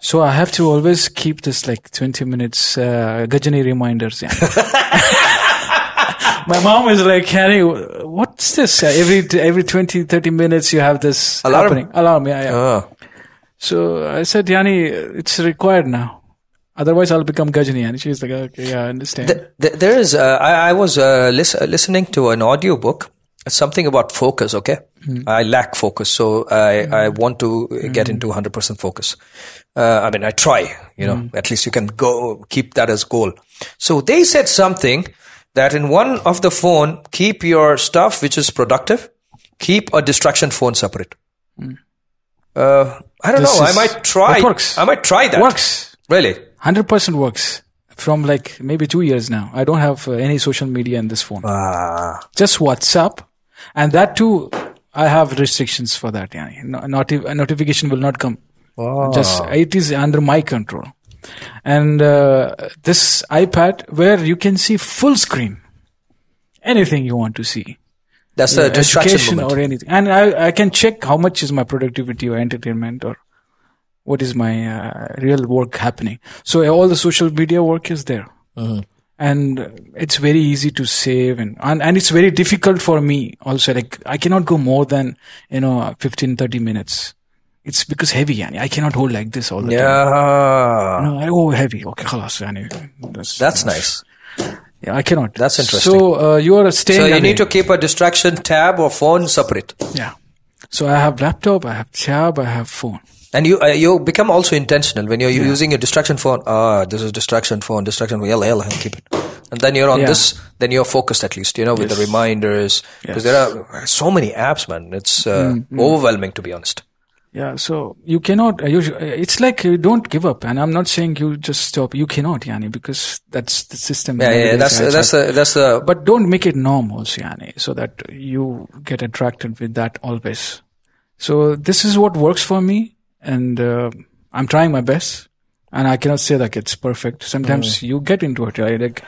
Speaker 2: so I have to always keep this like twenty minutes uh, Gajani reminders.
Speaker 1: *laughs*
Speaker 2: Yeah. My mom is like, Harry, what's this? Uh, every every 20, 30 minutes, you have this
Speaker 1: Alarm.
Speaker 2: happening. Alarm, yeah, yeah.
Speaker 1: Uh,
Speaker 2: So I said, Yani, it's required now. Otherwise, I'll become Gajani. And she's like, okay, yeah, I understand.
Speaker 1: th- th- there is. Uh, I, I was uh, lis- uh, listening to an audiobook. It's something about focus. Okay,
Speaker 2: Hmm.
Speaker 1: I lack focus, so I, I want to uh, get into 100% focus. Uh, I mean, I try. You know,
Speaker 2: Hmm.
Speaker 1: at least you can go keep that as goal. So they said something that in one of the phone, keep your stuff which is productive, keep a distraction phone separate. Uh, I don't
Speaker 2: Hmm. This
Speaker 1: know. I
Speaker 2: is-
Speaker 1: might try.
Speaker 2: that works.
Speaker 1: I might try that.
Speaker 2: works.
Speaker 1: Really?
Speaker 2: 100% works. From like maybe two years now. I don't have uh, any social media in this phone.
Speaker 1: Ah.
Speaker 2: Just WhatsApp. And that too, I have restrictions for that. Yani. No, noti- a notification will not come. Just It is under my control. And uh, this iPad where you can see full screen. Anything you want to see.
Speaker 1: That's the distraction
Speaker 2: education
Speaker 1: moment.
Speaker 2: or anything. And I, I can check how much is my productivity or entertainment or what is my uh, real work happening. So uh, all the social media work is there.
Speaker 1: Mm-hmm.
Speaker 2: And uh, it's very easy to save and, and, and it's very difficult for me also. Like I cannot go more than, you know, 15, 30 minutes. It's because heavy. Yani. I cannot hold like this all the time.
Speaker 1: yeah.
Speaker 2: No, I- oh, heavy. Okay, khalas. Yani. That's,
Speaker 1: That's nice.
Speaker 2: yeah, I cannot.
Speaker 1: that's interesting.
Speaker 2: So uh, you are staying.
Speaker 1: So you
Speaker 2: away.
Speaker 1: need to keep a distraction tab or phone separate,
Speaker 2: Yeah. So I have laptop, I have tab, I have phone.
Speaker 1: and you uh, you become also intentional when you're using your distraction phone. Ah, this is distraction phone, distraction phone. Yalla, yalla, keep it. And then you're on
Speaker 2: Yeah.
Speaker 1: this. Then you're focused at least. You know, with the reminders because there are so many apps, man. It's uh,
Speaker 2: Mm,
Speaker 1: overwhelming to be honest.
Speaker 2: Yeah. So you cannot. uh, You, sh- uh, it's like you don't give up, and I'm not saying you just stop. You cannot, Yani, because that's the system.
Speaker 1: Yeah, yeah, Eh,
Speaker 2: nowadays,
Speaker 1: that's
Speaker 2: right?
Speaker 1: that's the that's the.
Speaker 2: But don't make it norm also, Yani, so that you get attracted with that always. So this is what works for me, and uh, I'm trying my best, and I cannot say like it's perfect. Sometimes
Speaker 1: Mm.
Speaker 2: you get into it, right? Like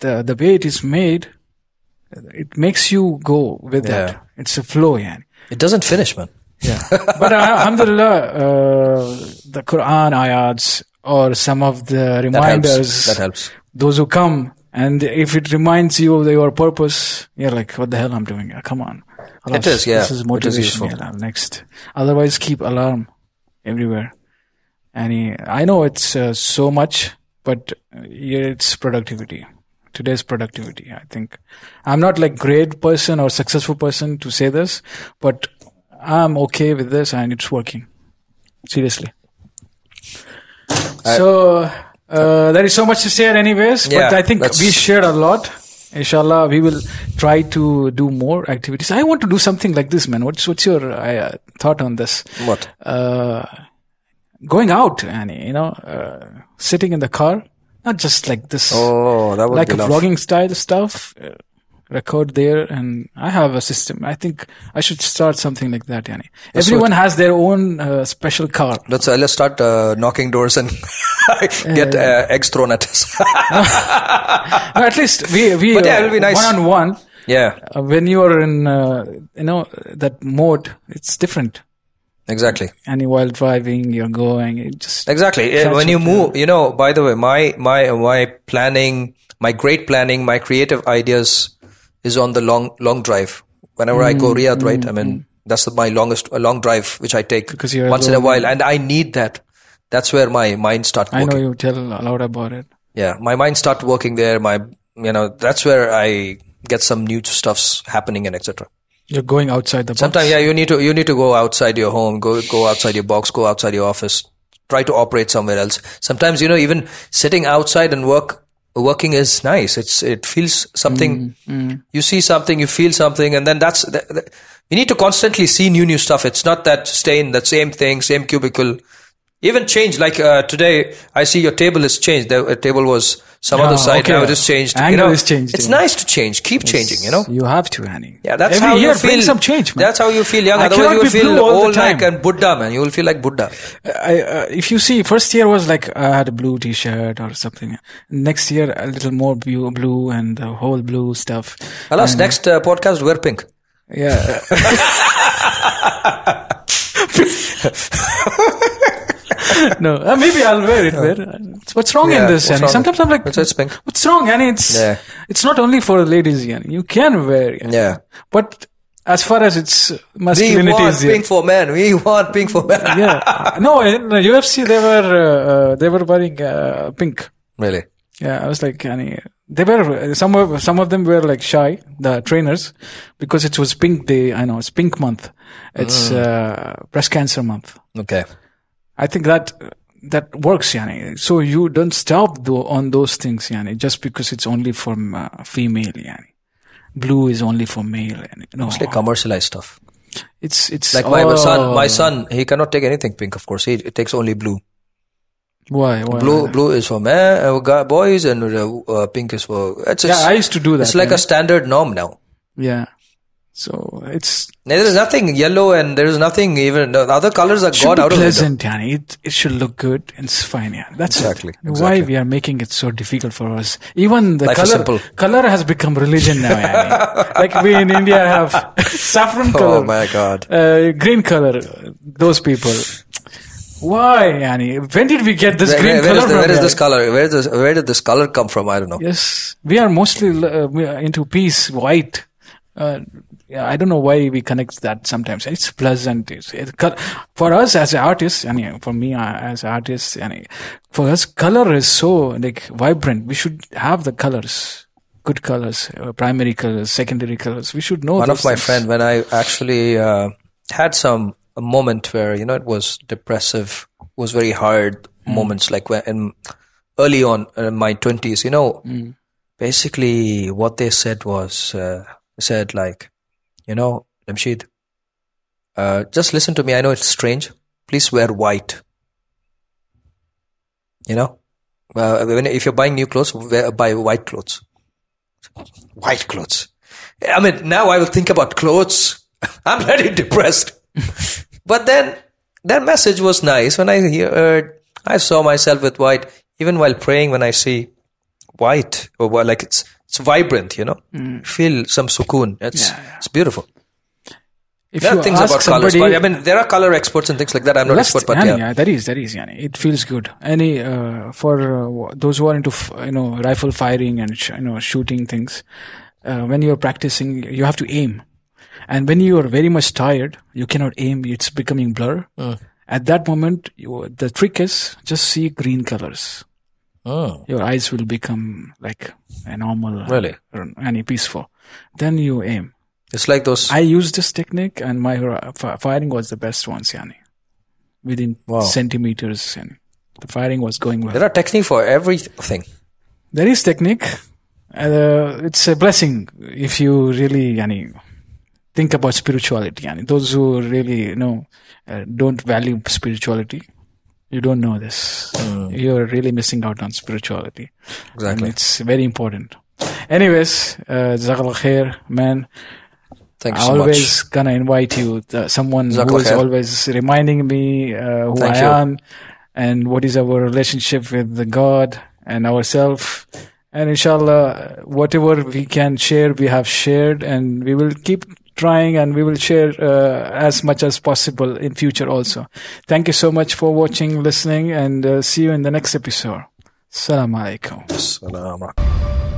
Speaker 2: the the way it is made, it makes you go with
Speaker 1: Yeah.
Speaker 2: it. It's a flow, yeah.
Speaker 1: It doesn't finish, man.
Speaker 2: Yeah. *laughs* but uh, alhamdulillah, uh, the Quran ayats or some of the
Speaker 1: That
Speaker 2: reminders,
Speaker 1: helps. That helps.
Speaker 2: those who come, and if it reminds you of your purpose, you're like, what the hell I'm doing? Uh, Come on.
Speaker 1: It is, yeah.
Speaker 2: This
Speaker 1: It
Speaker 2: is
Speaker 1: is
Speaker 2: motivation.
Speaker 1: useful.
Speaker 2: yeah, now, next. Otherwise, keep alarm everywhere. And uh, I know it's uh, so much, but uh, it's productivity. Today's productivity, I think. I'm not like great person or successful person to say this, but I'm okay with this and it's working. Seriously. so uh, there is so much to say, anyways. but
Speaker 1: Yeah,
Speaker 2: I think
Speaker 1: that's-
Speaker 2: we shared a lot. Inshallah, we will try to do more activities. I want to do something like this, man. What's what's your uh, thought on this?
Speaker 1: What?
Speaker 2: uh, going out, Annie, you know, uh, sitting in the car, not just like this,
Speaker 1: Oh, that would
Speaker 2: like
Speaker 1: be
Speaker 2: a
Speaker 1: love.
Speaker 2: vlogging style stuff, uh, record there. And I have a system. I think I should start something like that, Annie. Everyone has their own uh, special car.
Speaker 1: Let's uh, let's start uh, knocking doors and *laughs* get uh, eggs thrown at us. *laughs*
Speaker 2: No, at least we, we,
Speaker 1: But yeah, it'll be nice.
Speaker 2: one on one.
Speaker 1: yeah,
Speaker 2: Uh, when you are in, uh, you know, that mode, it's different.
Speaker 1: exactly,
Speaker 2: And while driving, you're going, it just,
Speaker 1: exactly. Uh, When you move, you know. By the way, my my my planning, my great planning, my creative ideas is on the long long drive. Whenever I
Speaker 2: Mm,
Speaker 1: go Riyadh, right? I mean, that's the, my longest a long drive which I take
Speaker 2: Because you're
Speaker 1: once in a
Speaker 2: alone.
Speaker 1: while, and I need that. That's where my mind starts
Speaker 2: I
Speaker 1: working.
Speaker 2: know you tell a lot about it.
Speaker 1: yeah my mind started working there my you know that's where i get some new stuffs happening and etc
Speaker 2: You're going outside the box.
Speaker 1: sometimes yeah you need to you need to go outside your home go go outside your box go outside your office try to operate somewhere else sometimes you know even sitting outside and work working is nice it's it feels something
Speaker 2: Mm,
Speaker 1: you see something you feel something and then that's that, that- you need to constantly see new new stuff it's not that stay in that same thing same cubicle even change like uh, today i see your table is changed the uh, table was some other
Speaker 2: Ah,
Speaker 1: side
Speaker 2: okay.
Speaker 1: now it is changed
Speaker 2: Angle
Speaker 1: you know
Speaker 2: is changed,
Speaker 1: it's
Speaker 2: yeah.
Speaker 1: nice to change keep changing you know
Speaker 2: You have to, Annie.
Speaker 1: Oh. yeah, that's
Speaker 2: Every
Speaker 1: how
Speaker 2: year
Speaker 1: you feel.
Speaker 2: Bring some change, man.
Speaker 1: That's how you feel young.
Speaker 2: I
Speaker 1: Otherwise, you
Speaker 2: cannot
Speaker 1: will
Speaker 2: be
Speaker 1: feel
Speaker 2: blue all the
Speaker 1: old
Speaker 2: time.
Speaker 1: like and Buddha, man. You will feel like Buddha.
Speaker 2: I, uh, if you see, first year was like I had a blue T-shirt or something. Next year, a little more blue, blue and the whole blue stuff.
Speaker 1: Alas,
Speaker 2: Mm.
Speaker 1: next uh, podcast wear pink.
Speaker 2: Yeah. *laughs* no, uh, maybe I'll wear it. Wear. What's wrong
Speaker 1: Yeah,
Speaker 2: in this,
Speaker 1: what's
Speaker 2: Annie?
Speaker 1: wrong?
Speaker 2: Sometimes I'm like,
Speaker 1: It's- it's pink.
Speaker 2: what's wrong, Annie? It's
Speaker 1: Yeah.
Speaker 2: it's not only for ladies, Annie. You can wear, it.
Speaker 1: Yeah.
Speaker 2: But as far as its
Speaker 1: We
Speaker 2: masculinity
Speaker 1: want
Speaker 2: is, yeah.
Speaker 1: pink for men. We want pink for men. *laughs*
Speaker 2: yeah. No, in the UFC they were uh, uh, they were wearing uh, pink.
Speaker 1: Really?
Speaker 2: Yeah, I was like, any, they were some of some of them were like shy the trainers because it was pink day. I know it's pink month. It's
Speaker 1: Mm.
Speaker 2: uh, breast cancer month.
Speaker 1: Okay.
Speaker 2: I think that that works, Yani. So you don't stop though on those things, Yani, just because it's only for uh, female, Yani. Blue is only for male, Yani. No,
Speaker 1: It's like commercialized stuff.
Speaker 2: it's it's
Speaker 1: Like my
Speaker 2: all-
Speaker 1: son,
Speaker 2: Oh.
Speaker 1: my son, he cannot take anything pink. Of course, he takes only blue.
Speaker 2: Why, why
Speaker 1: Blue, blue is for men, uh, gu- boys, and uh, uh, pink is for. It's,
Speaker 2: Yeah,
Speaker 1: it's,
Speaker 2: I used to do that.
Speaker 1: it's like
Speaker 2: yani.
Speaker 1: a standard norm now.
Speaker 2: Yeah. So it's
Speaker 1: There is nothing yellow, and there is nothing even. The other colors are
Speaker 2: should
Speaker 1: gone
Speaker 2: be
Speaker 1: out of it.
Speaker 2: pleasant, Yani. It, it should look good and it's fine, yeah. That's it.
Speaker 1: Exactly,
Speaker 2: why
Speaker 1: exactly.
Speaker 2: we are making it so difficult for us. Even the
Speaker 1: Life is
Speaker 2: color
Speaker 1: simple.
Speaker 2: color has become religion now,
Speaker 1: *laughs*
Speaker 2: Yani. like we in India have saffron color,
Speaker 1: Oh my god!
Speaker 2: uh, green color. Those people. Why, Yani? When did we get this
Speaker 1: Where-
Speaker 2: green
Speaker 1: where- where
Speaker 2: color?
Speaker 1: is the-
Speaker 2: from,
Speaker 1: where is
Speaker 2: yani?
Speaker 1: this color? Where does where did this color come from? I don't know.
Speaker 2: Yes, we are mostly uh, we are into peace, white. Uh, yeah, I don't know why we connect that sometimes. It's pleasant. It's, it, col- for us as artists, and yeah, for me uh, as artists, and yeah, for us, color is so like vibrant. We should have the colors, good colors, uh, primary colors, secondary colors. We should know.
Speaker 1: One
Speaker 2: those
Speaker 1: of my
Speaker 2: things.
Speaker 1: friend when I actually uh, had some a moment where you know it was depressive, was very hard
Speaker 2: Hmm.
Speaker 1: moments like when in, early on in my twenties. You know,
Speaker 2: Hmm.
Speaker 1: basically what they said was uh, said like, you know, Lamshid, uh, just listen to me. I know it's strange. Please wear white. You know, uh, when, if you're buying new clothes, wear, buy white clothes. White clothes. I *laughs*
Speaker 2: *laughs*
Speaker 1: mean, now I will think about clothes. I'm already depressed. but then that message was nice. When I heard, I saw myself with white. Even while praying, when I see white or well, like it's it's vibrant, you know,
Speaker 2: Mm.
Speaker 1: feel some sukoon. It's it's beautiful.
Speaker 2: If
Speaker 1: There
Speaker 2: you
Speaker 1: are things
Speaker 2: ask
Speaker 1: about
Speaker 2: somebody,
Speaker 1: colors, but I mean, there are color experts and things like that. I'm not
Speaker 2: Yes,
Speaker 1: expert, but
Speaker 2: yani,
Speaker 1: yeah,
Speaker 2: that is that is yani. It feels good. Any uh, for uh, w- those who are into f- you know rifle firing and sh- you know shooting things, uh, when you're practicing, you have to aim, and when you are very much tired, you cannot aim. It's becoming blur. At that moment, you, the trick is just see green colors.
Speaker 1: Mm.
Speaker 3: Oh,
Speaker 2: Your eyes will become like a normal,
Speaker 1: Really?
Speaker 2: or any peaceful. Then you aim.
Speaker 1: it's like those.
Speaker 2: I used this technique, and my uh, fi- firing was the best ones, yani. Within centimeters, and the firing was going well.
Speaker 1: there are technique for everything.
Speaker 2: there is technique. Uh, it's a blessing if you really, yani, think about spirituality. Yani, those who really, you know, uh, don't value spirituality, you don't know this. You're really missing out on spirituality.
Speaker 1: Exactly.
Speaker 2: And it's very important. Anyways, uh, Jazakallah khair, man.
Speaker 1: Thank you
Speaker 2: I
Speaker 1: so much.
Speaker 2: always gonna invite you, uh, someone who
Speaker 1: Jazakallah
Speaker 2: is
Speaker 1: khair.
Speaker 2: always reminding me uh, who
Speaker 1: Thank
Speaker 2: I
Speaker 1: you.
Speaker 2: am and what is our relationship with the God and ourselves. And inshallah, whatever we can share, we have shared, and we will keep trying and we will share uh, as much as possible in future also. Thank you so much for watching, listening, and uh, see you in the next episode. Assalamu alaikum.
Speaker 1: Salam.